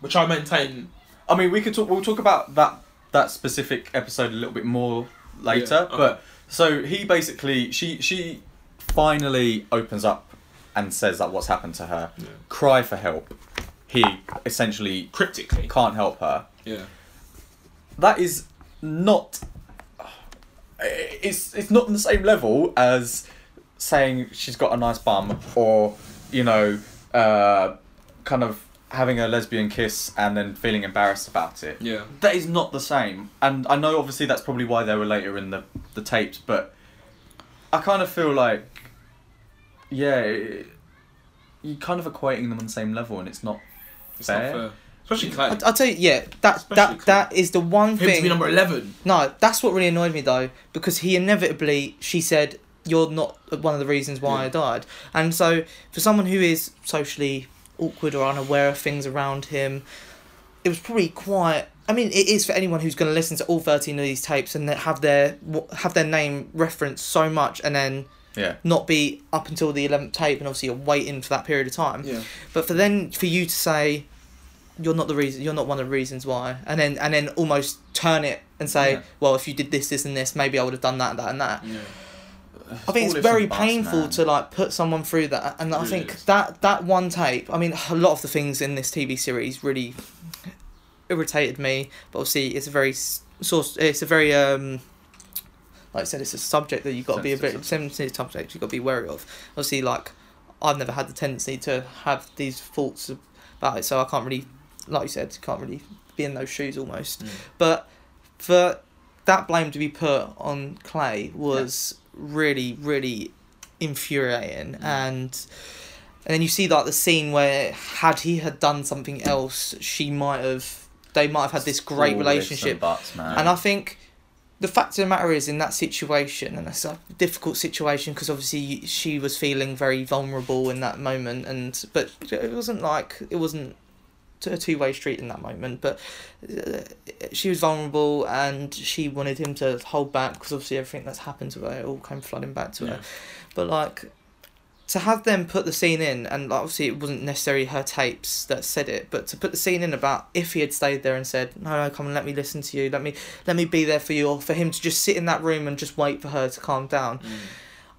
S5: Which I maintain
S1: I mean, we could talk. We'll talk about that that specific episode a little bit more later.
S5: Yeah, okay.
S1: But so he basically she she finally opens up and says that what's happened to her.
S5: Yeah.
S1: Cry for help. He essentially
S5: cryptically.
S1: can't help her.
S5: Yeah.
S1: That is not. It's it's not on the same level as saying she's got a nice bum or you know uh, kind of having a lesbian kiss and then feeling embarrassed about it
S5: Yeah.
S1: that is not the same. And I know obviously that's probably why they were later in the the tapes, but I kind of feel like yeah, it, you're kind of equating them on the same level, and it's not
S5: It's
S1: Fair.
S5: not fair. Especially Clay.
S3: I, I tell you, yeah, that
S5: Especially
S3: that that is the one
S5: For him to be
S3: thing.
S5: number 11.
S3: No, that's what really annoyed me though, because he inevitably she said you're not one of the reasons why I
S5: Yeah.
S3: died, and so for someone who is socially awkward or unaware of things around him, it was probably quite. I mean, it is for anyone who's going to listen to all thirteen of these tapes and then have their wh- have their name referenced so much, and then
S1: yeah.
S3: not be up until the eleventh tape, and obviously you're waiting for that period of time.
S5: Yeah.
S3: But for then for you to say you're not the reason you're not one of the reasons why and then and then almost turn it and say,
S1: Yeah.
S3: Well, if you did this, this and this, maybe I would have done that, that and that.
S5: Yeah.
S3: I think
S1: all ifs
S3: it's
S1: and
S3: very
S1: buts,
S3: painful
S1: man.
S3: to like put someone through that and I
S5: Really
S3: think
S5: is.
S3: that that one tape I mean a lot of the things in this TV series really irritated me, but obviously it's a very s- source it's a very um like I said, it's a subject that you've got to be a bit
S1: Sensitive
S3: sensitive subject. You've got to be wary of. Obviously, like I've never had the tendency to have these thoughts about it, so I can't really, like you said, can't really be in those shoes almost.
S5: Mm.
S3: But for that blame to be put on Clay was really, really infuriating, and and then you see like the scene where had he had done something else, she might have, they might have had this great
S1: All ifs
S3: relationship,
S1: and buts, man.
S3: and I think the fact of the matter is, in that situation, and it's a difficult situation because obviously she was feeling very vulnerable in that moment, and but it wasn't like it wasn't t- a two way street in that moment, but uh, she was vulnerable and she wanted him to hold back because obviously everything that's happened to her all came flooding back to her, but like. To have them put the scene in, and like, obviously it wasn't necessarily her tapes that said it, but to put the scene in about if he had stayed there and said, "No, no, come and let me listen to you, let me let me be there for you or for him to just sit in that room and just wait for her to calm down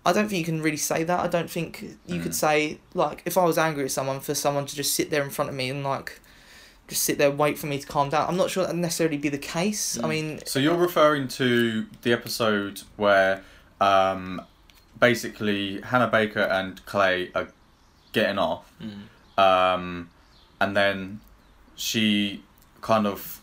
S3: i don't think you can really say that i don't think you could
S1: Mm.
S3: say like if i was angry at someone for someone to just sit there in front of me and like just sit there wait for me to calm down i'm not sure that'd necessarily be the case i
S5: Mm.
S3: mean
S1: So you're referring to the episode where um, basically Hannah Baker and Clay are getting off,
S3: Mm.
S1: um, and then she kind of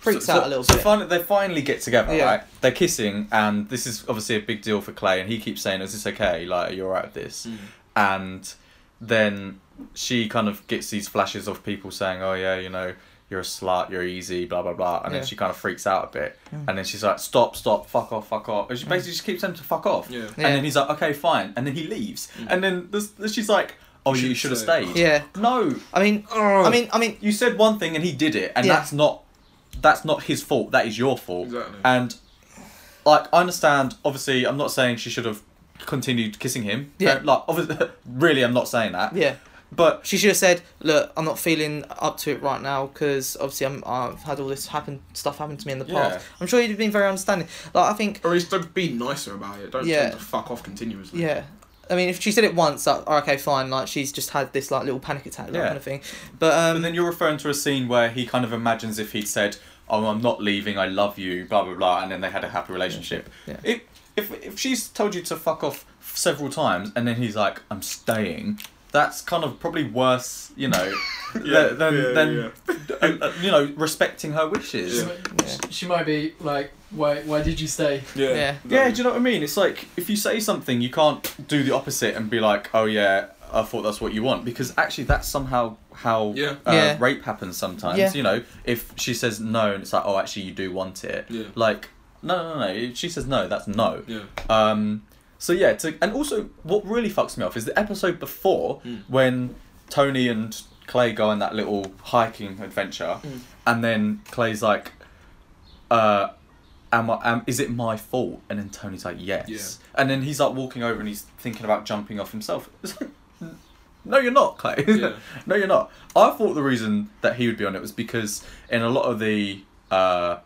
S3: freaks
S1: so,
S3: out
S1: so-
S3: a little
S1: so
S3: bit.
S1: fin- they finally get together,
S3: Yeah.
S1: right? They're kissing, and this is obviously a big deal for Clay, and he keeps saying, "Is this okay? Like, are you alright with this?"
S3: Mm.
S1: And then she kind of gets these flashes of people saying, "Oh yeah, you know, you're a slut, you're easy, blah blah blah," and
S3: Yeah.
S1: then she kind of freaks out a bit,
S3: Mm.
S1: and then she's like, "Stop, stop, fuck off, fuck off," and she basically just keeps them to fuck off,
S2: Yeah. Mm.
S1: and
S3: Yeah.
S1: then he's like, "Okay, fine," and then he leaves, and then this, she's like, "Oh, you
S2: Should've
S1: should have
S2: stayed."
S1: stayed."
S3: yeah,
S1: No,
S3: I mean,
S1: Ugh.
S3: I mean, I mean,
S1: you said one thing and he did it, and
S3: Yeah.
S1: that's not that's not his fault. That is your fault.
S2: Exactly.
S1: And like, I understand. Obviously, I'm not saying she should have continued kissing him.
S3: Yeah.
S1: Don't- Like, obviously, really, I'm not saying that.
S3: yeah.
S1: But
S3: She should have said, "Look, I'm not feeling up to it right now because obviously I'm, I've had all this happen stuff happen to me in the past."
S1: Yeah.
S3: I'm sure you'd have been very understanding. Like I think,
S2: Or at least don't be nicer about it. Don't
S3: Yeah.
S2: tend to fuck off continuously.
S3: yeah. I mean, if she said it once, like, oh, okay, fine. Like she's just had this like little panic attack, like,
S1: Yeah.
S3: kind of thing. But um,
S1: and then you're referring to a scene where he kind of imagines if he'd said, "Oh, I'm not leaving. I love you." Blah blah blah, and then they had a happy relationship.
S3: Yeah.
S1: If if if she's told you to fuck off several times, and then he's like, "I'm staying." That's kind of probably worse, you know, than than,
S2: yeah,
S1: than
S2: yeah.
S1: uh, uh, you know, respecting her wishes.
S4: She,
S1: Yeah.
S4: might- she might be like, why, why did you stay?
S2: Yeah.
S3: Yeah.
S1: do you know what I mean? It's like if you say something, you can't do the opposite and be like, "Oh yeah, I thought that's what you want," because actually that's somehow how
S2: Yeah.
S1: Uh,
S3: Yeah.
S1: rape happens sometimes.
S3: Yeah.
S1: You know, if she says no and it's like, "Oh, actually you do want it,"
S2: Yeah.
S1: like, no, no, no. If she says no, that's no.
S2: Yeah.
S1: Um, so yeah, to, and also what really fucks me off is the episode before
S2: Mm.
S1: when Tony and Clay go on that little hiking adventure,
S2: Hmm.
S1: and then Clay's like, uh, "Am I? Am, is it my fault?" And then Tony's like, "Yes."
S2: Yeah.
S1: And then he's like walking over and he's thinking about jumping off himself. It's like, no, you're not, Clay.
S2: Yeah.
S1: no, you're not. I thought the reason that he would be on it was because in a lot of the uh,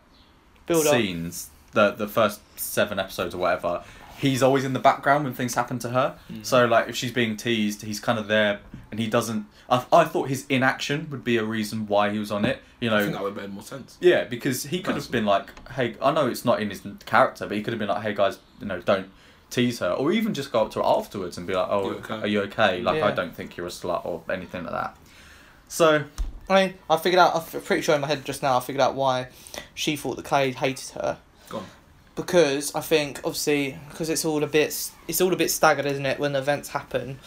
S3: build up.
S1: scenes, the the first seven episodes or whatever, he's always in the background when things happen to her.
S3: Mm.
S1: So like if she's being teased, he's kind of there, and he doesn't. I, I thought his inaction would be a reason why he was on it. You
S2: I think
S1: know.
S2: that would make more sense.
S1: Yeah, because he could have
S2: Personally.
S1: been like, "Hey, I know it's not in his character, but he could have been like, hey guys, you know, don't tease her,' or even just go up to her afterwards and be like, oh,
S2: You okay?
S1: are you okay? Like, I
S3: Yeah.
S1: don't think you're a slut or anything like that." So
S3: I mean, I figured out. I'm pretty sure in my head just now, I figured out why she thought that Clay hated her.
S2: Go on.
S3: Because I think obviously because it's all a bit it's all a bit staggered, isn't it? When events happen,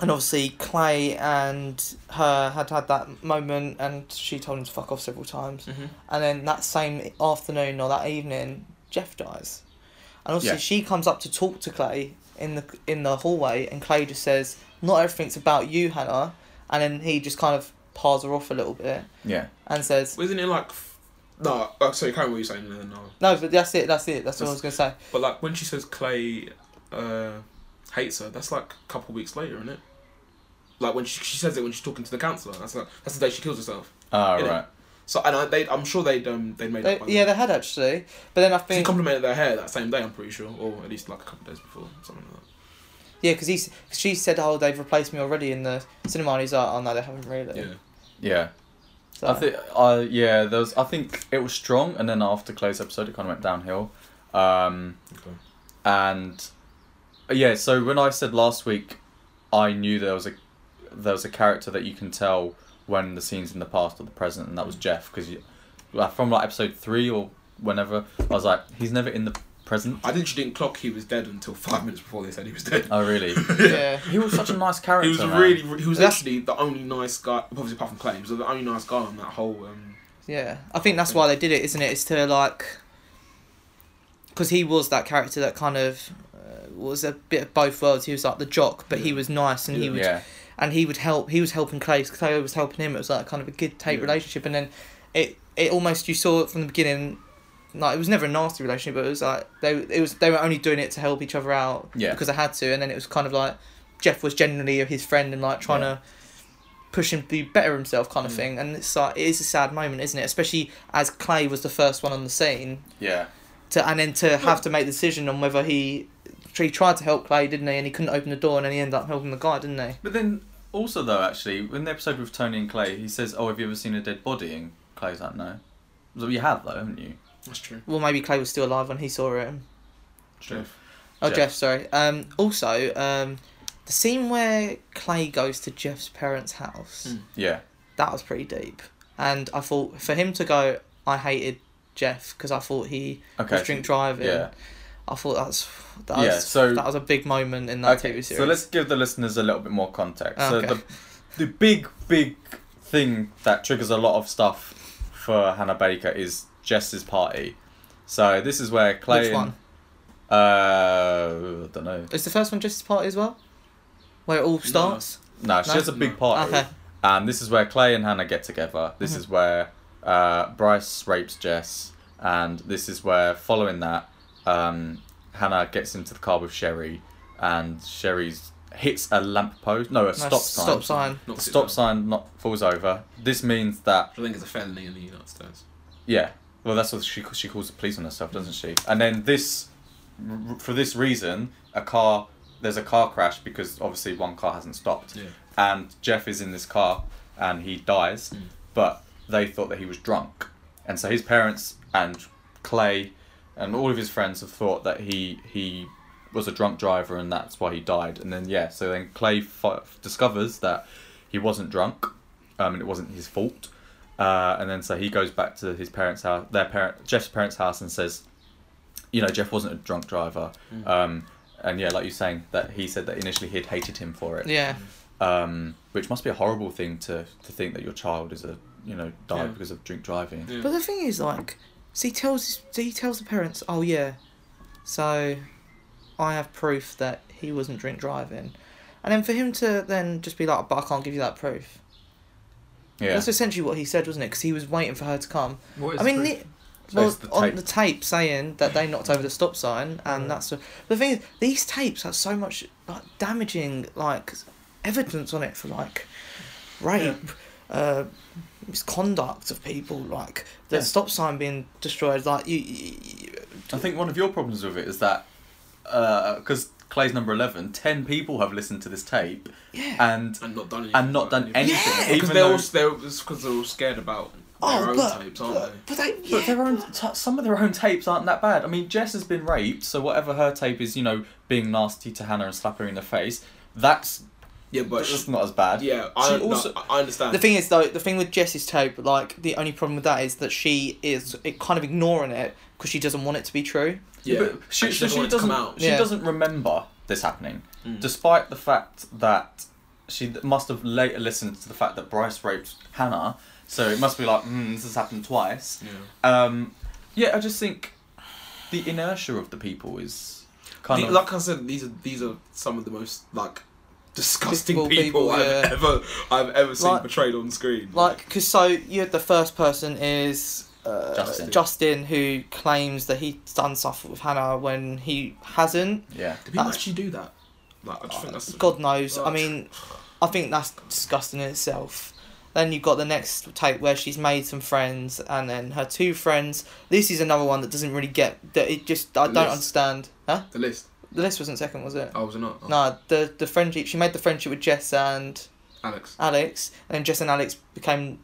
S3: and obviously Clay and her had had that moment, and she told him to fuck off several times,
S2: Mhm.
S3: and then that same afternoon or that evening, Jeff dies, and obviously
S1: Yeah.
S3: she comes up to talk to Clay in the in the hallway, and Clay just says, "Not everything's about you, Hannah," and then he just kind of pars her off a little bit
S1: yeah,
S3: and says,
S2: Well, Isn't it like. f- No, oh, sorry, can't remember what you're saying there now.
S3: "No, but that's it, that's it, that's what I was gonna say."
S2: But like when she says Clay uh, hates her, that's like a couple weeks later, isn't it? Like when she, she says it when she's talking to the counselor, that's like that's the day she kills herself.
S1: all
S2: Yeah.
S1: right,
S2: So and I, they, I'm sure they um they made
S3: They,
S2: up by
S3: yeah,
S2: then.
S3: they had actually, but then I
S2: She
S3: think
S2: complimented their hair that same day, I'm pretty sure, or at least like a couple days before, something like that.
S3: yeah, because he's she said, "Oh, they've replaced me already in the cinema," and he's like, "Oh no, they haven't really."
S2: Yeah,
S1: yeah.
S3: So,
S1: I think, uh, yeah, there was. I think it was strong, and then after close episode, it kind of went downhill. Um,
S2: Okay.
S1: and uh, yeah, so when I said last week, I knew there was a there was a character that you can tell when the scenes in the past or the present, and that was Jeff because from like episode three or whenever, I was like, he's never in the present.
S2: I literally didn't clock he was dead until five minutes before they said he was dead.
S1: Oh really?
S3: yeah,
S1: he was such a nice character.
S2: He was
S1: man.
S2: really, he was
S3: That's-
S2: literally the only nice guy, obviously apart from Clay, he was the only nice guy on that whole. Um,
S3: yeah. I think that's why they did it, isn't it? It's to like, because he was that character that kind of uh, was a bit of both worlds. He was like the jock, but he was nice, and he would
S1: Yeah,
S3: and he would help. He was helping Clay. 'cause Clay was helping him. It was like kind of a good take
S2: Yeah.
S3: relationship, and then it it almost you saw it from the beginning. Like it was never a nasty relationship, but it was like they it was they were only doing it to help each other out
S1: Yeah.
S3: because they had to, and then it was kind of like Jeff was genuinely his friend and like trying to push him to be better himself kind of thing, and it's like it is a sad moment, isn't it? Especially as Clay was the first one on the scene
S1: yeah,
S3: to and then to have to make the decision on whether he. He tried to help Clay, didn't he? And he couldn't open the door, and then he ended up helping the guy, didn't he?
S1: But then also though, actually, in the episode with Tony and Clay, he says, "Oh, have you ever seen a dead body?" And Clay's like, "No." So you have though, haven't you?
S2: that's true.
S3: Well, maybe Clay was still alive when he saw it.
S2: True.
S3: Oh,
S1: Jeff.
S3: Jeff, sorry. Um, also, um, the scene where Clay goes to
S1: Hmm.
S3: Jeff's parents' house,
S2: Mm.
S1: Yeah.
S3: that was pretty deep. And I thought for him to go, I hated Jeff because I thought he
S1: Okay.
S3: was drink driving.
S1: Yeah.
S3: I thought that's that was
S1: Yeah, so-
S3: that was a big moment in that TV series.
S1: So let's give the listeners a little bit more context. So
S3: Okay.
S1: the the big big thing that triggers a lot of stuff for Hannah Baker is Jess's party. So this is where Clay.
S3: Which
S1: and-
S3: one?
S1: Uh, I don't know.
S3: Is the first one Justice Party as well? Where it all starts?
S1: No, she
S3: No?
S1: has a big party.
S3: Okay.
S1: And Um, this is where Clay and Hannah get together. This is where uh, Bryce rapes Jess, and this is where, following that, um, Hannah gets into the car with Sherry, and Sherry's hits a lamppost. No, a stop
S3: Nice
S1: sign.
S3: Stop sign.
S1: The
S5: Knocks it
S1: stop
S5: down.
S1: sign not falls over. This means that
S5: I think it's a felony in the United States.
S1: yeah. Well, that's what she she calls the police on herself, doesn't she? And then this, r- for this reason, a car there's a car crash because obviously one car hasn't stopped,
S5: Yeah.
S1: and Jeff is in this car and he dies, but they thought that he was drunk, and so his parents and Clay, and all of his friends have thought that he he was a drunk driver and that's why he died, and then yeah, so then Clay fi- discovers that he wasn't drunk, um, and it wasn't his fault. Uh, and then so he goes back to his parents' house, their parent, Jeff's parents' house, and says, you know, Jeff wasn't a drunk driver. Um, and yeah, like you're saying, that he said that initially he'd hated him for it.
S3: Yeah.
S1: Um, which must be a horrible thing to, to think that your child is a, you know, died because of drink driving.
S5: Yeah.
S3: But the thing is, like, so he tells so he tells the parents, "Oh yeah, so I have proof that he wasn't drink driving," and then for him to then just be like, "But I can't give you that proof."
S1: Yeah.
S3: That's essentially what he said, wasn't it? Because he was waiting for her to come.
S4: What is
S3: I mean,
S4: proof?
S3: the, well,
S1: it's the Mm.
S3: on
S1: tape.
S3: the tape saying that they knocked over the stop sign, and that's the, the thing. Is, these tapes have so much like damaging like evidence on it for like rape, uh, misconduct of people, like the
S1: Yeah.
S3: stop sign being destroyed. Like you, you, you-
S1: I think one of your problems with it is that, because Clay's number 11, 10 people have listened to this tape
S3: yeah.
S1: and
S5: And not done anything.
S1: and not done
S5: anything.
S1: anything.
S3: Yeah,
S1: even
S5: Because they're,
S1: though-
S5: all, they're, because they're all scared about their
S3: oh,
S5: own
S3: but,
S5: tapes, aren't
S3: but,
S5: they?
S3: but they,
S1: But
S3: yeah,
S1: their own t- some of their own tapes aren't that bad. I mean, Jess has been raped, so whatever her tape is, you know, being nasty to Hannah and slap her in the face, that's
S5: Yeah, but
S1: that's not as bad.
S5: yeah, I,
S1: She also-
S5: no, I- I understand.
S3: The thing is, though, the thing with Jess's tape, like the only problem with that is that she is it kind of ignoring it because she doesn't want it to be true.
S5: yeah,
S1: but she,
S5: And
S1: so
S5: doesn't
S1: she
S5: want it to
S1: doesn't.
S5: come out.
S1: She
S3: Yeah.
S1: doesn't remember this happening,
S5: Mm.
S1: despite the fact that she th- must have later listened to the fact that Bryce raped Hannah. So it must be like, mm, this has happened twice.
S5: Yeah.
S1: Um, yeah, I just think the inertia of the people is kind
S5: The-
S1: of
S5: like I said, these are these are some of the most like disgusting
S3: Despicable
S5: people,
S3: people,
S5: I've
S3: yeah.
S5: ever I've ever seen
S3: Like-
S5: portrayed on screen.
S3: Like, because so you had the first person is uh,
S1: Justin.
S3: Justin, who claims that he's done stuff with Hannah when he hasn't.
S1: yeah.
S5: do people
S3: that's-
S5: actually do that? Like, I just think that's
S3: God knows. I
S5: Right.
S3: mean, I think that's disgusting in itself. Then you've got the next tape where she's made some friends, and then her two friends. This is another one that doesn't really get that. It just I
S5: The
S3: don't
S5: list.
S3: understand. Huh?
S5: the list.
S3: The list wasn't second, was it?
S5: I was it not. Oh,
S3: No, the the friendship she made the friendship with Jess and
S5: Oh, Alex.
S3: Alex, and then Jess and Alex became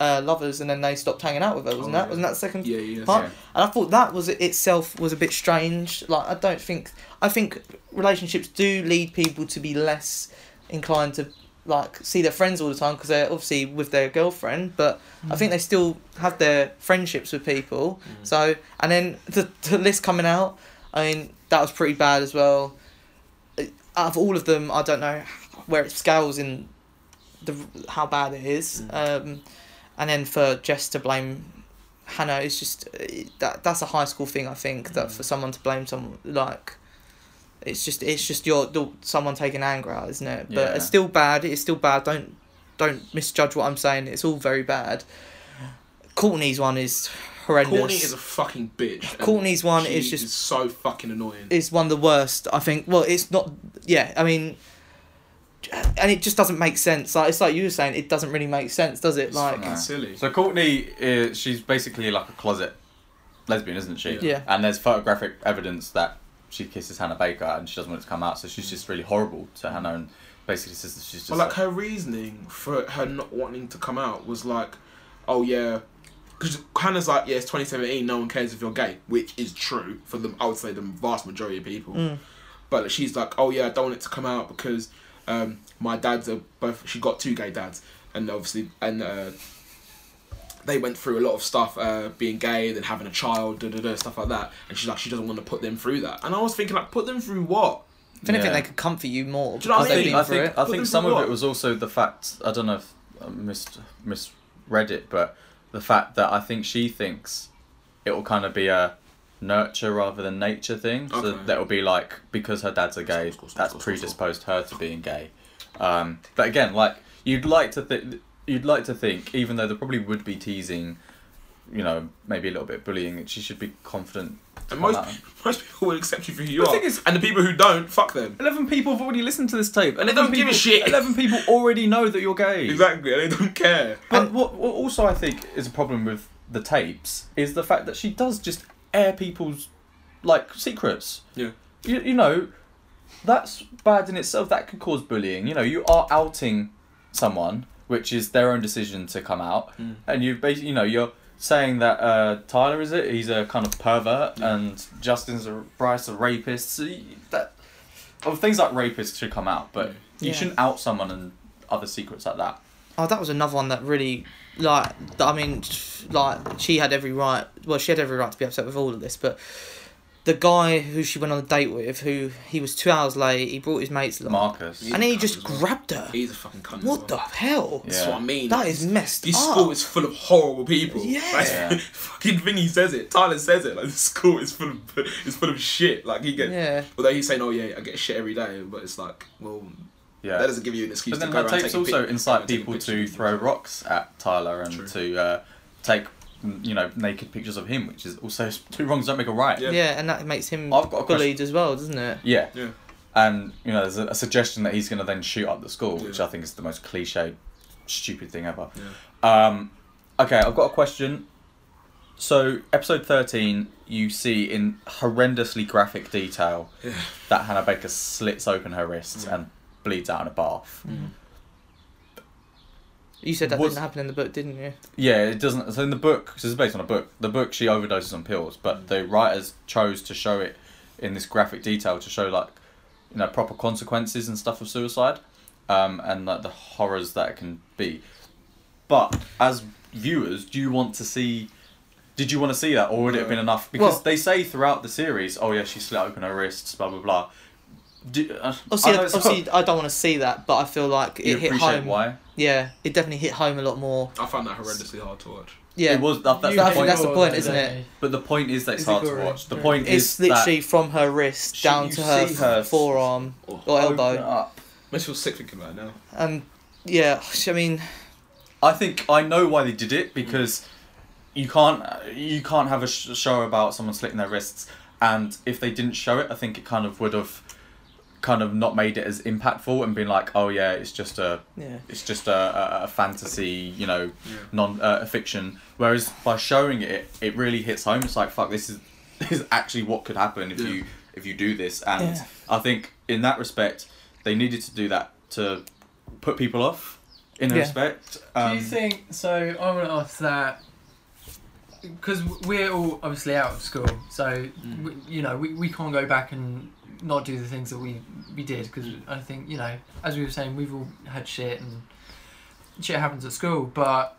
S3: uh, lovers, and then they stopped hanging out with her. Wasn't
S5: Oh,
S3: that?
S5: yeah.
S3: Wasn't that the second
S5: Yeah, yeah.
S3: part?
S1: yeah.
S3: And I thought that was itself was a bit strange. Like I don't think I think relationships do lead people to be less inclined to like see their friends all the time because they're obviously with their girlfriend, but
S5: Mm.
S3: I think they still have their friendships with people. So and then the, the list coming out, I mean that was pretty bad as well. Uh, Out of all of them, I don't know where it scales in the how bad it is.
S5: Mm.
S3: Um, and then for Jess to blame Hannah is just uh, that that's a high school thing. I think that
S5: Mm.
S3: for someone to blame someone like. It's just it's just your the, someone taking anger out, isn't it? But
S1: Yeah.
S3: it's still bad. It's still bad. Don't don't misjudge what I'm saying. It's all very bad. Courtney's one is horrendous.
S5: Courtney is a fucking bitch. and
S3: Courtney's one
S5: she
S3: is just-
S5: so fucking annoying.
S3: is one of the worst. I think. Well, it's not. Yeah, I mean, and it just doesn't make sense. Like it's like you were saying, it doesn't really make sense, does it?
S5: It's
S3: Like
S5: fucking silly.
S1: So Courtney, is, she's basically like a closet lesbian, isn't she?
S3: Yeah.
S1: And there's photographic evidence that she kisses Hannah Baker and she doesn't want it to come out, so she's just really horrible to Hannah and basically says that she's just.
S5: But like her reasoning for her not wanting to come out was like, oh yeah, because Hannah's like, yeah, it's 2017, no one cares if you're gay, which is true for them. I would say the vast majority of people.
S3: mm.
S5: But she's like, oh yeah, I don't want it to come out because um, my dads are both. She got two gay dads, and obviously, and uh, they went through a lot of stuff, uh, being gay, then having a child, da da da, stuff like that. And she's like, she doesn't want to put them through that. And I was thinking, like, put them through what?
S3: If anything,
S1: Yeah.
S3: they could comfort you more.
S5: Do you know what
S3: because
S5: I
S3: they've
S5: mean?
S3: been
S1: I
S3: through
S1: think
S3: it.
S1: I
S5: But
S1: think
S5: this
S1: some
S5: is
S1: of
S5: what-
S1: it was also the fact I don't know if I mis- misread it, but the fact that I think she thinks it will kind of be a nurture rather than nature thing. So
S5: Okay.
S1: that will be like because her dad's a gay,
S5: Of course, of
S1: that's
S5: course, of course, of
S1: predisposed her to being gay. Um, but again, like you'd like to think, you'd like to think, even though there probably would be teasing, you know, maybe a little bit bullying, she should be confident.
S5: And
S1: on
S5: most
S1: that.
S5: most people will accept you for who you
S1: The
S5: are.
S1: thing is-
S5: and the people who don't, fuck them.
S1: 11 people have already listened to this tape.
S5: And they don't
S1: 11
S5: give a
S1: people-
S5: shit.
S1: 11 people already know that you're gay.
S5: Exactly, and they don't care.
S1: But what, what also I think is a problem with the tapes is the fact that she does just air people's like secrets.
S5: Yeah.
S1: You, you know, that's bad in itself. That could cause bullying. You know, you are outing someone, which is their own decision to come out,
S5: Mm.
S1: and you basically you know you're saying that uh, Tyler is it? He's a kind of pervert, and Justin's a Bryce a rapist. So you, that. Well, things like rapists should come out, but you
S3: Yeah.
S1: shouldn't out someone and other secrets like that.
S3: Oh, that was another one that really, like, that- I mean, like, she had every right. Well, she had every right to be upset with all of this, but the guy who she went on a date with, who he was two hours late, he brought his mates along,
S1: Marcus.
S3: and then he
S5: Yeah,
S3: just
S5: as well.
S3: grabbed her.
S5: He's a fucking cunt. as
S3: What
S5: well.
S3: the hell?
S1: Yeah.
S5: That's what I mean.
S3: That is messed
S5: This
S3: up.
S5: school is full of horrible people.
S3: Yeah.
S5: That's- fucking thing he says it. Tyler says it. Like this school is full of is full of shit. Like he gets.
S3: yeah.
S5: Although he's saying, "Oh yeah, I get shit every day," but it's like, well,
S1: Yeah.
S5: that doesn't give you an
S1: But
S5: excuse.
S1: then
S5: to go
S1: her
S5: around
S1: tapes
S5: taking
S1: also
S5: pic-
S1: incite
S5: and taking
S1: people to
S5: pictures.
S1: throw rocks at Tyler and
S5: True.
S1: to uh, take, mm, you know, naked pictures of him, which is also two wrongs don't make a right.
S5: Yeah.
S3: yeah, and that makes him
S1: I've got a
S3: bullied as well, doesn't it?
S1: Yeah.
S5: Yeah.
S1: And you know, there's a, a suggestion that he's going to then shoot up the school, which
S5: Yeah.
S1: I think is the most cliche, stupid thing ever.
S5: Yeah.
S1: Um, okay, I've got a question. So, episode thirteen, you see in horrendously graphic detail that Hannah Baker slits open her wrists and bleeds out in a bath.
S3: You said that
S1: Was-
S3: didn't happen in the book, didn't you?
S1: Yeah, it doesn't. So in the book, this is based on a book. The book, she overdoses on pills, but the
S3: Mm.
S1: writers chose to show it in this graphic detail to show like, you know, proper consequences and stuff of suicide, um, and like the horrors that it can be. But as viewers, do you want to see? Did you want to see that, or would it have been enough? Because
S3: Well-
S1: they say throughout the series, "Oh yeah, she slit open her wrists," blah blah blah. Do, uh,
S3: Obviously,
S1: I
S3: I,
S1: know it's-
S3: Oh, obviously, I don't want to see that, but I feel like it
S1: you
S3: hit
S1: appreciate
S3: home.
S1: why
S3: Yeah, it definitely hit home a lot more.
S5: I found that horrendously hard to watch.
S3: Yeah,
S1: it was. That, that's
S3: You
S1: the
S3: have-
S1: point.
S3: that's the point,
S4: Today.
S3: isn't it?
S1: But the point is that it's
S4: Is it
S1: hard to
S4: gory?
S1: watch. The
S4: Yeah.
S1: point is
S3: it's literally
S1: that
S3: from her wrist
S1: She-
S3: down
S1: you
S3: to her,
S1: see her
S3: forearm
S5: Oh.
S3: or
S1: Open
S3: elbow,
S1: up.
S5: Makes me feel sick thinking about it now.
S3: and yeah, I mean,
S1: I think I know why they did it because you can't you can't have a sh- show about someone slitting their wrists, and if they didn't show it, I think it kind of would have kind of not made it as impactful and been like, oh yeah, it's just a
S3: yeah.
S1: it's just a, a, a fantasy, you know,
S5: Yeah.
S1: non uh, a fiction. Whereas by showing it, it really hits home. It's like fuck, this is this is actually what could happen if
S5: Yeah.
S1: you if you do this. And
S3: Yeah.
S1: I think in that respect, they needed to do that to put people off. In a
S3: Yeah.
S1: respect,
S4: Do
S1: um,
S4: you think so? I want to ask that because we're all obviously out of school, so we, you know we, we can't go back and not do the things that we we did because I think you know as we were saying we've all had shit and shit happens at school, but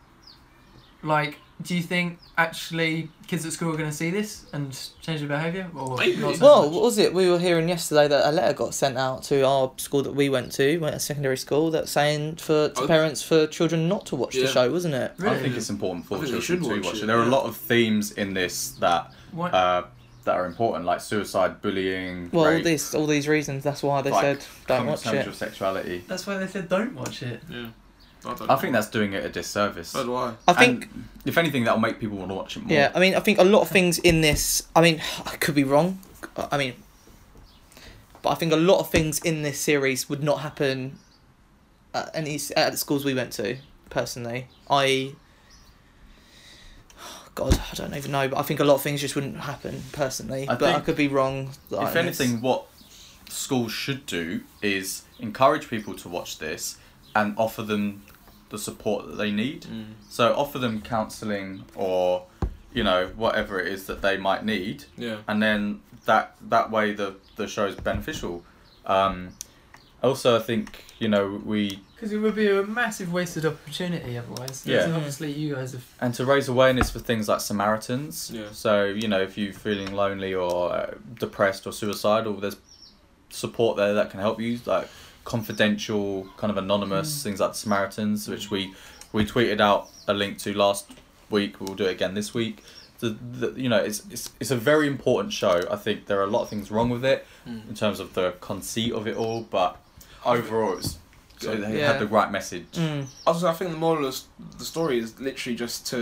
S4: like. Do you think actually kids at school are going to see this and change their behaviour? Or
S5: Maybe.
S4: not so
S3: Well,
S4: much?
S3: Oh, what was it? We were hearing yesterday that a letter got sent out to our school that we went to, went to secondary school, that saying for to
S5: Oh.
S3: parents for children not to watch
S5: Yeah.
S3: the show, wasn't it?
S1: I think it's important for
S5: I think they
S1: children
S5: should
S1: to watch,
S5: watch
S1: it.
S5: it,
S1: There are a
S5: yeah.
S1: lot of themes in this that
S4: Why-
S1: uh, that are important, like suicide, bullying,
S3: Well, all
S1: rape,
S3: this, all these reasons. That's why they
S1: Like,
S3: said don't
S1: coming to
S3: watch
S1: terms
S3: it.
S1: with sexuality.
S4: that's why they said don't watch it.
S5: Yeah. I, don't
S1: I think that's doing it a disservice.
S5: So do I.
S3: I think,
S1: And if anything, that'll make people want to watch it more.
S3: yeah. I mean, I think a lot of things in this. I mean, I could be wrong. I mean, but I think a lot of things in this series would not happen at any at the schools we went to. Personally, I. God, I don't even know, but I think a lot of things just wouldn't happen personally.
S1: I
S3: but I
S1: think-
S3: could be wrong. like,
S1: If
S3: on this.
S1: anything, what schools should do is encourage people to watch this and offer them the support that they need.
S5: mm.
S1: So offer them counselling or, you know, whatever it is that they might need.
S5: Yeah.
S1: and then that that way the the show is beneficial. Um, Also, I think you know we
S4: Because it would be a massive wasted opportunity otherwise.
S1: Yeah.
S4: Yeah. Obviously, you guys have.
S1: and to raise awareness for things like Samaritans.
S2: Yeah.
S1: So you know if you're feeling lonely or uh, depressed or suicidal, there's support there that can help you, like confidential, kind of anonymous
S5: Mm.
S1: things like Samaritans, which we we tweeted out a link to last week. We'll do it again this week. The, the, you know it's, it's it's a very important show. I think there are a lot of things wrong with it
S5: Mm.
S1: in terms of the conceit of it all, but overall it's so they
S3: Yeah.
S1: had the right message.
S3: Mm.
S5: Also, I think the moral of the story is literally just to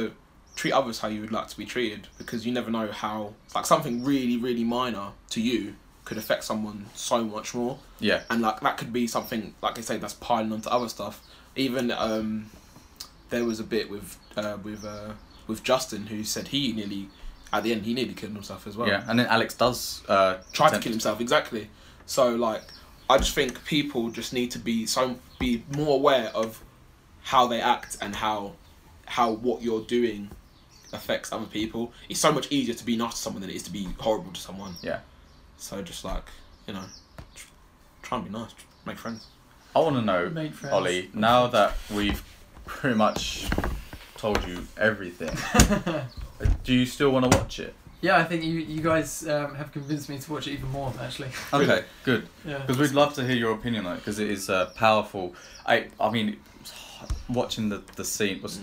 S5: treat others how you would like to be treated because you never know how like something really really minor to you could affect someone so much more
S1: Yeah,
S5: and like that could be something like I say that's piling onto other stuff. Even um, there was a bit with uh, with uh, with Justin who said he nearly at the end he nearly killed himself as well.
S1: yeah. And then Alex does uh,
S5: tried to
S1: attempt-
S5: kill himself exactly. So like I just think people just need to be so be more aware of how they act and how how what you're doing affects other people. It's so much easier to be nice to someone than it is to be horrible to someone.
S1: Yeah.
S5: So just like you know, tr- try and be nice, tr- make friends.
S1: I want to know,
S4: Make friends.
S1: Ollie. Now that we've pretty much told you everything, do you still want to watch it?
S4: Yeah, I think you, you guys um, have convinced me to watch it even more, actually.
S1: Okay, good.
S4: Yeah.
S1: Because we'd love to hear your opinion on it. Because it is uh, powerful. I, I mean, watching the the scene was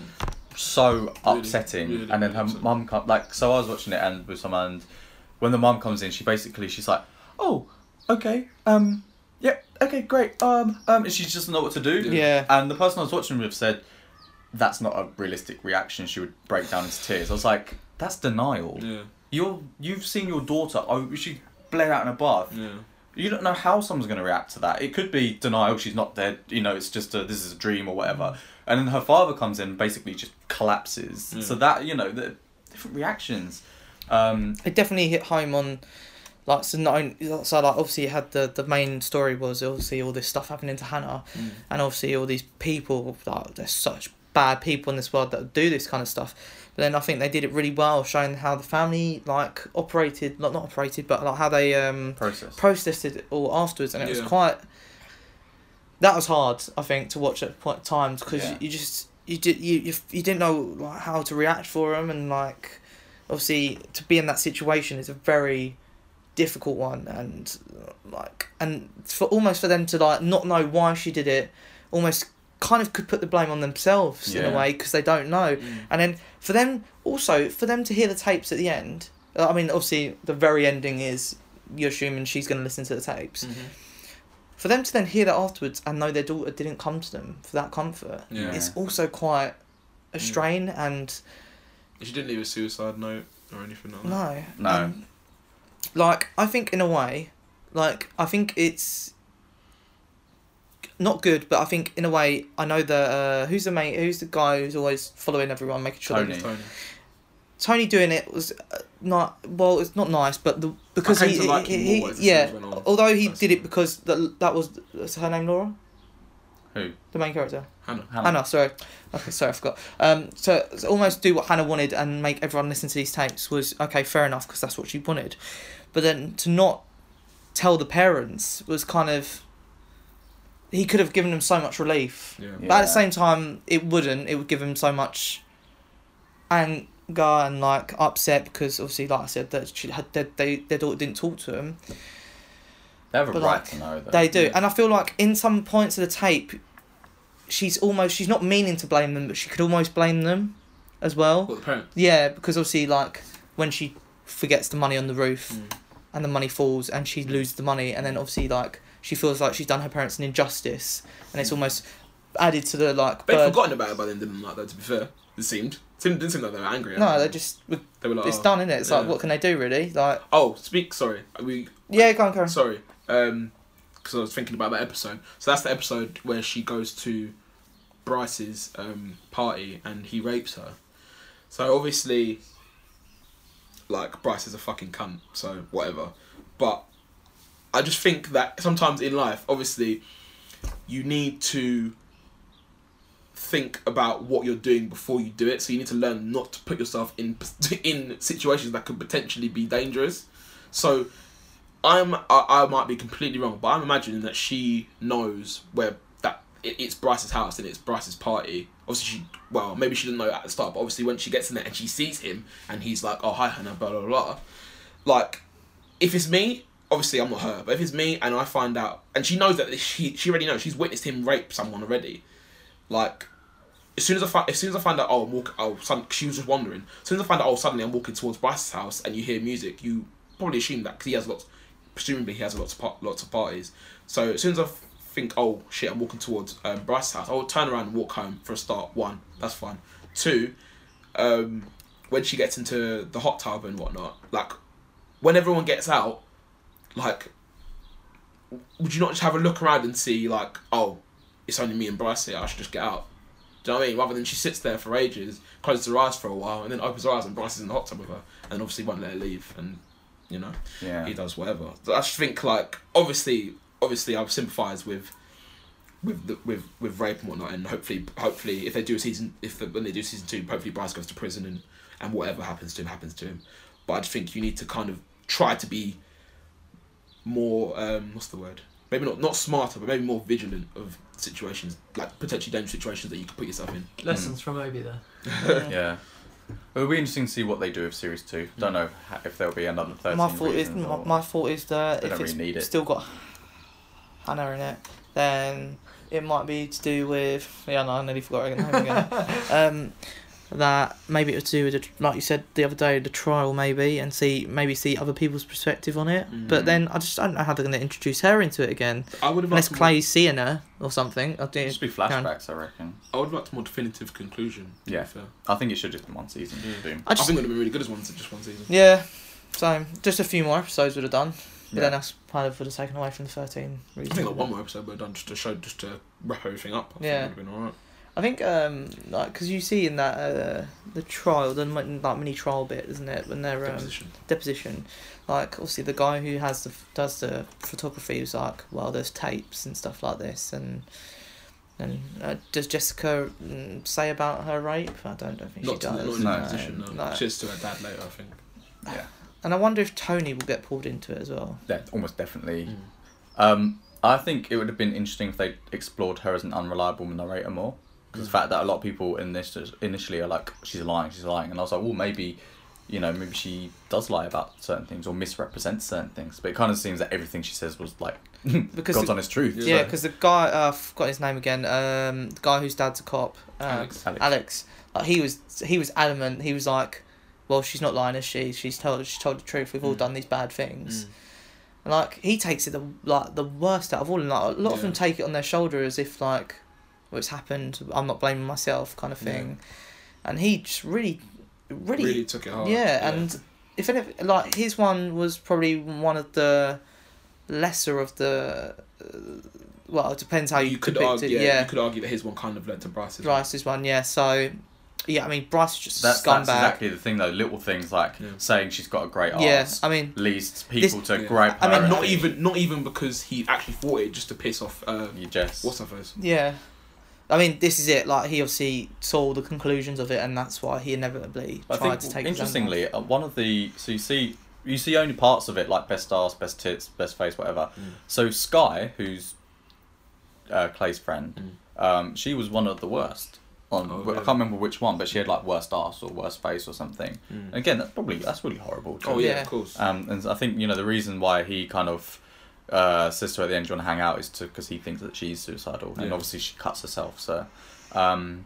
S1: so
S2: Really,
S1: upsetting.
S2: really,
S1: and then
S2: really
S1: her
S2: upsetting.
S1: mum come like so. I was watching it and with someone. And when the mum comes in, she basically she's like, "Oh, okay, um, yep, okay, great, um, um," and she just doesn't know what to do.
S3: Yeah.
S1: And the person I was watching with said, "That's not a realistic reaction." She would break down into tears. I was like, "That's denial.
S2: Yeah,
S1: You're you've seen your daughter. Oh, she bled out in a bath.
S2: yeah.
S1: You don't know how someone's going to react to that. It could be denial, she's not dead, you know, it's just a, this is a dream or whatever. And then her father comes in and basically just collapses. So that, you know, the different reactions. Um,
S3: It definitely hit home on, like, so not only, so like obviously you had the the main story was obviously all this stuff happening to Hannah, and obviously all these people like there's such bad people in this world that do this kind of stuff. But then I think they did it really well, showing how the family like operated, not not operated, but like how they um
S1: process.
S3: processed it all afterwards, and it was
S2: Yeah.
S3: quite. That was hard, I think, to watch at point times because
S1: Yeah.
S3: you just you did you, you you didn't know like how to react for them and like, obviously to be in that situation is a very difficult one and uh, like and for almost for them to like not know why she did it, almost kind of could put the blame on themselves in
S1: Yeah. Mm.
S3: a way because they don't know and then for them also for them to hear the tapes at the end uh, i mean obviously the very ending is you're assuming she's going to listen to the tapes for them to then hear that afterwards and know their daughter didn't come to them for that comfort
S2: Yeah.
S3: it's also quite
S1: Mm.
S3: a strain and
S2: She didn't leave a suicide note or anything like that.
S3: no
S1: Mm. No.
S3: um, like i think in a way like i think it's not good but i think in a way i know that uh, who's the mate who's the guy who's always following everyone making sure
S1: Tony.
S3: they Tony doing it was uh, not well. It's not nice, but the because
S2: came
S3: he,
S2: to like
S3: he-
S2: him
S3: he-
S2: more as the
S3: yeah.
S2: series went on.
S3: Although he
S2: That's
S3: did it
S2: the-
S3: because that that was that's her name, Laura.
S1: Who?
S3: The main character,
S2: Hannah.
S3: Hannah. Sorry, okay, sorry, I forgot. Um, so, so almost do what Hannah wanted and make everyone listen to these tapes was okay, fair enough, because that's what she wanted. But then to not tell the parents was kind of. He could have given them so much relief.
S2: Yeah.
S1: Yeah.
S3: But at the same time, it wouldn't. It would give him so much anger and like upset because obviously, like I said, that she had their, they, their daughter didn't talk to him.
S1: They have a
S3: But,
S1: right
S3: like,
S1: to know that.
S3: They do, and I feel like in some points of the tape, she's almost she's not meaning to blame them, but she could almost blame them as well.
S2: Well, the parent.
S3: Yeah, because obviously, like when she forgets the money on the roof,
S2: Mm.
S3: and the money falls, and she loses the money, and then obviously, like she feels like she's done her parents an injustice, and it's almost added to the like.
S5: They'd
S3: burden-
S5: forgotten about it by then, didn't like though. To be fair, it seemed. It seemed- didn't seem like they were angry. at
S3: No,
S5: all.
S3: they just were
S5: they were like,
S3: it's
S5: oh.
S3: done, is it? It's like,
S5: yeah.
S3: what can they do, really? Like,
S5: Oh, speak. Sorry, we
S3: yeah, go on, Karen.
S5: Sorry, um, because I was thinking about that episode. So that's the episode where she goes to Bryce's um, party and he rapes her. So obvususly, like Bryce is a fucking cunt. So whatever, but I just think that sometimes in life, obviously, you need to think about what you're doing before you do it. So you need to learn not to put yourself in in situations that could potentially be dangerous. So I'm I, I might be completely wrong, but I'm imagining that she knows where that it, it's Bryce's house and it's Bryce's party. Obviously, she well maybe she didn't know at the start, but obviously when she gets in there and she sees him and he's like, "Oh hi, Hannah," blah blah blah. Like, if it's me, obviously I'm not her, but if it's me and I find out, and she knows that she she already knows she's witnessed him rape someone already, like. As soon as I find, as soon as I find out, oh, I'm walk, oh, sudden, she was just wandering. As soon as I find out, oh, suddenly I'm walking towards Bryce's house, and you hear music, you probably assume that because he has lots, presumably he has lots of par- lots of parties. So as soon as I f- think, oh shit, I'm walking towards um, Bryce's house, I'll turn around and walk home for a start. One, that's fine. Two, um, when she gets into the hot tub and whatnot, like when everyone gets out, like would you not just have a look around and see like, oh, it's only me and Bryce here. I should just get out. Do you know what I mean? Rather than she sits there for ages, closes her eyes for a while, and then opens her eyes and Bryce is in the hot tub with her, and obviously won't let her leave, and you know
S1: Yeah.
S5: he does whatever. So I just think like obviously, obviously I sympathise with with the, with with rape and whatnot, and hopefully, hopefully if they do a season, if the, when they do season two, hopefully Bryce goes to prison and and whatever happens to him happens to him. But I just think you need to kind of try to be more um, what's the word? Maybe not not smarter, but maybe more vigilant of situations like potentially dangerous situations that you could put yourself in.
S4: Lessons from Obi there.
S1: Yeah. It'll be interesting to see what they do with series two. Don't know ha- if there'll be another thirteen.
S3: my fault is
S1: reasons
S3: my,
S1: or-
S3: my fault is that
S1: They
S3: if
S1: don't
S3: it's
S1: really need it.
S3: still got Hannah in it, then it might be to do with yeah. No, I nearly forgot her name again. um, that maybe it was to do with the, like you said the other day the trial maybe and see maybe see other people's perspective on it.
S1: Mm.
S3: But then I just don't know how they're going to introduce her into it again
S5: I would have
S3: unless
S5: liked more,
S3: Clay's seeing her or something. I do.
S1: just be flashbacks, I reckon.
S5: I would have liked a more definitive conclusion. to be
S1: Yeah.
S5: fair.
S1: I think it should just be one season. Boom.
S3: I
S5: I
S3: just
S5: think it would have been really good as one just one season.
S3: yeah. So just a few more episodes would have done. But
S1: Yeah.
S3: then uh, that's kind of would have taken away from the thirteen.
S5: I think
S3: Reason.
S5: like one more episode we're done just to show just to wrap everything up. I
S3: Yeah.
S5: think would have been alright.
S3: I think um like because you see in that uh, the trial the mi- like mini trial bit isn't it when they're um,
S5: Deposition.
S3: deposition like obviously the guy who has the does the photography was like well there's tapes and stuff like this and and uh, does Jessica mm, say about her rape I don't, don't think she
S5: Not, to, not
S3: does
S5: in
S1: No.
S5: that position. No.
S3: No.
S5: Cheers to her dad later. I think.
S3: and I wonder if Tony will get pulled into it as well
S1: Yeah, almost definitely.
S5: Mm.
S1: Um, I think it would have been interesting if they explored her as an unreliable narrator more. Because
S5: Mm.
S1: the fact that a lot of people in this initially are like, she's lying, she's lying, and I was like, well, maybe, you know, maybe she does lie about certain things or misrepresents certain things. But it kind of seems that everything she says was like
S3: Because
S1: God's
S3: the-
S1: honest truth.
S3: yeah because the guy uh, I forgot his name again um the guy whose dad's a cop uh,
S5: Alex.
S1: Alex.
S3: Alex, like he was, he was adamant. He was like, "Well, she's not lying, is she? She's told, she told the truth. We've all
S5: Mm.
S3: done these bad things." And like he takes it the like the worst out of all. And like a lot of them
S5: Yeah.
S3: take it on their shoulder as if like, "Well, it's happened. I'm not blaming myself," kind of thing. And he just really, really,
S5: Really took it hard.
S3: yeah, and if any, like his one was probably one of the lesser of the. Uh, well, it depends how you,
S5: you could
S3: depict
S5: argue.
S3: it.
S5: Yeah,
S3: yeah.
S5: You could argue that his one kind of led to Bryce's.
S3: Bryce's one, yeah. So, yeah, I mean, Bryce is just
S1: That's,
S3: a scumbag.
S1: that's exactly the thing, though. Little things like
S5: Yeah.
S1: saying she's got a great ass
S3: yeah, I mean,
S1: leads people to
S5: Yeah.
S1: grab her.
S3: I mean,
S5: And
S1: and
S5: not
S1: think,
S5: even not even because he actually thought it just to piss off. Uh,
S1: You just.
S5: what's her face?
S3: yeah. I mean, this is it. Like, he obviously saw the conclusions of it, and that's why he inevitably
S1: I
S3: tried
S1: think
S3: to take his own life.
S1: interestingly, uh, one of the so you see you see only parts of it like best ass, best tits, best face, whatever.
S3: Mm.
S1: So Sky, who's uh, Clay's friend,
S3: Mm.
S1: um, she was one of the worst. On
S5: Oh,
S1: I
S5: really?
S1: can't remember which one, but she had like worst ass or worst face or something. And again, that's probably that's really horrible. to-
S5: Oh yeah,
S3: Mm. Yeah.
S5: of course.
S1: Um, and I think you know the reason why he kind of uh, says to her at the end, "Do you want to hang out?" is to because he thinks that she's suicidal, and
S5: Yeah.
S1: obviously she cuts herself. So, um,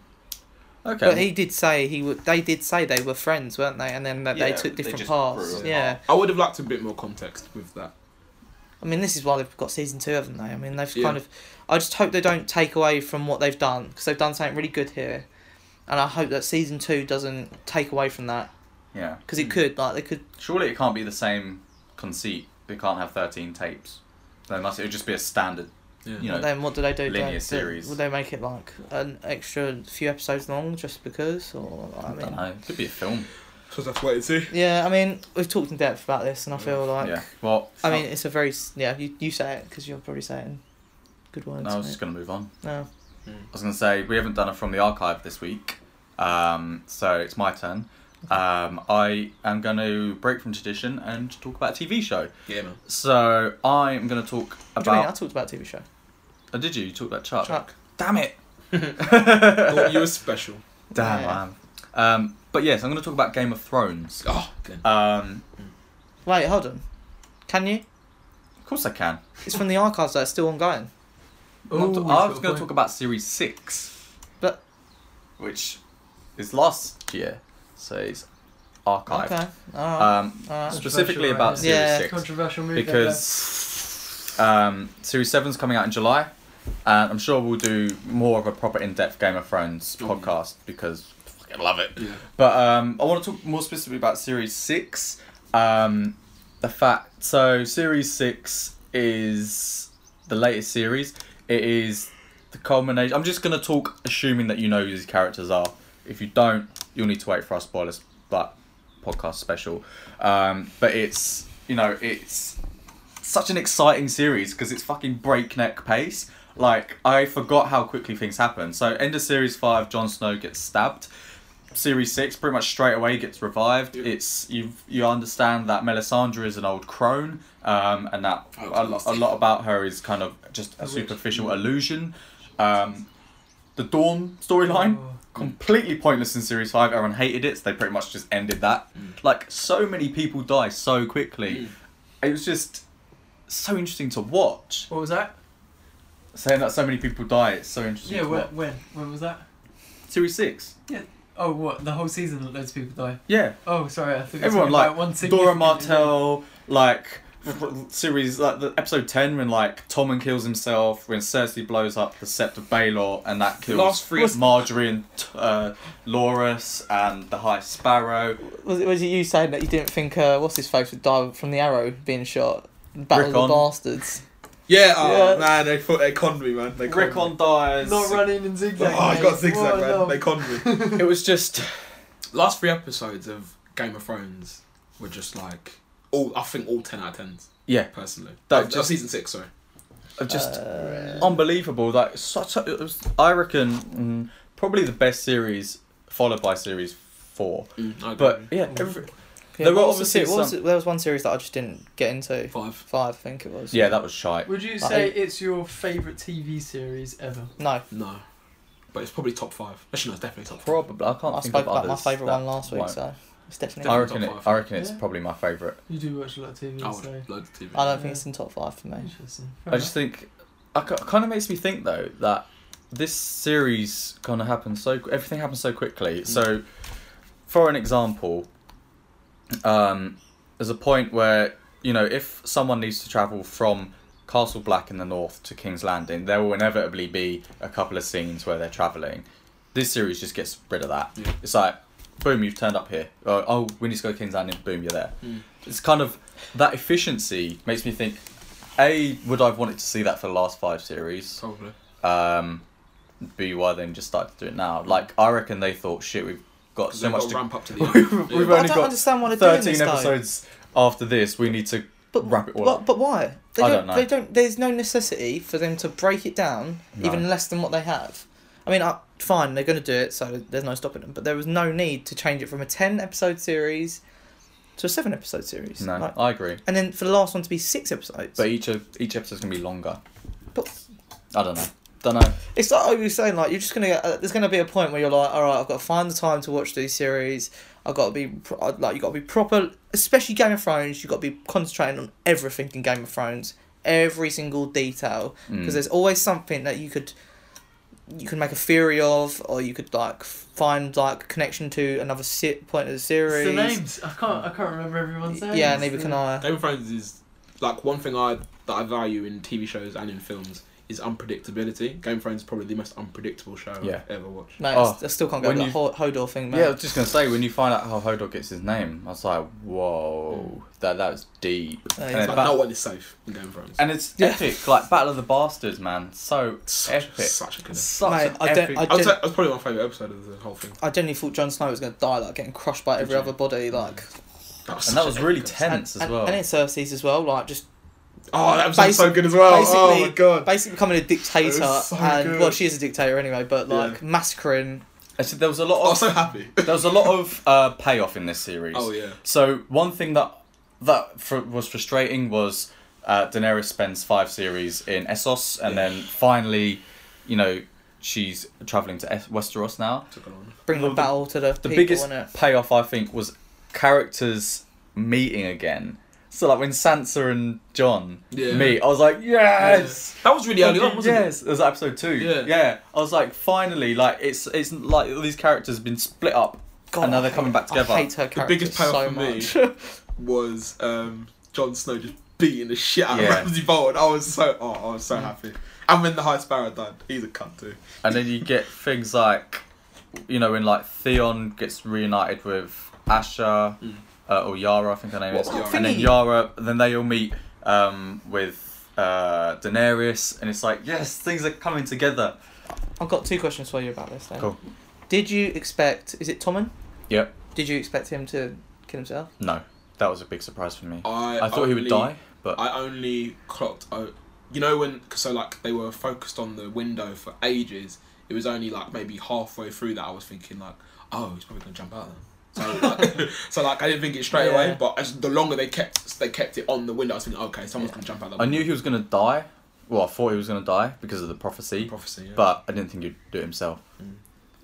S1: okay.
S3: But he did say he would. They did say they were friends, weren't they? And then that they
S1: Yeah,
S3: took
S1: they
S3: different
S1: just
S3: paths.
S1: grew
S3: Yeah.
S5: I would have liked a bit more context with that.
S3: I mean, this is why they've got season two, haven't they? I mean, they've
S5: Yeah.
S3: kind of. I just hope they don't take away from what they've done because they've done something really good here, and I hope that season two doesn't take away from that
S1: yeah.
S3: because it could. Like, they could
S1: Surely it can't be the same conceit. They can't have thirteen tapes. They must. It would just be a standard.
S5: Yeah.
S1: You know.
S3: Then what do they do?
S1: linear
S3: do,
S1: series.
S3: Would they make it like an extra few episodes long just because, or
S1: I,
S3: I
S1: don't
S3: mean,
S1: know. It could be a film.
S5: So that's wait and see.
S3: yeah, I mean, we've talked in depth about this, and I feel like,
S1: yeah. Well.
S3: I mean, it's a very s- yeah. You you say it because you're probably saying good words.
S1: oh, no, I was
S3: mate.
S1: just gonna move on.
S3: No.
S1: I was gonna say we haven't done it from the archive this week, um, so it's my turn. um, I am going to break from tradition and talk about a TV show.
S2: Yeah, man.
S1: So I am going to talk
S3: What do you mean? I
S1: about.
S3: talked about TV show.
S1: Oh, did you? You talked about Chuck.
S3: Chuck.
S1: Damn it!
S2: Thought you were special.
S1: Damn,
S3: Yeah.
S1: I am. Um, but yes, I'm going to talk about Game of Thrones.
S2: Oh, good.
S1: Um,
S3: Wait, hold on. Can you?
S1: of course I can.
S3: It's from the archives that's still ongoing.
S1: I'm
S4: Ooh,
S1: not-
S4: he's
S1: I
S4: got
S1: was going to
S4: a point.
S1: talk about series six,
S3: But
S1: which is last year, so it's archived.
S3: okay, all right.
S1: Um,
S3: all right.
S1: specifically about series
S3: Yeah.
S1: six
S4: Controversial move.
S1: because um, series seven's coming out in July, and I'm sure we'll do more of a proper in-depth Game of Thrones podcast because I fucking love it.
S2: Yeah.
S1: But um, I want to talk more specifically about series six. Um, the fact so series six is the latest series. It is the culmination. I'm just gonna talk assuming that you know who these characters are. If you don't, you'll need to wait for our spoilers, but podcast special. Um, but it's you know it's such an exciting series because it's fucking breakneck pace. Like I forgot how quickly things happen. So end of series five, Jon Snow gets stabbed. Series six, pretty much straight away, gets revived. It's you you understand that Melisandre is an old crone, um, and that
S2: Oh,
S1: a, lo- a lot about her is kind of just a superficial illusion. Um, the Dawn storyline
S4: Oh.
S1: completely pointless in series five. Everyone hated it, so they pretty much just ended that. Like so many people die so quickly. It was just so interesting to watch.
S4: What was that?
S1: Saying that so many people die, it's so interesting.
S4: Yeah,
S1: to
S4: when,
S1: watch.
S4: when? When was that?
S1: series six.
S4: Oh, what? The whole season that loads of people die.
S1: Yeah,
S4: Oh, sorry, I thought you were
S1: everyone
S4: talking
S1: like
S4: about one
S1: Dora
S4: significant event.
S1: Martell, like f- series like the episode ten when like Tommen kills himself, when Cersei blows up the Sept of Baelor, and that kills
S2: Last three-
S1: Marjorie and uh, Loras and the High Sparrow.
S3: was it was it you saying that you didn't think uh, what's his face would die from the arrow being shot? Battle of
S1: Rickon.
S3: the bastards.
S2: Yeah, oh,
S3: Yeah.
S2: man, they thought they conned me, man. They conned me.
S1: Rickon dies.
S4: Not running and
S2: Oh,
S4: zigzag.
S2: I got zigzag,
S4: Whoa,
S2: man.
S4: no.
S2: They conned me.
S1: It was just
S2: Last three episodes of Game of Thrones were just like all. I think all ten out of tens.
S1: Yeah.
S2: personally.
S1: That
S2: That just
S1: just-
S2: season six. Sorry.
S1: just
S3: Uh,
S1: unbelievable. Like such, a, it was, I reckon mm, probably the best series followed by series four.
S2: I
S1: Mm. But
S3: Mm.
S2: agree.
S1: yeah, every,
S3: yeah,
S1: there were
S3: what was the
S1: obviously
S3: se- what was
S1: some-
S3: it- there was one series that I just didn't get into.
S2: five.
S3: Five, I think it was.
S1: yeah, that was shite.
S4: Would you
S3: Like-
S4: say it's your favourite TV series ever?
S3: No,
S2: No, but it's probably top five. Actually, no, it's definitely top. Five.
S1: Probably I can't
S3: I
S1: think
S3: spoke
S1: of
S3: about my
S1: others
S3: favourite
S1: that
S3: one last week,
S1: won't.
S3: so it's definitely.
S1: I
S3: I,
S2: Definitely.
S1: reckon it,
S2: top five.
S1: I reckon it's
S4: Yeah.
S1: probably my favourite.
S4: You do watch a lot of TV,
S2: I
S4: so
S2: would loads of TV.
S3: don't think it's in top five for me.
S4: interesting.
S1: I just think I ca- kind of makes me think though that this series kind of happens so qu- everything happens so
S3: Mm.
S1: quickly. So, for an example, um, there's a point where you know if someone needs to travel from Castle Black in the north to King's Landing, there will inevitably be a couple of scenes where they're traveling. This series just gets rid of that.
S2: Yeah.
S1: It's like, boom, you've turned up here. Oh, oh, we need to go to King's Landing. Boom, you're there.
S2: Hmm.
S1: It's kind of that efficiency makes me think. A would I've wanted to see that for the last five series.
S2: Probably.
S1: Um, B why then just started to do it now. Like I reckon they thought shit. We've got
S2: 'Cause
S1: so
S2: they've
S1: much
S2: got to
S1: to.
S2: ramp up to the end.
S1: We've
S2: Yeah.
S1: only
S3: I don't
S1: got
S3: understand why they're doing
S1: Thirteen
S3: this though.
S1: episodes after this, we need to
S3: But
S1: wrap it all
S3: but,
S1: up.
S3: but why? They
S1: I
S3: don't,
S1: don't know.
S3: They don't. There's no necessity for them to break it down
S1: No.
S3: even less than what they have. I mean, uh, fine, they're going to do it, so there's no stopping them. But there was no need to change it from a ten episode series to a seven episode series.
S1: No,
S3: Like,
S1: I agree.
S3: and then for the last one to be six episodes.
S1: But each of, each episode's gonna be longer.
S3: But-
S1: I don't know. Don't know.
S3: It's like I was saying, like you're just gonna get. Uh, there's gonna be a point where you're like, all right, I've got to find the time to watch these series. I've got to be pro- uh, like, you got to be proper, especially Game of Thrones. You have got to be concentrating on everything in Game of Thrones, every single detail, because
S1: Mm.
S3: there's always something that you could, you could make a theory of, or you could like find like connection to another se- point of the
S4: It's
S3: series.
S4: the names. I can't. I can't remember everyone's names.
S3: Yeah, neither can I.
S2: Game of Thrones is like one thing I that I value in TV shows and in films is unpredictability. Game of Thrones is probably the most unpredictable show
S1: Yeah.
S2: I've ever watched.
S3: Mate,
S1: Oh,
S3: I still can't go
S1: when
S3: with the
S1: you-
S3: whole Hodor thing, man.
S1: Yeah, I was just gonna say when you find out how Hodor gets his name, I was like, whoa, that that was deep.
S3: Yeah,
S1: And then
S2: It's
S3: Hmm. Uh, he's
S2: like
S1: Bat-
S2: no one is safe in Game of Thrones.
S1: And it's
S3: Yeah.
S1: epic, like Battle of the Bastards, man. So
S2: such,
S1: epic.
S2: such a good.
S1: Such
S3: Mate,
S1: an
S3: I don't-
S1: epic.
S3: I
S2: I would
S3: did-
S2: say that was probably my favourite episode of the whole thing.
S3: I genuinely thought Jon Snow was gonna die, like getting crushed by
S2: Did
S3: every
S2: you? Mm.
S3: other body, like.
S2: That was
S1: and that
S2: such
S1: was
S2: an
S1: really
S2: epic
S1: tense as
S3: and,
S1: well.
S3: And in Cersei's as well, like just
S2: episode. Oh, that was so
S3: Basi-
S2: good as well. Oh
S3: basically-
S2: my god.
S3: basically becoming a dictator
S2: It was so
S3: and
S2: good.
S3: well she is a dictator anyway but like massacring
S1: Actually, there was a lot
S2: I
S1: of
S2: was so happy.
S1: there was a lot of uh, payoff in this series.
S2: Oh, yeah.
S1: So one thing that that fr- was frustrating was uh, Daenerys spends five series in Essos, and
S2: Yeah.
S1: then finally, you know, she's traveling to es- Westeros now.
S2: Took it on.
S3: Bring the
S1: Well, the-
S3: battle to the,
S1: The
S3: people,
S1: biggest
S3: innit?
S1: payoff, I think, was characters meeting again. So like when Sansa and John
S2: Yeah.
S1: meet, I was like, yes.
S5: That was really early
S1: Fucking
S5: on, wasn't it?
S1: yes, it was episode two.
S5: Yeah.
S1: yeah. I was like, finally, like it's it's like these characters have been split up,
S3: God,
S1: and now
S3: I
S1: they're
S3: hate-
S1: coming back together.
S3: I hate her
S2: The biggest
S3: character
S2: payoff
S3: so
S2: for me
S3: much.
S2: was um, Jon Snow just beating the shit out
S1: Yeah.
S2: of Ramsey Bolton. I was so oh, I was so happy. And when the High Sparrow died, he's a cunt too.
S1: And then you get things like, you know, when like Theon gets reunited with Asha uh, or Yara, I think her name is,
S2: What about
S1: and then
S3: Thingy?
S1: Yara, then they all meet um, with uh, Daenerys, and it's like, yes, things are coming together.
S3: I've got two questions for you about this then.
S1: Cool.
S3: Did you expect? Is it Tommen?
S1: Yep.
S3: Did you expect him to kill himself?
S1: No, that was a big surprise for me.
S2: I
S1: I thought he would
S2: only-
S1: die, but
S2: I only clocked. Oh, you know when? Cause so like they were focused on the window for ages. It was only like maybe halfway through that I was thinking like, oh, he's probably gonna jump out then. So like, so like I didn't think it straight
S3: Yeah.
S2: away, but as the longer they kept they kept it on the window, I was thinking, okay, someone's gonna jump out. That
S1: I
S2: window.
S1: knew he was gonna die. Well, I thought he was gonna die because of the prophecy.
S2: prophecy. Yeah.
S1: but I didn't think he'd do it himself.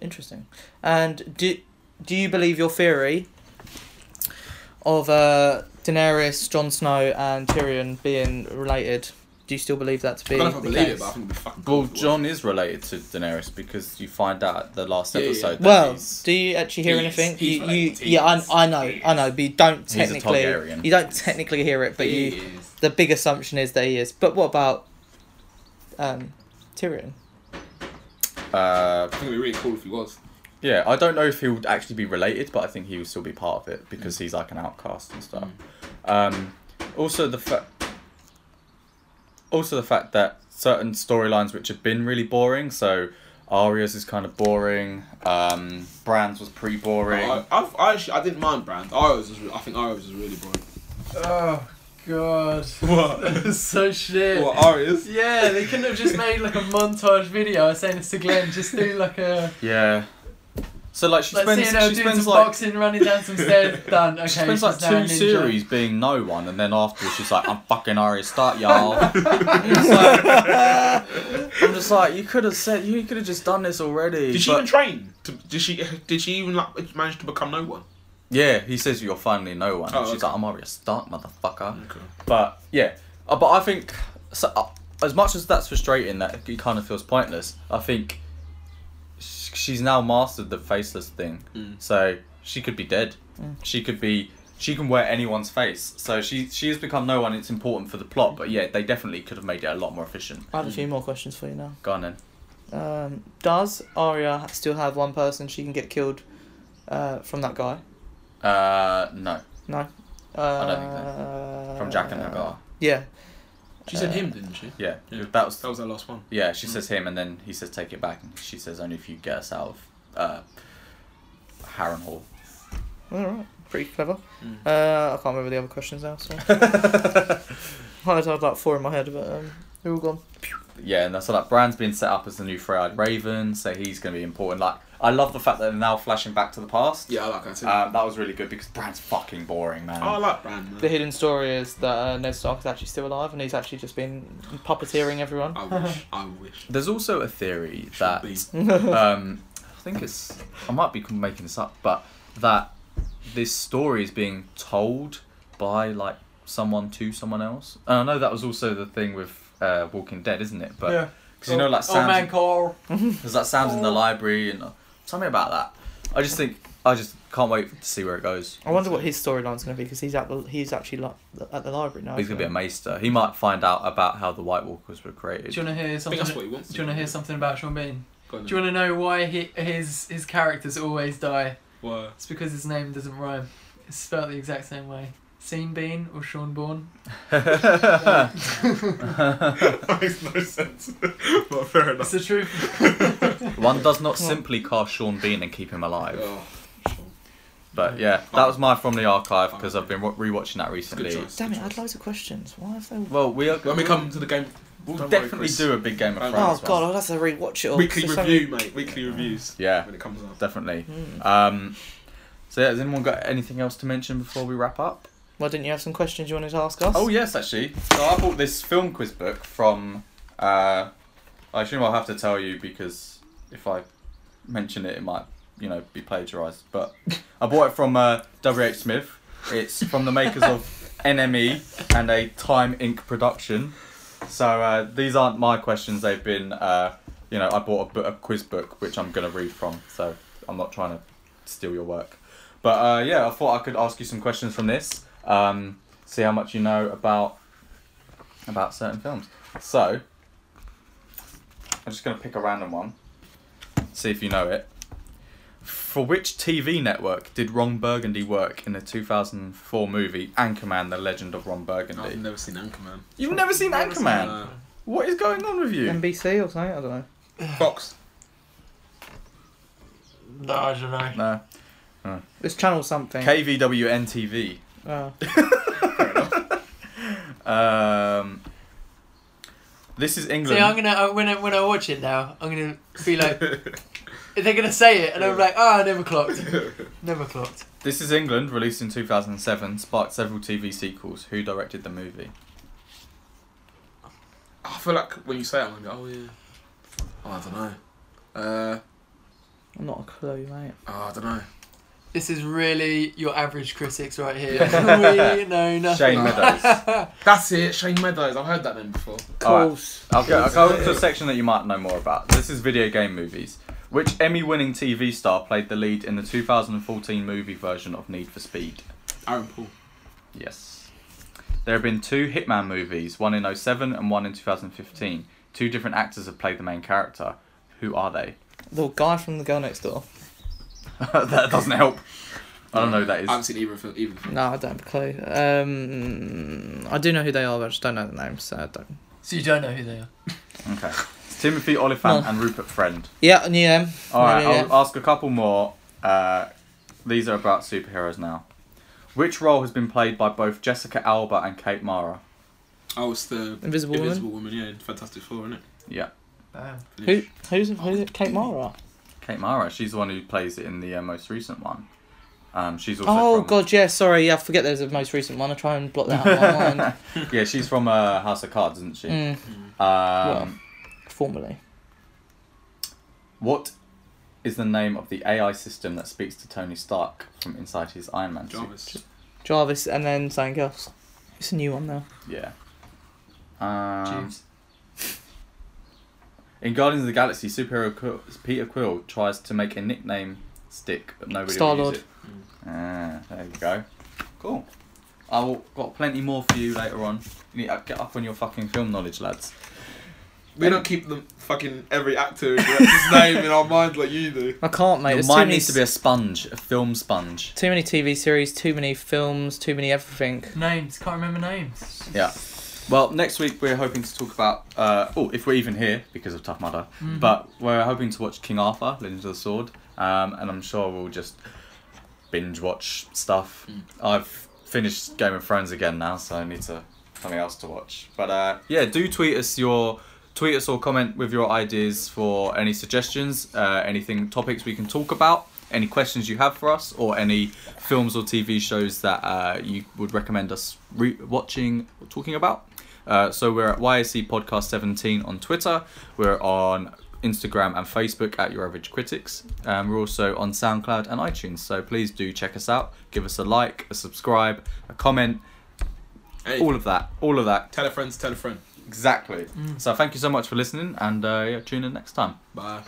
S3: Interesting. And do do you believe your theory of uh, Daenerys, Jon Snow, and Tyrion being related? Do you still believe that to be?
S2: I don't know if I
S3: the
S2: believe
S3: case?
S2: it, but I think it'd be fucking.
S1: Well,
S2: cool if it
S1: John is related to Daenerys because you find out at the last
S2: Yeah, yeah, yeah.
S1: episode. That
S3: Well,
S1: he's,
S3: do you actually hear
S2: He is-
S3: anything?
S2: he's
S3: you, you,
S2: related to
S3: yeah,
S2: Daenerys.
S3: I, I know, I know, but you don't
S1: He's a
S3: technically,
S1: Targaryen.
S3: you don't technically hear it, but
S2: He
S3: you,
S2: is.
S3: the big assumption is that he is. But what about um, Tyrion?
S1: uh,
S2: I think it'd be really cool if he was.
S1: yeah, I don't know if he would actually be related, but I think he would still be part of it because he's like an outcast and stuff. Um, also the fact, also the fact that certain storylines which have been really boring, so. Arias is kind of boring. Um, Brands was pretty boring.
S2: I, I've, I actually I didn't mind Brand. Iris was re- I think Iris was really boring.
S4: Oh god.
S2: What? oh,
S4: That was so shit.
S2: what Iris?
S4: Yeah, they couldn't have just made like a montage video saying this to Glenn, just do like a
S1: yeah. So like she
S4: like
S1: spends,
S4: seeing her
S1: she
S4: doing
S1: spends
S4: some
S1: like
S4: boxing, running down some stairs, done, okay.
S1: She spends like
S4: she's now a
S1: two
S4: ninja.
S1: series being no one, and then afterwards she's like, "I'm fucking Arya Stark, y'all." It's like- I'm just like, you could have said, you could have just done this already.
S2: Did she
S1: but-
S2: even train? To, did she? Did she even like manage to become no one?
S1: yeah, he says you're finally no one.
S2: Oh,
S1: she's
S2: okay.
S1: like, "I'm Arya Stark, motherfucker." But yeah, uh, but I think so, uh, as much as that's frustrating, that it kind of feels pointless. I think sh- she's now mastered the faceless thing,
S2: Mm.
S1: so she could be dead. She could be. She can wear anyone's face, so she she has become no one. It's important for the plot, but yeah, they definitely could have made it a lot more efficient.
S3: I have a few more questions for you now.
S1: Go on then.
S3: Um, does Arya still have one person she can get killed uh, from that guy?
S1: Uh, no,
S3: No. Uh,
S1: don't think from Jack and Hagar.
S3: Yeah.
S2: She said him, didn't she?
S1: Yeah,
S2: Yeah.
S1: that was
S2: That was our last one.
S1: yeah. She says him, and then he says take it back, and she says only if you get us out of uh, Harrenhal.
S3: All right. Pretty clever. Uh, I can't remember the other questions now. So. I had like four in my head, but um, they're all gone.
S1: Yeah, and that's like Bran's been set up as the new three-eyed Raven, so he's going to be important. Like, I love the fact that they're now flashing back to the past.
S2: Yeah, Oh. I like that too.
S1: Um, that was really good because Bran's fucking boring, man.
S2: I like Brand. Man.
S3: The hidden story is that uh, Ned Stark is actually still alive, and he's actually just been puppeteering everyone.
S2: I wish. I wish.
S1: There's also a theory
S2: Should
S1: that
S2: be.
S1: um, I think it's I might be making this up, but that this story is being told by like someone to someone else. And I know that was also the thing with uh, Walking Dead, isn't it? But
S4: Yeah.
S1: because you know, like
S4: Oh
S1: Sam's
S4: man Oh. Carl.
S1: Because that sounds in the library and uh, tell me about that. I just think I just can't wait to see where it goes.
S3: I wonder what his storyline's going to be because he's at the, he's actually like at the library now.
S1: He's gonna be a
S3: isn't he?
S1: maester. He might find out about how the White Walkers were
S4: Do
S1: created.
S4: you wanna hear
S2: I think
S4: something?
S2: that's
S4: Do
S2: what he wants.
S4: you wanna hear something about Sean Bean?
S2: Go on
S4: Do you wanna know why he, his his characters always die?
S2: then. Why?
S4: It's because his name doesn't rhyme. It's spelled the exact same way. Sean Bean or Sean Bourne?
S2: that makes no sense. but fair enough.
S4: It's the truth.
S1: One does not simply cast Sean Bean and keep him alive.
S2: Oh, sure. Mm.
S1: But yeah, that was my from the archive because I've been re- rewatching that
S2: Good
S1: recently.
S2: choice.
S3: Damn
S2: good
S3: it! I had
S2: choice.
S3: loads of questions. Why have they?
S1: Well, we are.
S2: When we come to the game,
S1: We'll
S2: Don't worry,
S1: definitely
S2: Chris.
S1: do a big Game of
S2: Don't
S1: Thrones.
S3: Oh
S1: one.
S3: god, I'll have to rewatch it all.
S2: Weekly
S3: There's Oh, so
S2: review,
S3: many-
S2: mate. Weekly reviews.
S1: Yeah.
S2: When it comes out.
S1: Definitely.
S2: Mm.
S1: Um, so yeah, has anyone got anything else to mention before we wrap up?
S3: Why didn't you have some questions you wanted to ask us?
S1: Oh yes, actually. So I bought this film quiz book from. Uh, I assume I'll have to tell you because if I mention it, it might you know be plagiarized. But I bought it from uh, W H Smith. It's from the makers of NME and a Time Inc. production. So uh, these aren't my questions. They've been uh, you know I bought a, bu- a quiz book which I'm gonna read from. So I'm not trying to steal your work. But uh, yeah, I thought I could ask you some questions from this. Um, see how much you know about about certain films. So I'm just gonna pick a random one. See if you know it. For which TV network did Ron Burgundy work in the 2004 movie Anchorman: The Legend of Ron
S2: I've
S1: Burgundy?
S2: never seen Anchorman.
S1: You've never seen Anchorman.
S2: Uh,
S1: What is going on with you?
S3: NBC or something? I don't know.
S2: Fox.
S4: No, I don't know.
S1: No.
S3: It's channel something.
S1: KVWN
S3: Oh.
S1: TV. Um, this is England.
S4: See, I'm gonna uh, when I, when I watch it now, I'm gonna be like, they're gonna say it, and I'm like, ah, oh, never clocked, never clocked.
S1: This is England, released in 2007, sparked several TV sequels. Who directed the movie?
S2: I feel like when you say it, I'm gonna go, oh yeah. Oh, I don't know. Uh,
S3: I'm not a clue, mate.
S2: oh, I don't know.
S4: This is really your average critics right here. we know nothing.
S1: Shane Meadows.
S2: That's it. Shane Meadows. I've heard that name before.
S1: Alright.
S3: Course.
S1: I'll go, I'll go to a section that you might know more about. This is video game movies. Which Emmy winning TV star played the lead in the 2014 movie version of Need for Speed?
S2: Aaron Paul.
S1: Yes. There have been two Hitman movies, one in 07 and one in 2015. Two different actors have played the main character. Who are they?
S3: The guy from the girl next door.
S1: that doesn't help. I don't know who that
S2: I haven't
S1: is.
S2: seen either of them. Either of them.
S3: No, I don't have a clue. Um, I do know who they are, but I just don't know the names, so I don't.
S4: So you don't know who they are.
S1: Okay. It's Timothy Oliphant
S3: No.
S1: and Rupert Friend.
S3: Yeah, I knew them.
S1: All right,
S3: Yeah, yeah,
S1: I'll ask a couple more. Uh, these are about superheroes now. Which role has been played by both Jessica Alba and Kate Mara?
S2: Oh, it's the
S3: Invisible,
S2: Invisible Woman. Yeah, Fantastic Four, isn't it?
S1: Yeah,
S4: Bam.
S3: Woman. Who, who's who's it? Kate Mara?
S1: Kate Mara. She's the one who plays it in the uh, most recent one. Um, she's also.
S3: Oh
S1: from-
S3: god, yeah. Sorry, yeah. I forget there's a most recent one. I try and block that out of my mind.
S1: Yeah, she's from uh, House of Cards, isn't she?
S3: Mm,
S1: Um,
S3: formerly.
S1: What is the name of the AI system that speaks to Tony Stark from inside his Iron Man suit?
S2: Jarvis.
S3: Jarvis, and then something else. It's a new one now.
S1: Yeah. Um,
S4: Jeeves.
S1: in Guardians of the Galaxy, superhero Qu- Peter Quill tries to make a nickname stick, but nobody will
S3: Star-Lord.
S1: use it. Ah, there you go. Cool. I've got plenty more for you later on. You need to get up on your fucking film knowledge, lads.
S2: We don't keep the fucking every actor and director's name in our minds like you do.
S3: I can't, mate.
S1: your
S3: There's too
S1: mind
S3: many,
S1: needs to be a sponge, a film sponge.
S3: too many TV series, too many films, too many everything.
S4: Names, can't remember names.
S1: Yeah. Well, next week we're hoping to talk about, uh, oh, if we're even here because of Tough Mudder,
S3: Mm-hmm.
S1: but we're hoping to watch King Arthur, Legends of the Sword, um, and I'm sure we'll just binge watch stuff. I've finished Game of Thrones again now, so I need to something else to watch. But uh, yeah, do tweet us your tweet us or comment with your ideas for any suggestions, uh, anything topics we can talk about, any questions you have for us, or any films or TV shows that uh, you would recommend us re- watching or talking about. Uh, so we're at YSC Podcast 17 on Twitter. We're on Instagram and Facebook at Your Average Critics. Um, we're also on SoundCloud and iTunes. So please do check us out. Give us a like, a subscribe, a comment,
S2: Hey,
S1: all of that. All of that.
S2: tell a friend to tell a friend.
S1: Exactly. So thank you so much for listening and uh, yeah, tune in next time.
S2: Bye.